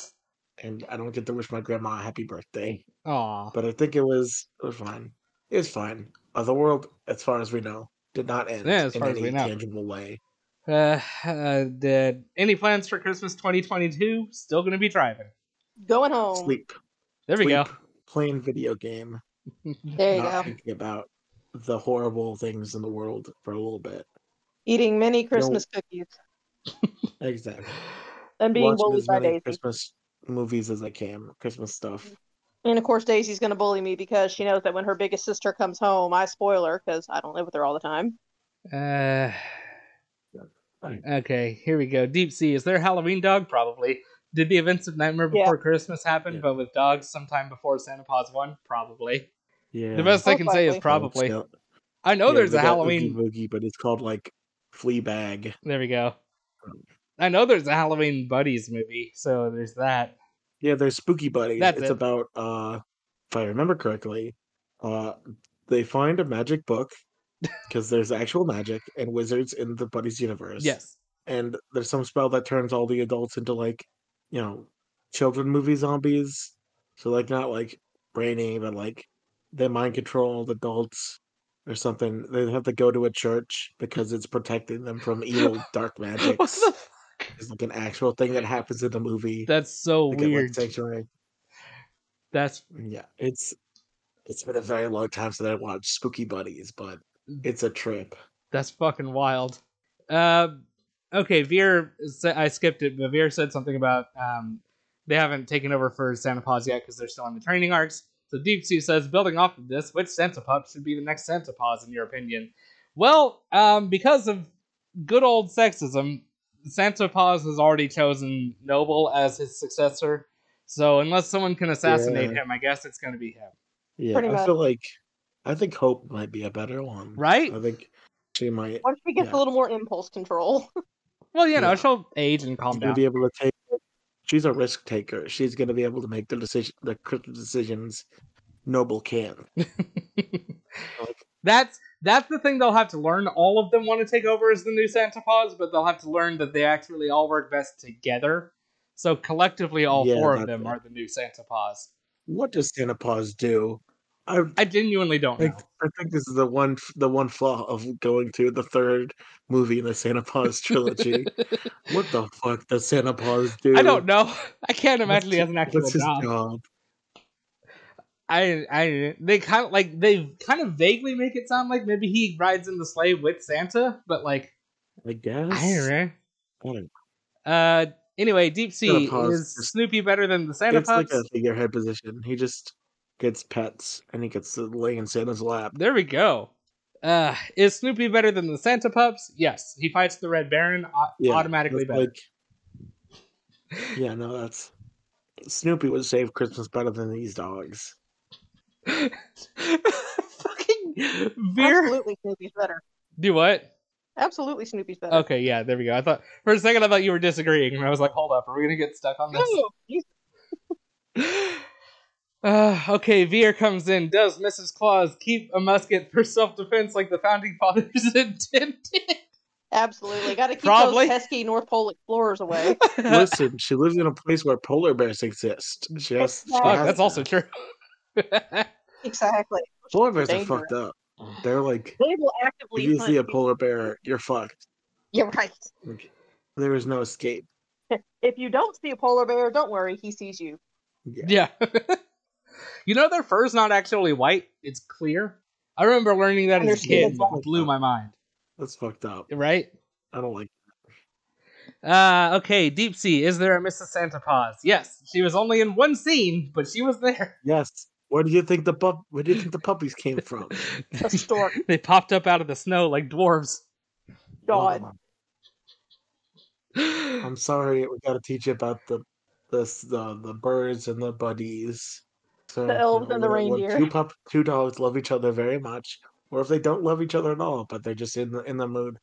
[SPEAKER 6] and I don't get to wish my grandma a happy birthday.
[SPEAKER 4] Aw.
[SPEAKER 6] But I think it was it was fine. It was fine. Uh, the world, as far as we know, did not end
[SPEAKER 4] Yeah, as
[SPEAKER 6] in
[SPEAKER 4] far as
[SPEAKER 6] any
[SPEAKER 4] we know.
[SPEAKER 6] tangible way.
[SPEAKER 4] Uh, uh, did any plans for Christmas 2022? Still gonna be driving.
[SPEAKER 7] Going home.
[SPEAKER 6] Sleep.
[SPEAKER 4] Oh, There we go.
[SPEAKER 6] sleep, Playing video game,
[SPEAKER 7] There you
[SPEAKER 6] not
[SPEAKER 7] go.
[SPEAKER 6] thinking about the horrible things in the world for a little bit.
[SPEAKER 7] Eating many Christmas cookies
[SPEAKER 6] Exactly.
[SPEAKER 7] and being
[SPEAKER 6] Watching
[SPEAKER 7] bullied
[SPEAKER 6] as
[SPEAKER 7] by
[SPEAKER 6] many
[SPEAKER 7] Daisy.
[SPEAKER 6] Christmas movies as I can, Christmas stuff.
[SPEAKER 7] And of course, Daisy's going to bully me because she knows that when her biggest sister comes home, I spoil her because I don't live with her all the time.
[SPEAKER 4] [LAUGHS] Uh, okay, here we go. Deep Sea. Is there a Halloween dog? Probably. Did the events of Nightmare
[SPEAKER 7] Yeah.
[SPEAKER 4] Before Christmas happen,
[SPEAKER 6] Yeah.
[SPEAKER 4] but with dogs sometime before Santa Paws 1? Probably.
[SPEAKER 6] Yeah.
[SPEAKER 4] The best I
[SPEAKER 7] Most
[SPEAKER 4] can say is
[SPEAKER 7] likely.
[SPEAKER 4] probably.
[SPEAKER 6] Oh
[SPEAKER 4] I know there's a Halloween.
[SPEAKER 6] Boogie, but it's called like Flea Bag.
[SPEAKER 4] There we go.
[SPEAKER 6] Um,
[SPEAKER 4] I know there's a Halloween Buddies movie, so there's that.
[SPEAKER 6] Yeah, there's Spooky Buddy.
[SPEAKER 4] That's
[SPEAKER 6] it's
[SPEAKER 4] it.
[SPEAKER 6] about uh if I remember correctly, uh they find a magic book because there's actual magic and wizards in the Buddies universe.
[SPEAKER 4] Yes.
[SPEAKER 6] and there's some spell that turns all the adults into like you know children movie zombies so like not like brainy but like they mind control the adults or something they have to go to a church because it's protecting them from evil dark magics
[SPEAKER 4] [LAUGHS] What the f-
[SPEAKER 6] it's like an actual thing that happens in the movie
[SPEAKER 4] That's so
[SPEAKER 6] They get, like,
[SPEAKER 4] weird.
[SPEAKER 6] sanctuary.
[SPEAKER 4] That's
[SPEAKER 6] yeah it's it's been a very long time since i watched spooky buddies but
[SPEAKER 4] Mm.
[SPEAKER 6] it's a trip
[SPEAKER 4] That's fucking wild. Uh, okay, Veer, sa- I skipped it, but Veer said something about um, they haven't taken over for Santa Paws yet because they're still in the training arcs. So Deep Sea says, building off of this, which Santa Pup should be the next Santa Paws in your opinion? Well, um, because of good old sexism, Santa Paws has already chosen Noble as his successor. So unless someone can assassinate
[SPEAKER 6] Yeah.
[SPEAKER 4] him, I guess it's going to be him,
[SPEAKER 6] yeah
[SPEAKER 7] Pretty
[SPEAKER 6] i
[SPEAKER 7] much.
[SPEAKER 6] feel like i think hope might be a better one
[SPEAKER 4] right?
[SPEAKER 6] i think she might
[SPEAKER 7] Once she gets
[SPEAKER 6] Yeah.
[SPEAKER 7] a little more impulse control, [LAUGHS]
[SPEAKER 4] Well, you know,
[SPEAKER 6] Yeah.
[SPEAKER 4] she'll age and calm
[SPEAKER 6] she's gonna
[SPEAKER 4] down.
[SPEAKER 6] be able to take. She's a risk taker. She's gonna be able to make the decision, the critical decisions. Noble can.
[SPEAKER 4] That's that's the thing they'll have to learn. All of them want to take over as the new Santa Claus, but they'll have to learn that they actually all work best together. So collectively, all
[SPEAKER 6] Yeah,
[SPEAKER 4] four of
[SPEAKER 6] that's
[SPEAKER 4] them
[SPEAKER 6] it.
[SPEAKER 4] are the new Santa Claus.
[SPEAKER 6] What does Santa Paws do? I
[SPEAKER 4] I genuinely don't know.
[SPEAKER 6] think I think this is the one the one flaw of going to the third movie in the Santa
[SPEAKER 4] [LAUGHS]
[SPEAKER 6] Paws trilogy. what the fuck does Santa Paws do?
[SPEAKER 4] [LAUGHS] I don't know. I can't imagine
[SPEAKER 6] What's
[SPEAKER 4] he has an
[SPEAKER 6] his-
[SPEAKER 4] actual
[SPEAKER 6] what's his
[SPEAKER 4] job.
[SPEAKER 6] job?
[SPEAKER 4] I I they kind of like they kind of vaguely make it sound like maybe he rides in the sleigh with Santa, but like
[SPEAKER 6] I guess.
[SPEAKER 4] I don't know.
[SPEAKER 6] I don't-
[SPEAKER 4] Uh, anyway, Deep Sea
[SPEAKER 6] Gotta pause
[SPEAKER 4] is
[SPEAKER 6] for-
[SPEAKER 4] Snoopy better than the Santa
[SPEAKER 6] It's
[SPEAKER 4] Pups?
[SPEAKER 6] like a figurehead position. He just gets pets and he gets to lay in Santa's lap.
[SPEAKER 4] There we go. Uh, is Snoopy better than the Santa Pups? Yes, he fights the Red Baron au-
[SPEAKER 6] Yeah,
[SPEAKER 4] automatically
[SPEAKER 6] that's
[SPEAKER 4] better.
[SPEAKER 6] like- yeah, no, that's Snoopy would save Christmas better than
[SPEAKER 4] [LAUGHS]
[SPEAKER 6] these dogs.
[SPEAKER 4] Fucking beer.
[SPEAKER 7] Absolutely, Snoopy's better.
[SPEAKER 4] Do what?
[SPEAKER 7] Absolutely, Snoopy's better.
[SPEAKER 4] Okay, yeah, there we go. I thought for a second I thought you were disagreeing, and I was like, hold up, are we gonna get stuck on this?
[SPEAKER 7] No, he's-
[SPEAKER 4] [SIGHS] Uh, okay, Veer comes in. Does Mrs. Claus keep a musket for self defense like the founding fathers [LAUGHS] intended?
[SPEAKER 7] absolutely. Got to keep
[SPEAKER 4] Probably.
[SPEAKER 7] those pesky North Pole explorers
[SPEAKER 4] [LAUGHS]
[SPEAKER 7] away.
[SPEAKER 6] Listen, she lives in a place where polar bears exist. She has, she
[SPEAKER 7] Fuck,
[SPEAKER 4] Fuck,
[SPEAKER 6] has
[SPEAKER 4] that's
[SPEAKER 6] to.
[SPEAKER 4] also
[SPEAKER 6] [LAUGHS]
[SPEAKER 4] true.
[SPEAKER 7] exactly.
[SPEAKER 6] polar bears are
[SPEAKER 7] dangerous.
[SPEAKER 6] fucked up. They're like
[SPEAKER 7] They will
[SPEAKER 6] if
[SPEAKER 7] actively.
[SPEAKER 6] you see a
[SPEAKER 7] hunt you.
[SPEAKER 6] polar bear, you're fucked.
[SPEAKER 7] Yeah, right.
[SPEAKER 6] Like, there is no escape.
[SPEAKER 7] If you don't see a polar bear, don't worry, he sees you.
[SPEAKER 4] yeah. [LAUGHS] you know, their fur's not actually white, it's clear. I remember learning that as a
[SPEAKER 7] Understood.
[SPEAKER 4] kid. and It blew my mind,
[SPEAKER 6] That's fucked up.
[SPEAKER 4] right?
[SPEAKER 6] I don't like
[SPEAKER 4] Uh, okay, Deep Sea, is there a Mrs. Santa Paws? Yes, she was only in one scene, but she was
[SPEAKER 6] [LAUGHS]
[SPEAKER 4] there. [LAUGHS]
[SPEAKER 6] Yes. Where do you think the pup where do you think the puppies came from?
[SPEAKER 7] A
[SPEAKER 6] [LAUGHS]
[SPEAKER 7] stork.
[SPEAKER 4] they popped up out of the snow like dwarves.
[SPEAKER 6] Oh
[SPEAKER 7] God.
[SPEAKER 6] I'm sorry, we gotta teach you about the this the the birds and the buddies. So,
[SPEAKER 7] The elves and the
[SPEAKER 6] when- when
[SPEAKER 7] reindeer.
[SPEAKER 6] Two pup two dogs love each other very much, or if they don't love each other at all, but they're just in the in the mood.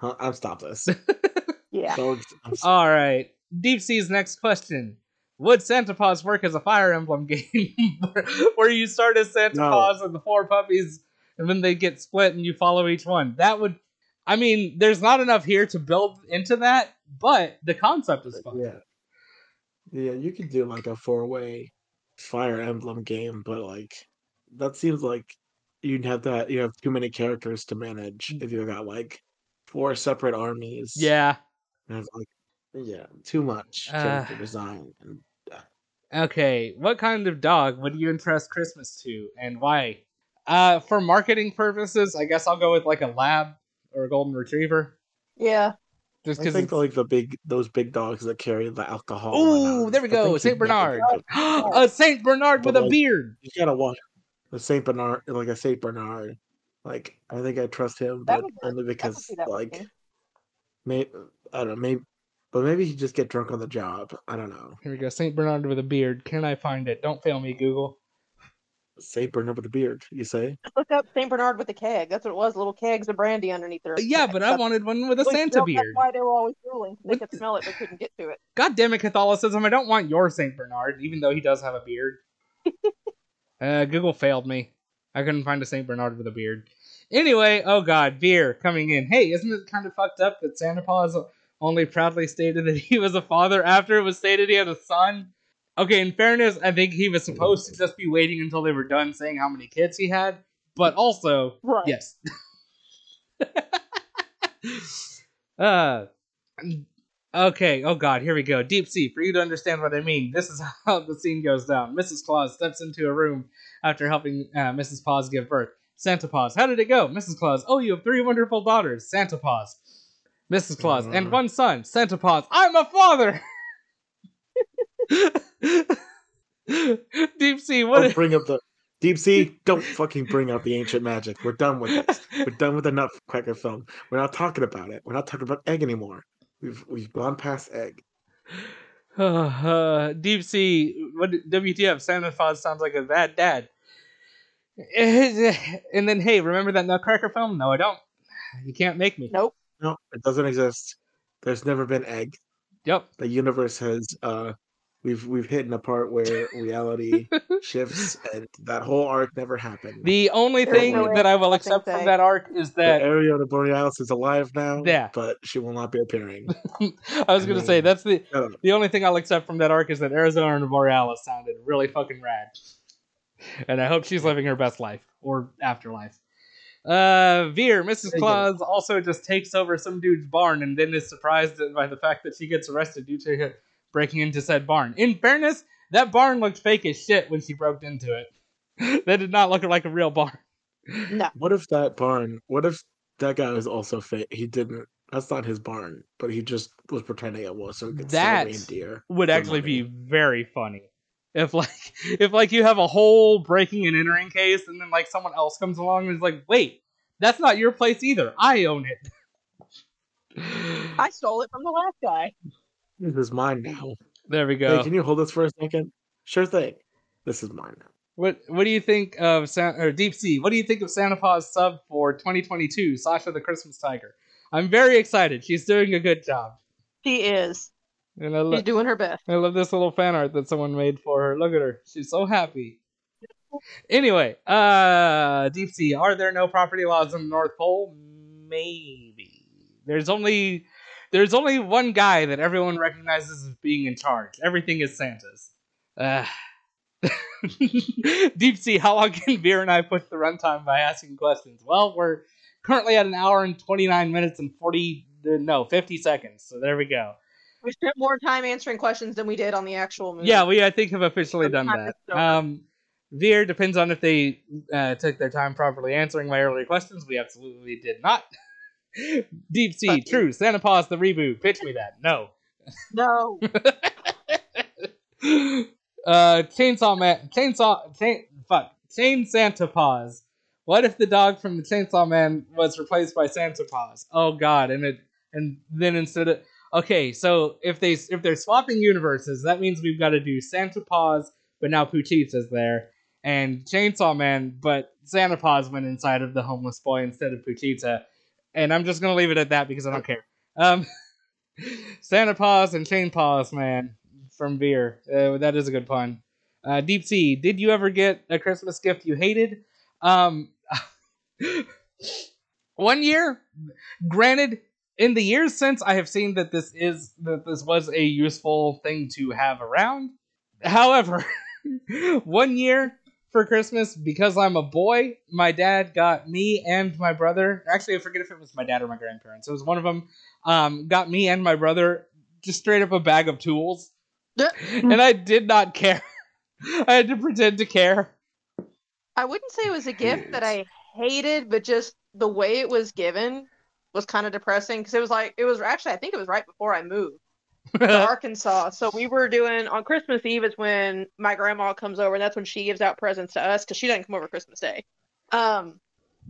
[SPEAKER 6] Huh, I'm stop this.
[SPEAKER 7] [LAUGHS] Yeah.
[SPEAKER 6] Dogs, I'm s-
[SPEAKER 4] All right. Deep Sea's next question. Would Santa Paws work as a Fire Emblem [LAUGHS] game where you start as Santa
[SPEAKER 6] No.
[SPEAKER 4] Paws and the four puppies and then they get split and you follow each one? That would, I mean, there's not enough here to build into that, but the concept is fun.
[SPEAKER 6] yeah, yeah. You could do like a four way Fire Emblem game, but like that seems like you'd have that you have too many characters to manage if you got like four separate armies.
[SPEAKER 4] Yeah.
[SPEAKER 6] And it's like, yeah, too much character
[SPEAKER 4] Uh,
[SPEAKER 6] design. And
[SPEAKER 4] Okay. What kind of dog would you entrust Christmas to and why? Uh, for marketing purposes, I guess I'll go with like a lab or a golden retriever.
[SPEAKER 7] Yeah.
[SPEAKER 4] Just
[SPEAKER 6] I
[SPEAKER 4] because
[SPEAKER 6] think like the big those big dogs that carry the alcohol.
[SPEAKER 4] Ooh,
[SPEAKER 6] Oh,
[SPEAKER 4] there we go. Saint Bernard. [GASPS] a Saint Bernard with
[SPEAKER 6] But,
[SPEAKER 4] a
[SPEAKER 6] like-
[SPEAKER 4] beard.
[SPEAKER 6] You gotta watch the Saint Bernard, like a Saint Bernard. Like I think I trust him,
[SPEAKER 7] That
[SPEAKER 6] but
[SPEAKER 7] would work.
[SPEAKER 6] only because
[SPEAKER 7] be that one,
[SPEAKER 6] like
[SPEAKER 7] yeah.
[SPEAKER 6] maybe I don't know, maybe but maybe he just get drunk on the job. I don't know.
[SPEAKER 4] Here we go. Saint Bernard with a beard. Can I find it? Don't fail me, Google.
[SPEAKER 6] Saint Bernard with a beard. You say?
[SPEAKER 7] Just look up St. Bernard with a keg. That's what it was. Little kegs of brandy underneath their.
[SPEAKER 4] Yeah, but I wanted one with a Santa
[SPEAKER 7] That's
[SPEAKER 4] beard.
[SPEAKER 7] why they were always drooling. They
[SPEAKER 4] What
[SPEAKER 7] could
[SPEAKER 4] the-
[SPEAKER 7] smell it, but couldn't get to it.
[SPEAKER 4] God damn it, Catholicism! I don't want your Saint Bernard, even though he does have a beard. uh, Google failed me. I couldn't find a Saint Bernard with a beard. Anyway, oh god, beer coming in. Hey, isn't it kind of fucked up that Santa Claus only proudly stated that he was a father after it was stated he had a son? Okay, in fairness, I think he was supposed to just be waiting until they were done saying how many kids he had. But also,
[SPEAKER 7] Right.
[SPEAKER 4] yes. [LAUGHS] uh, okay. Oh God. Here we go. Deep sea. For you to understand what I mean, this is [LAUGHS] how the scene goes down. Mrs. Claus steps into a room after helping uh, Mrs. Paws give birth. Santa Paws. How did it go, Mrs. Claus? Oh, you have three wonderful daughters. Santa Paws. Mrs. Claus and
[SPEAKER 6] Mhm.
[SPEAKER 4] one son. Santa Paws. I'm a father. [LAUGHS] Deep sea. What?
[SPEAKER 6] Don't bring up the
[SPEAKER 4] [LAUGHS]
[SPEAKER 6] deep sea. Don't fucking bring up the ancient magic. We're done with this. We're done with the Nutcracker film. We're not talking about it. We're not talking about egg anymore. We've we've gone past egg.
[SPEAKER 4] uh, [SIGHS] deep sea. What WTF? Santa Claus sounds like a bad dad. [LAUGHS] And then, hey, remember that Nutcracker film? No, I don't. [SIGHS] You can't make me.
[SPEAKER 7] Nope.
[SPEAKER 6] No, it doesn't exist. There's never been egg.
[SPEAKER 4] Yep.
[SPEAKER 6] The universe has uh we've we've hit in a part where
[SPEAKER 4] [LAUGHS]
[SPEAKER 6] reality shifts and that whole arc never happened. The,
[SPEAKER 4] The only
[SPEAKER 7] There's
[SPEAKER 4] thing
[SPEAKER 7] no way
[SPEAKER 4] that I will
[SPEAKER 7] I
[SPEAKER 4] accept
[SPEAKER 7] think
[SPEAKER 4] from
[SPEAKER 7] they-
[SPEAKER 4] that arc is that [LAUGHS]
[SPEAKER 6] Ariana Borealis is alive now,
[SPEAKER 4] Yeah.
[SPEAKER 6] but she will not
[SPEAKER 4] [LAUGHS]
[SPEAKER 6] be appearing.
[SPEAKER 4] I was gonna say that's the
[SPEAKER 6] Shut up.
[SPEAKER 4] the only thing I'll accept from that arc is that Arizona and Borealis sounded really fucking rad, and I hope she's living her best life or afterlife. Uh, Veer, Mrs.
[SPEAKER 6] There you go.
[SPEAKER 4] Claus also just takes over some dude's barn and then is surprised by the fact that she gets arrested due to her breaking into said barn. In fairness, that barn looked fake as shit when she broke into it. [LAUGHS] that did not look like a real barn.
[SPEAKER 5] No.
[SPEAKER 6] What if that barn? What if that guy was also fake? He didn't. That's not his barn, but he just was pretending it was so he could sell
[SPEAKER 4] That-
[SPEAKER 6] reindeer.
[SPEAKER 4] Would
[SPEAKER 6] for
[SPEAKER 4] actually be
[SPEAKER 6] money.
[SPEAKER 4] very funny. If like [LAUGHS] if like you have a whole breaking and entering case and then like someone else comes along and is like, wait, that's not your place either. I own it. [LAUGHS]
[SPEAKER 5] I stole it from the last guy.
[SPEAKER 6] This is mine now.
[SPEAKER 4] There we
[SPEAKER 6] Hey,
[SPEAKER 4] go.
[SPEAKER 6] can you hold this for a second? Sure thing. This is mine now.
[SPEAKER 4] What what do you think of San, or Deep Sea? What do you think of Santa Paws sub for 2022, Sasha the Christmas Tiger? I'm very excited. She's doing a good job.
[SPEAKER 5] She is.
[SPEAKER 4] And I, lo-
[SPEAKER 5] She's doing her best.
[SPEAKER 4] I love this little fan art that someone made for her. Look at her. She's so happy. Anyway, uh Deep Sea, are there no property laws in the North Pole? Maybe. There's only there's only one guy that everyone recognizes as being in charge. Everything is Santa's. Uh, [LAUGHS] Deep Sea, how long can Beer and I push the runtime by asking questions? Well, we're currently at an hour and 29 minutes and 40, no, 50 seconds. So there we go.
[SPEAKER 5] We spent more time answering questions than we did on the actual movie.
[SPEAKER 4] Yeah, we I think have officially
[SPEAKER 5] Some
[SPEAKER 4] done
[SPEAKER 5] time is
[SPEAKER 4] that.
[SPEAKER 5] over.
[SPEAKER 4] Um, Veer depends on if they uh, took their time properly answering my earlier questions. We absolutely did not. [LAUGHS] Deep sea,
[SPEAKER 5] Fuck you.
[SPEAKER 4] true. Santa Paws the reboot. Pitch me that. No.
[SPEAKER 5] No.
[SPEAKER 4] Uh, chainsaw man, chainsaw, chain, fuck, chain Santa Paws. What if the dog from the Chainsaw Man was replaced by Santa Paws? Oh God! And it, and then instead of okay, so if they if they're swapping universes, that means we've got to do Santa Paws, but now Poochita's there, and Chainsaw Man, but Santa Paws went inside of the homeless boy instead of Poochita, and I'm just gonna leave it at that because I don't care. Um, [LAUGHS] Santa Paws and Chain Paws Man from Beer. Uh, that is a good pun. Uh, Deep Sea, did you ever get a Christmas gift you hated? Um, [LAUGHS] one year, granted, in the years since, I have seen that this is that this was a useful thing to have around. However, [LAUGHS] one year for Christmas, because I'm a boy, my dad got me and my brother. Actually, I forget if it was my dad or my grandparents. It was one of them. Um, got me and my brother just straight up a bag of tools, [LAUGHS] and I did not care. [LAUGHS] I had to pretend to care. [LAUGHS]
[SPEAKER 5] I wouldn't say it was a gift that I hated, but just the way it was given was kind of depressing because it was like it was actually I think it was right before I moved to Arkansas. So we were doing on Christmas Eve is when my grandma comes over, and that's when she gives out presents to us because she doesn't come over Christmas Day. Um,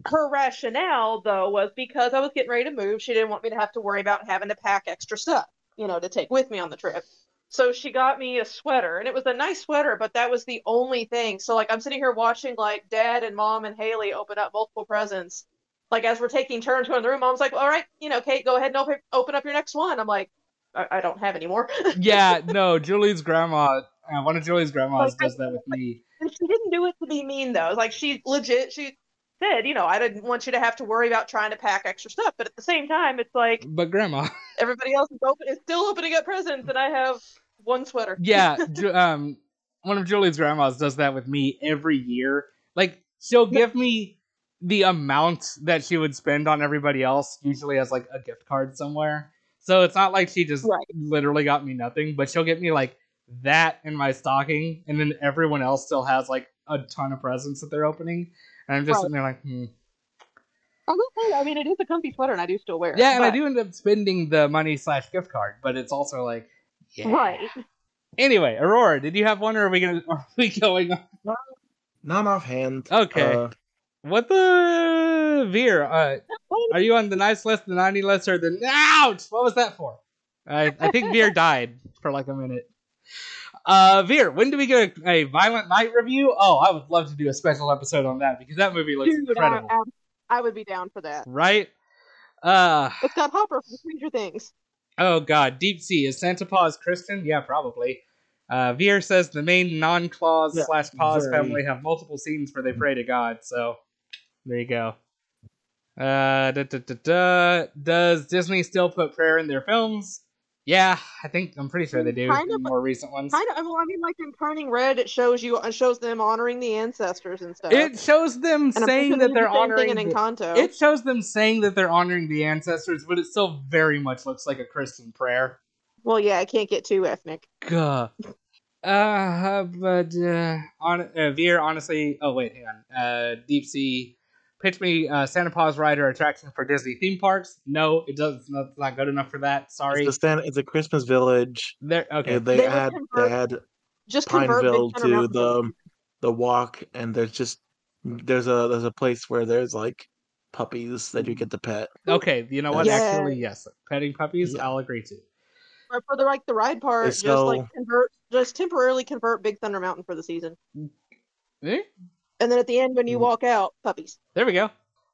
[SPEAKER 5] her rationale though was because I was getting ready to move, she didn't want me to have to worry about having to pack extra stuff, you know, to take with me on the trip. So she got me a sweater, and it was a nice sweater, but that was the only thing. So like I'm sitting here watching like Dad and Mom and Haley open up multiple presents. Like as we're taking turns going in the room, Mom's like, "All right, you know, Kate, go ahead and open open up your next one." I'm like, "I, I don't have any more."
[SPEAKER 4] yeah, no, Julie's grandma, uh, one of Julie's grandmas
[SPEAKER 5] Like, I-
[SPEAKER 4] does that with me.
[SPEAKER 5] And she didn't do it to be mean though. Like she legit, she said, you know, I didn't want you to have to worry about trying to pack extra stuff. But at the same time, it's like
[SPEAKER 4] But grandma,
[SPEAKER 5] everybody else is open, is still opening up presents, and I have one sweater. [LAUGHS]
[SPEAKER 4] yeah, Ju- um, one of Julie's grandmas does that with me every year. Like she'll give me the amount that she would spend on everybody else, usually as like a gift card somewhere. So it's not like she just
[SPEAKER 5] Right.
[SPEAKER 4] literally got me nothing, but she'll get me like that in my stocking, and then everyone else still has like a ton of presents that they're opening, and I'm just
[SPEAKER 5] Right.
[SPEAKER 4] sitting there like, hmm.
[SPEAKER 5] I will say, I mean, it is a comfy sweater, and I do still wear it.
[SPEAKER 4] Yeah, and I
[SPEAKER 5] but-
[SPEAKER 4] do end up spending the money slash gift card, but it's also like yeah.
[SPEAKER 5] Right.
[SPEAKER 4] Anyway, Aurora, did you have one, or are we gonna [LAUGHS] are we going? On?
[SPEAKER 6] Not offhand.
[SPEAKER 4] Okay.
[SPEAKER 6] Uh,
[SPEAKER 4] What the Veer? Uh, are you on the nice list, the ninety list, or the ouch? What was that for? I I think
[SPEAKER 5] [LAUGHS]
[SPEAKER 4] Veer died for like a minute. Uh, Veer, when do we get a, a Violent Night review? Oh, I would love to do a special episode on that because that movie looks
[SPEAKER 5] Dude, I,
[SPEAKER 4] incredible,
[SPEAKER 5] I, I would be down for that.
[SPEAKER 4] right? Uh,
[SPEAKER 5] It's got Hopper from Stranger Things.
[SPEAKER 4] Oh God, deep sea is Santa Paws Christian? Yeah, probably. Uh, Veer says the main non-claws
[SPEAKER 6] Yeah,
[SPEAKER 4] slash Paws
[SPEAKER 6] very. Mm.
[SPEAKER 4] family have multiple scenes where they pray to God. So there you go. Uh, da, da, da, da. Does Disney still put prayer in their films? Yeah, I think I'm pretty sure they do.
[SPEAKER 5] Mm, Kind
[SPEAKER 4] in
[SPEAKER 5] of-
[SPEAKER 4] more recent ones.
[SPEAKER 5] Kind of. Well, I mean, like in Turning Red, it shows you, it shows them honoring the ancestors and stuff.
[SPEAKER 4] It shows them
[SPEAKER 5] and I'm pretty
[SPEAKER 4] saying
[SPEAKER 5] sure they
[SPEAKER 4] that
[SPEAKER 5] did
[SPEAKER 4] they're
[SPEAKER 5] the same
[SPEAKER 4] honoring.
[SPEAKER 5] thing in
[SPEAKER 4] the-
[SPEAKER 5] Encanto.
[SPEAKER 4] it shows them saying that they're honoring the ancestors, but it still very much looks like a Christian prayer.
[SPEAKER 5] Well, yeah, I can't get too ethnic.
[SPEAKER 4] Gah. Uh, but uh, on uh, Veer, honestly. Oh wait, hang on. Uh, Deep Sea, pitch me uh, Santa Paws Rider attraction for Disney theme parks. No, it does it's not, it's not good enough for that. Sorry.
[SPEAKER 6] It's, the Stan- it's a Christmas village.
[SPEAKER 4] There. Okay.
[SPEAKER 6] and they,
[SPEAKER 7] They would
[SPEAKER 6] add
[SPEAKER 7] convert
[SPEAKER 6] they add
[SPEAKER 7] Just convert Big
[SPEAKER 6] Pineville
[SPEAKER 7] Thunder
[SPEAKER 6] to
[SPEAKER 7] Mountain.
[SPEAKER 6] the the walk, and there's just there's a there's a place where there's like puppies that you get to pet.
[SPEAKER 4] Okay. You know what?
[SPEAKER 7] Yes.
[SPEAKER 4] Actually, yes. Petting puppies,
[SPEAKER 6] Yeah.
[SPEAKER 4] I'll agree to.
[SPEAKER 7] Or for the like the ride part, just
[SPEAKER 6] so-
[SPEAKER 7] like convert, just temporarily convert Big Thunder Mountain for the season,
[SPEAKER 4] Eh?
[SPEAKER 7] and then at the end when you
[SPEAKER 6] Mm.
[SPEAKER 7] walk out, puppies.
[SPEAKER 4] There we go.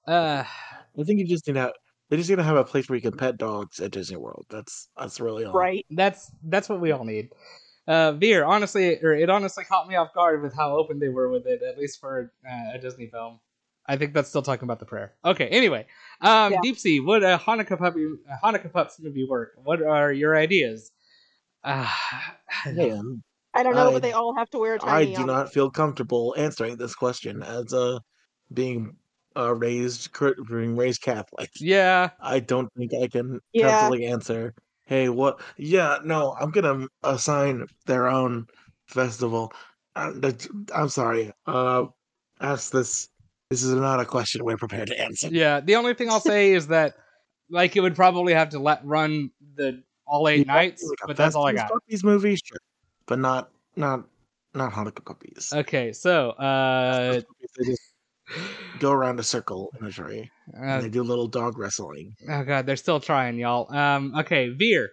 [SPEAKER 4] Uh,
[SPEAKER 6] I think you just need to. Have, they just need to have a place where you can pet dogs at Disney World. That's that's really all.
[SPEAKER 7] Right.
[SPEAKER 4] that's that's what we all need. Uh, Veer, honestly, or it honestly caught me off guard with how open they were with it, at least for uh, a Disney film. I think that's still talking about the prayer. Okay, anyway, um,
[SPEAKER 7] Yeah.
[SPEAKER 4] Deep Sea, would a Hanukkah puppy, a Hanukkah pups movie work? What are your ideas? [SIGHS] Uh,
[SPEAKER 6] Man,
[SPEAKER 7] I don't know,
[SPEAKER 6] I-
[SPEAKER 7] but they all have to wear a
[SPEAKER 6] I
[SPEAKER 7] tiny. um,
[SPEAKER 6] do
[SPEAKER 7] outfit.
[SPEAKER 6] not feel comfortable answering this question as a being uh, raised cr- being raised Catholic.
[SPEAKER 4] yeah,
[SPEAKER 6] I don't think I can
[SPEAKER 7] Yeah.
[SPEAKER 6] comfortably answer. Hey, what? Yeah, no, I'm gonna assign their own festival. Uh, that's- I'm sorry. Uh, ask this. This is not a question we're prepared to answer.
[SPEAKER 4] yeah. The only thing I'll say is that, like, it would probably have to let run the all
[SPEAKER 6] You
[SPEAKER 4] eight
[SPEAKER 6] know,
[SPEAKER 4] nights,
[SPEAKER 6] like a
[SPEAKER 4] but that's all I
[SPEAKER 6] Festivus
[SPEAKER 4] got.
[SPEAKER 6] Puppies movie, sure, but not not not Hanukkah puppies.
[SPEAKER 4] Okay, so uh,
[SPEAKER 6] Festivus Puppies, they just go around a circle in a tree and
[SPEAKER 4] uh
[SPEAKER 6] they do little dog wrestling.
[SPEAKER 4] Oh god, they're still trying, y'all. Um, okay, Veer.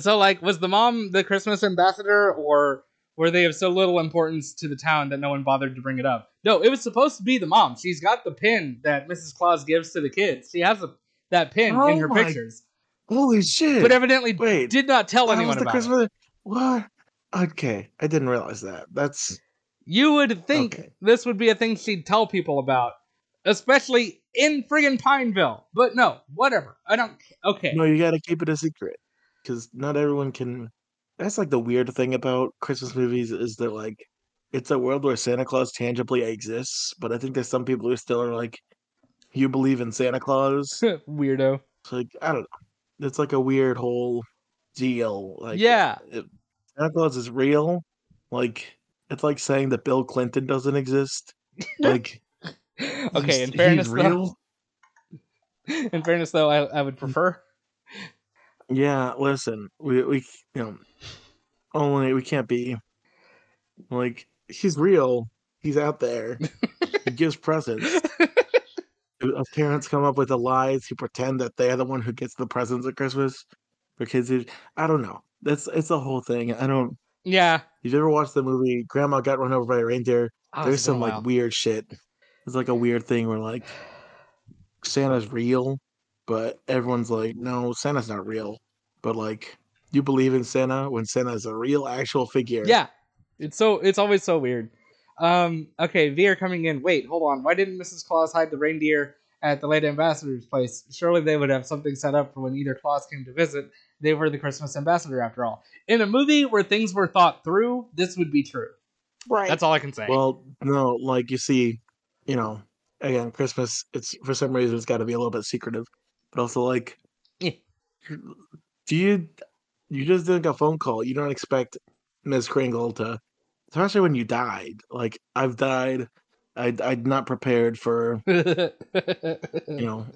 [SPEAKER 4] So like, was the mom the Christmas ambassador, or were they of so little importance to the town that no one bothered to bring it up? No, it was supposed to be the mom. She's got the pin that Mrs. Claus gives to the kids. She has a, that pin in
[SPEAKER 6] Oh
[SPEAKER 4] her
[SPEAKER 6] my-
[SPEAKER 4] pictures,
[SPEAKER 6] Holy shit!
[SPEAKER 4] but evidently
[SPEAKER 6] Wait,
[SPEAKER 4] did not tell
[SPEAKER 6] that
[SPEAKER 4] anyone
[SPEAKER 6] was the
[SPEAKER 4] about it.
[SPEAKER 6] Christmas. What? Okay, I didn't realize that. That's
[SPEAKER 4] You would think
[SPEAKER 6] Okay.
[SPEAKER 4] this would be a thing she'd tell people about, especially in friggin' Pineville. But no, whatever. I don't. ca- Okay.
[SPEAKER 6] no, you gotta keep it a secret because not everyone can. That's like the weird thing about Christmas movies is that like it's a world where Santa Claus tangibly exists, but I think there's some people who still are like, you believe in Santa Claus?
[SPEAKER 4] [LAUGHS] Weirdo.
[SPEAKER 6] It's like I don't know. It's like a weird whole deal. Like
[SPEAKER 4] yeah.
[SPEAKER 6] Santa Claus is real. Like it's like saying that Bill Clinton
[SPEAKER 4] [LAUGHS]
[SPEAKER 6] doesn't exist. Like
[SPEAKER 4] Okay.
[SPEAKER 6] he's-
[SPEAKER 4] In fairness,
[SPEAKER 6] he's
[SPEAKER 4] though.
[SPEAKER 6] real.
[SPEAKER 4] [LAUGHS] In fairness, though, I, I would prefer. [LAUGHS]
[SPEAKER 6] Yeah, listen, we we c- you know only we can't be like he's real. He's out there.
[SPEAKER 4] [LAUGHS]
[SPEAKER 6] he gives presents. If parents come up with the lies who pretend that they're the one who gets the presents at Christmas for kids. who- I don't know. That's it's a whole thing. I don't.
[SPEAKER 4] Yeah.
[SPEAKER 6] If you ever watched the movie Grandma Got Run Over by a Reindeer,
[SPEAKER 4] Oh,
[SPEAKER 6] there's
[SPEAKER 4] it's been a
[SPEAKER 6] some
[SPEAKER 4] while.
[SPEAKER 6] like weird shit. It's like a weird thing where like Santa's real, but everyone's like, no, Santa's not real. But like, you believe in Santa when Santa is a real, actual figure.
[SPEAKER 4] Yeah. It's so it's always so weird. Um. Okay. Veer coming in. Wait. Hold on. Why didn't Mrs. Claus hide the reindeer at the late ambassador's place? Surely they would have something set up for when either Claus came to visit. They were the Christmas ambassador after all. In a movie where things were thought through, this would be true.
[SPEAKER 7] Right.
[SPEAKER 4] That's all I can say.
[SPEAKER 6] Well, no, like you see, you know, again, Christmas. It's for some reason it's got to be a little bit secretive, but also like,
[SPEAKER 4] Yeah.
[SPEAKER 6] do you you just didn't get a phone call? You don't expect Miss Kringle to, especially when you died. Like I've died, I I'm not prepared for you know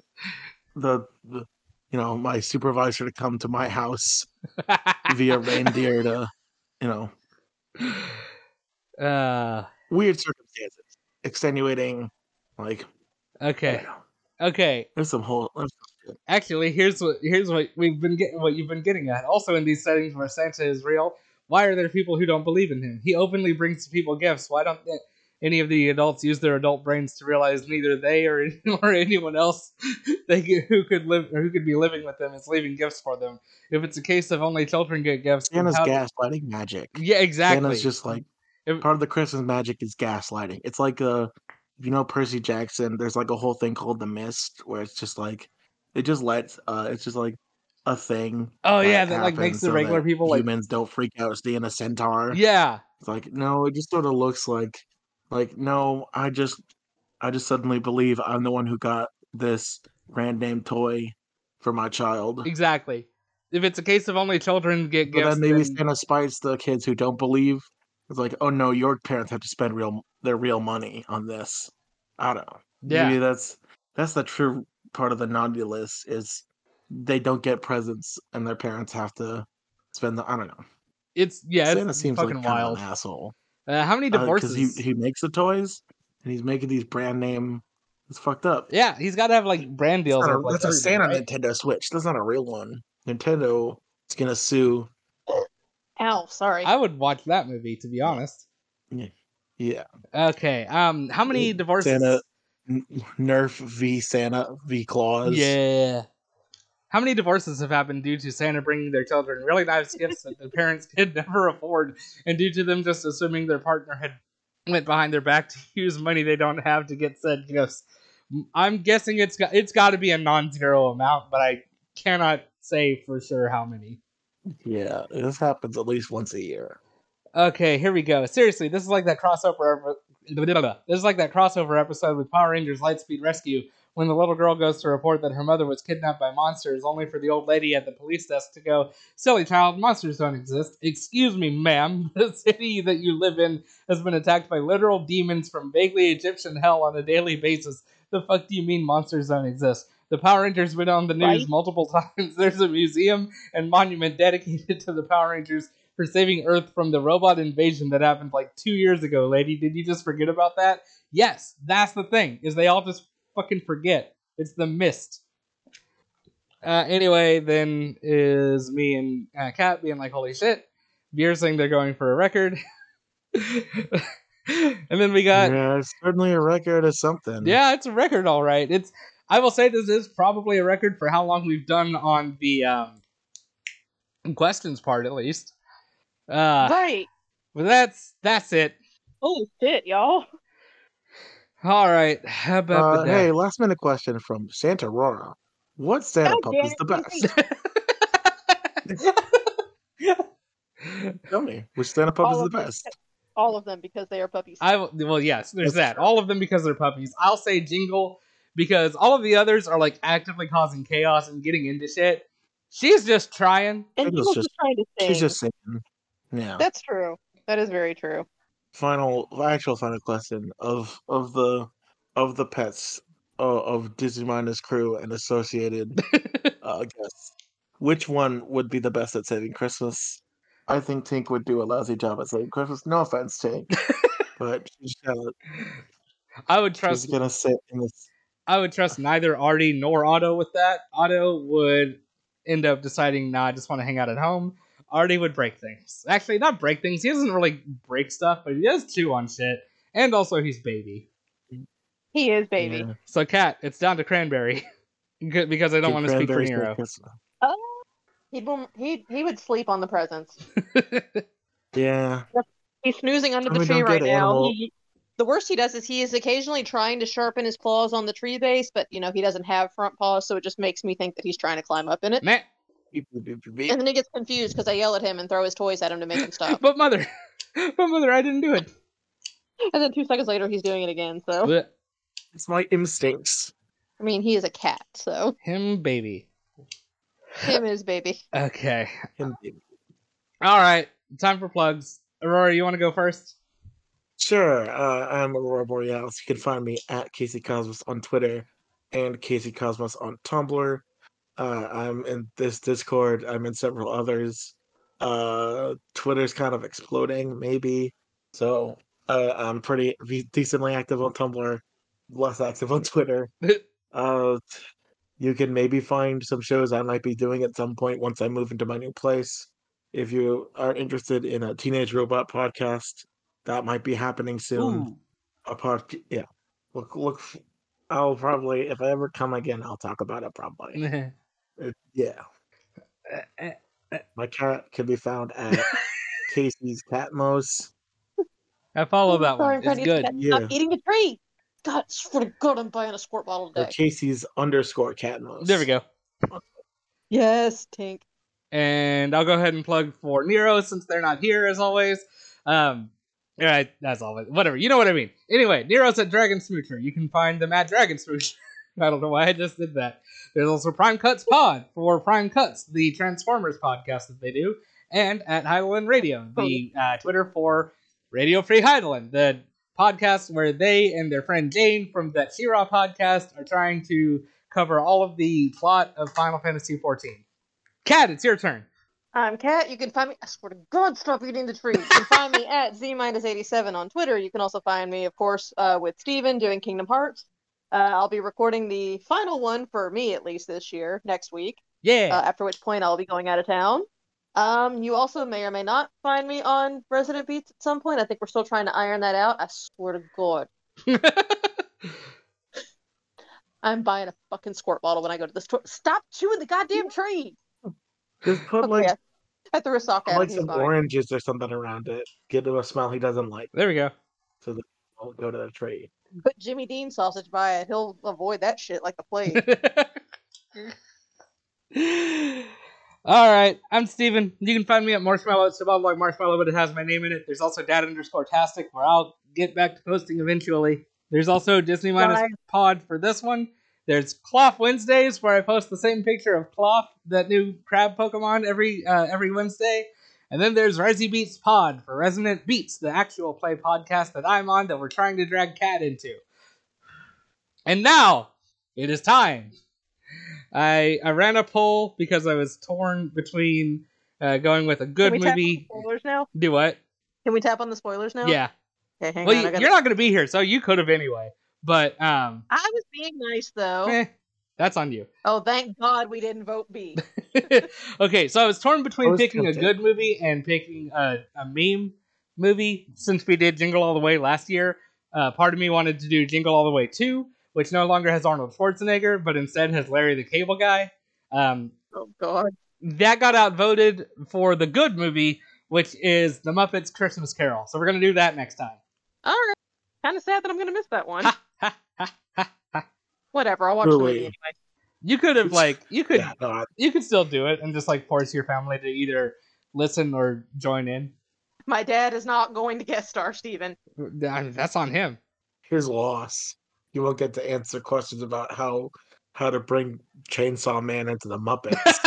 [SPEAKER 6] the, the you know my supervisor to come to my house via reindeer to you know
[SPEAKER 4] [LAUGHS] uh.
[SPEAKER 6] weird circumstances extenuating like I
[SPEAKER 4] Okay.
[SPEAKER 6] don't know.
[SPEAKER 4] Okay.
[SPEAKER 6] there's some whole there's some shit.
[SPEAKER 4] Actually, here's what here's what we've been getting what you've been getting at. Also, in these settings where Santa is real, why are there people who don't believe in him? He openly brings people gifts. Why don't any of the adults use their adult brains to realize neither they or, [LAUGHS] or anyone else [LAUGHS] they could- who could live or who could be living with them is leaving gifts for them? If it's a case of only children get gifts, then
[SPEAKER 6] Santa's
[SPEAKER 4] how-
[SPEAKER 6] gaslighting magic
[SPEAKER 4] yeah, exactly.
[SPEAKER 6] Santa's just like
[SPEAKER 4] If-
[SPEAKER 6] part of the Christmas magic is gaslighting it's like uh you know Percy Jackson there's like a whole thing called the mist where it's just like it just lets uh it's just like a thing
[SPEAKER 4] oh yeah,
[SPEAKER 6] that
[SPEAKER 4] that like
[SPEAKER 6] happens
[SPEAKER 4] makes the
[SPEAKER 6] so
[SPEAKER 4] regular
[SPEAKER 6] that
[SPEAKER 4] people like
[SPEAKER 6] humans don't freak out seeing a centaur
[SPEAKER 4] yeah,
[SPEAKER 6] It's like no, it just sort of looks like like no, I just I just suddenly believe I'm the one who got this brand name toy for my child.
[SPEAKER 4] exactly. If it's a case of only children get
[SPEAKER 6] But
[SPEAKER 4] gifts,
[SPEAKER 6] then maybe
[SPEAKER 4] then-
[SPEAKER 6] Santa spites the kids who don't believe It's like, oh no, your parents have to spend real their real money on this. I don't know.
[SPEAKER 4] Yeah.
[SPEAKER 6] Maybe that's that's the true part of the naughty list is they don't get presents and their parents have to spend the I don't know.
[SPEAKER 4] It's yeah,
[SPEAKER 6] Santa
[SPEAKER 4] it's
[SPEAKER 6] seems like
[SPEAKER 4] fucking
[SPEAKER 6] kind
[SPEAKER 4] wild.
[SPEAKER 6] of an asshole.
[SPEAKER 4] Uh, how many divorces?
[SPEAKER 6] Because he, he makes the toys and he's making these brand name it's fucked up.
[SPEAKER 4] yeah, he's got to have like brand
[SPEAKER 6] That's
[SPEAKER 4] deals.
[SPEAKER 6] not a-
[SPEAKER 4] with, like,
[SPEAKER 6] that's a
[SPEAKER 4] everything,
[SPEAKER 6] Santa
[SPEAKER 4] right?
[SPEAKER 6] Nintendo Switch. That's not a real one. Nintendo is gonna sue
[SPEAKER 7] Ow, sorry.
[SPEAKER 4] I would watch that movie to be honest.
[SPEAKER 6] yeah.
[SPEAKER 4] Okay. Um, how many divorces?
[SPEAKER 6] Santa N- Nerf v Santa v Claus.
[SPEAKER 4] Yeah. How many divorces have happened due to Santa bringing their children really nice gifts that their parents could [LAUGHS] never afford, and due to them just assuming their partner had went behind their back to [LAUGHS] use money they don't have to get said gifts? I'm guessing it's got it's got to be a non-zero amount, but I cannot say for sure how many.
[SPEAKER 6] Yeah, this happens at least once a year.
[SPEAKER 4] Okay, here we go. Seriously, this is like that crossover. epi- This is like that crossover episode with Power Rangers Lightspeed Rescue when the little girl goes to report that her mother was kidnapped by monsters, only for the old lady at the police desk to go, "Silly child, monsters don't exist." Excuse me, ma'am. [LAUGHS] The city that you live in has been attacked by literal demons from vaguely Egyptian hell on a daily basis. The fuck do you mean monsters don't exist? The Power Rangers been on the news
[SPEAKER 7] Right?
[SPEAKER 4] multiple [LAUGHS] times. There's a museum and monument dedicated to the Power Rangers for saving Earth from the robot invasion that happened like two years ago, lady. Did you just forget about that? Yes, that's the thing, is they all just fucking forget. It's the mist. Uh, anyway, then is me and uh, Kat being like, holy shit. Beer saying they're going for a record. [LAUGHS] and then we got
[SPEAKER 6] yeah, it's certainly a record of something.
[SPEAKER 4] yeah, it's a record, all right. It's I will say this is probably a record for how long we've done on the um, questions part, at least. Uh,
[SPEAKER 7] right.
[SPEAKER 4] but that's that's it.
[SPEAKER 7] Holy shit, y'all.
[SPEAKER 4] All right, how about
[SPEAKER 6] Uh,
[SPEAKER 4] the day?
[SPEAKER 6] hey, last minute question from Santa Rora. What Santa
[SPEAKER 7] God
[SPEAKER 6] pup
[SPEAKER 7] damn
[SPEAKER 6] is
[SPEAKER 7] it,
[SPEAKER 6] the
[SPEAKER 7] you
[SPEAKER 6] best? Tell me, which Santa pup
[SPEAKER 7] All
[SPEAKER 6] is
[SPEAKER 7] of
[SPEAKER 6] the
[SPEAKER 7] them.
[SPEAKER 6] best?
[SPEAKER 7] All of them because they are puppies.
[SPEAKER 4] [LAUGHS] I will- well, yes, there's
[SPEAKER 6] That's
[SPEAKER 4] that. All of them because they're puppies. I'll say Jingle because all of the others are like actively causing chaos and getting into shit. She's just trying. [LAUGHS]
[SPEAKER 7] and
[SPEAKER 6] Jingle's
[SPEAKER 7] Jingle's
[SPEAKER 6] just-
[SPEAKER 7] just trying to sing.
[SPEAKER 6] She's just singing. Yeah.
[SPEAKER 7] That's true. That is very true.
[SPEAKER 6] Final, actual final question of of the of the pets uh, of Disney Minus crew and associated [LAUGHS] uh, guests. Which one would be the best at saving Christmas? I think Tink would do a lousy job at saving Christmas. No offense, [LAUGHS] Tink, but she's gonna,
[SPEAKER 4] I would
[SPEAKER 6] she's
[SPEAKER 4] trust.
[SPEAKER 6] gonna sit in this
[SPEAKER 4] I would trust neither Artie nor Otto with that. Otto would end up deciding, nah, I just want to hang out at home. Artie would break things. Actually, not break things. He doesn't really break stuff, but he does chew on shit. And also, he's baby.
[SPEAKER 7] He is baby.
[SPEAKER 6] Yeah.
[SPEAKER 4] So, Cat, it's down to Cranberry. [LAUGHS] Good- because I don't
[SPEAKER 6] Get
[SPEAKER 4] want to speak for
[SPEAKER 6] cranberries
[SPEAKER 4] Nero.
[SPEAKER 6] Christmas.
[SPEAKER 7] Oh, he'd been, he he would sleep on the presents.
[SPEAKER 6] Yeah,
[SPEAKER 7] He's snoozing under
[SPEAKER 6] Probably
[SPEAKER 7] the tree
[SPEAKER 6] don't get
[SPEAKER 7] right
[SPEAKER 6] an
[SPEAKER 7] now.
[SPEAKER 6] animal.
[SPEAKER 7] He, the worst he does is he is occasionally trying to sharpen his claws on the tree base, but you know he doesn't have front paws, so it just makes me think that he's trying to climb up in it.
[SPEAKER 4] Man,
[SPEAKER 6] Beep, beep, beep, beep, beep.
[SPEAKER 7] And then he gets confused because I yell at him and throw his toys at him to make him
[SPEAKER 4] [LAUGHS]
[SPEAKER 7] stop.
[SPEAKER 4] but mother, but mother, I didn't do it.
[SPEAKER 7] and then two seconds later, he's doing it again.
[SPEAKER 5] Oh.
[SPEAKER 7] So
[SPEAKER 4] Blech.
[SPEAKER 6] it's my instincts.
[SPEAKER 7] I mean, he is a cat, so
[SPEAKER 4] Him, baby.
[SPEAKER 7] him and his baby.
[SPEAKER 4] Okay.
[SPEAKER 6] And beep.
[SPEAKER 4] All right. Time for plugs. Aurora, you want to go first? [LAUGHS]
[SPEAKER 6] Sure, uh, I'm Aurora Borealis. You can find me at Casey Cosmos on Twitter and Casey Cosmos on Tumblr. Uh, I'm in this Discord. I'm in several others. Uh, Twitter's kind of exploding, maybe. So uh, I'm pretty re- decently active on Tumblr, less active on Twitter. Uh, t- you can maybe find some shows I might be doing at some point once I move into my new place. If you are interested in a teenage robot podcast, that might be happening soon.
[SPEAKER 4] Ooh.
[SPEAKER 6] A pod, yeah. Look, look. f- I'll probably, if I ever come again, I'll talk about it probably. It- yeah, Uh, my cat can
[SPEAKER 5] [LAUGHS]
[SPEAKER 6] be found at Casey's Catmos.
[SPEAKER 4] I follow
[SPEAKER 7] Oh,
[SPEAKER 4] that
[SPEAKER 7] sorry,
[SPEAKER 4] one. It's
[SPEAKER 7] Freddie,
[SPEAKER 4] good.
[SPEAKER 7] cat's
[SPEAKER 6] Yeah.
[SPEAKER 7] Not eating the tree. God, it's pretty good. I'm buying a squirt bottle
[SPEAKER 6] Or
[SPEAKER 7] today.
[SPEAKER 6] Casey's underscore Catmos.
[SPEAKER 4] There we go.
[SPEAKER 7] Yes, Tink.
[SPEAKER 4] And I'll go ahead and plug for Nero since they're not here as always. Um, all right, that's all. Whatever, you know what I mean. Anyway, Nero's at Dragon Smoocher. You can find them at Dragon Smoocher. [LAUGHS] I don't know why I just did that. There's also Prime Cuts Pod for Prime Cuts, the Transformers podcast that they do, and at Highland Radio, the uh, Twitter for Radio Free Heideland, the podcast where they and their friend Jane from that Shira podcast are trying to cover all of the plot of Final Fantasy XIV. Kat, it's your turn.
[SPEAKER 5] I'm Kat. You can find me. I swear to God, stop eating the tree. You can find me at z minus eighty seven on Twitter. You can also find me, of course, uh, with Steven doing Kingdom Hearts. Uh, I'll be recording the final one for me, at least this year, next week.
[SPEAKER 4] Yeah.
[SPEAKER 5] Uh, after which point, I'll be going out of town. Um, you also may or may not find me on Resident Beats at some point. I think we're still trying to iron that out. I swear to God, I'm buying a fucking squirt bottle when I go to the store. Stop chewing the goddamn tree.
[SPEAKER 6] Just put
[SPEAKER 5] Okay,
[SPEAKER 6] like
[SPEAKER 5] I- I threw a sock
[SPEAKER 6] put,
[SPEAKER 5] at
[SPEAKER 6] like
[SPEAKER 5] him. He's
[SPEAKER 6] some
[SPEAKER 5] fine.
[SPEAKER 6] oranges or something around it. Give him a smell he doesn't like.
[SPEAKER 4] [LAUGHS] there we go.
[SPEAKER 6] I'll go to the
[SPEAKER 4] [LAUGHS]
[SPEAKER 6] tree.
[SPEAKER 5] Put Jimmy Dean sausage by it. He'll avoid that shit like the plague.
[SPEAKER 4] All right, I'm Steven. You can find me at Marshmallow. It's about like Marshmallow, but it has my name in it. There's also Dad underscore Tastic, where I'll get back to posting eventually. There's also Disney minus
[SPEAKER 5] Bye.
[SPEAKER 4] Pod for this one. There's Cloth Wednesdays, where I post the same picture of Cloth, that new crab Pokemon, every uh, every Wednesday. And then there's Resi Beats Pod for Resonant Beats, the actual play podcast that I'm on that we're trying to drag Cat into. And now it is time I I ran a poll because I was torn between uh, going with a [LAUGHS]
[SPEAKER 5] Can
[SPEAKER 4] good
[SPEAKER 5] we tap on the
[SPEAKER 4] movie.
[SPEAKER 5] Spoilers now?
[SPEAKER 4] Do what?
[SPEAKER 5] Can we tap on the spoilers now?
[SPEAKER 4] Yeah.
[SPEAKER 5] Okay, hang
[SPEAKER 4] Well,
[SPEAKER 5] on.
[SPEAKER 4] you,
[SPEAKER 5] I, gotta-
[SPEAKER 4] you're not gonna be here, so you could have anyway. But um,
[SPEAKER 5] I was being nice though.
[SPEAKER 4] eh, that's on you. [LAUGHS]
[SPEAKER 5] Oh, thank God we didn't vote B.
[SPEAKER 4] okay, so I was torn
[SPEAKER 6] I
[SPEAKER 4] between
[SPEAKER 6] was
[SPEAKER 4] picking a
[SPEAKER 6] tempted.
[SPEAKER 4] good movie and picking a, a meme movie since we did Jingle All the Way last year. Uh, part of me wanted to do Jingle All the Way 2, which no longer has Arnold Schwarzenegger, but instead has Larry the Cable Guy. Um,
[SPEAKER 5] Oh God.
[SPEAKER 4] that got outvoted for the good movie, which is The Muppets Christmas Carol. So we're gonna do that next time.
[SPEAKER 5] All right. Kind of sad that I'm gonna miss that one.
[SPEAKER 4] Ha, ha, ha, ha, ha.
[SPEAKER 5] Whatever. I'll watch the
[SPEAKER 6] Really?
[SPEAKER 5] movie anyway.
[SPEAKER 4] you could have like you could
[SPEAKER 6] Yeah, no, I-
[SPEAKER 4] you could still do it and just like force your family to either listen or join in.
[SPEAKER 5] My dad is not going to guest star Steven.
[SPEAKER 4] I mean, that's on him.
[SPEAKER 6] his loss. You won't get to answer questions about how how to bring Chainsaw Man into the Muppets.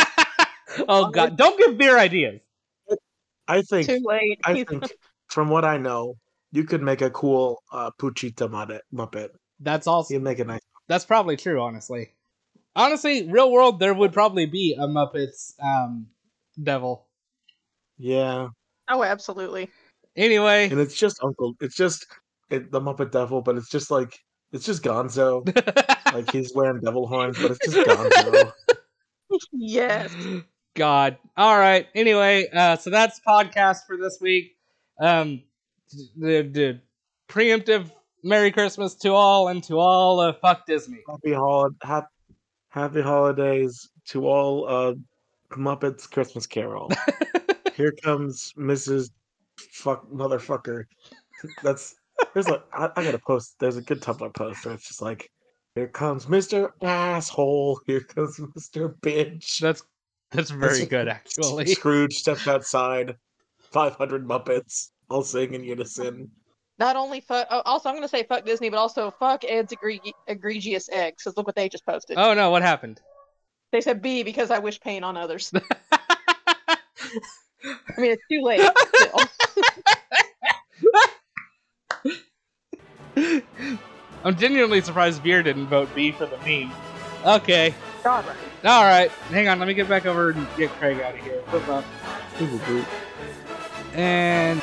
[SPEAKER 4] [LAUGHS]
[SPEAKER 5] [LAUGHS]
[SPEAKER 4] oh god, don't give beer ideas.
[SPEAKER 6] I think
[SPEAKER 5] Too late.
[SPEAKER 6] I
[SPEAKER 5] He's-
[SPEAKER 6] think from what I know, you could make a cool uh, Puchita Muppet. Muppet.
[SPEAKER 4] That's also
[SPEAKER 6] You make a nice.
[SPEAKER 4] that's probably true. Honestly, honestly, real world there would probably be a Muppets um, devil.
[SPEAKER 6] Yeah,
[SPEAKER 5] Oh, absolutely.
[SPEAKER 4] Anyway, [LAUGHS]
[SPEAKER 6] and it's just Uncle. It's just it, the Muppet Devil, but it's just like it's just Gonzo. like he's wearing devil horns, but it's just Gonzo.
[SPEAKER 5] Yes.
[SPEAKER 4] God. All right. Anyway, uh, so that's podcast for this week. Um, the, the preemptive Merry Christmas to all and to all. Uh, fuck Disney.
[SPEAKER 6] happy hol- hap- happy holidays to all uh Muppets Christmas Carol. Here comes Mrs. Fuck motherfucker. That's there's a I, I gotta post there's a good Tumblr post where it's just like here comes Mr. Asshole, here comes Mr. Bitch.
[SPEAKER 4] That's that's very good,
[SPEAKER 6] [LAUGHS]
[SPEAKER 4] actually.
[SPEAKER 6] Scrooge steps outside, five hundred Muppets, all sing in unison.
[SPEAKER 5] Not only fuck. Oh, also, I'm gonna say fuck Disney, but also fuck Ed's egreg- egregious eggs. Because look what they just posted.
[SPEAKER 4] Oh no, what happened?
[SPEAKER 5] They said B because I wish pain on others. I mean, it's too late. still.
[SPEAKER 4] I'm genuinely surprised Beer didn't vote B for the meme. Okay.
[SPEAKER 5] God, right.
[SPEAKER 4] All right. Hang on. Let me get back over and get Craig out of here. Flip up. And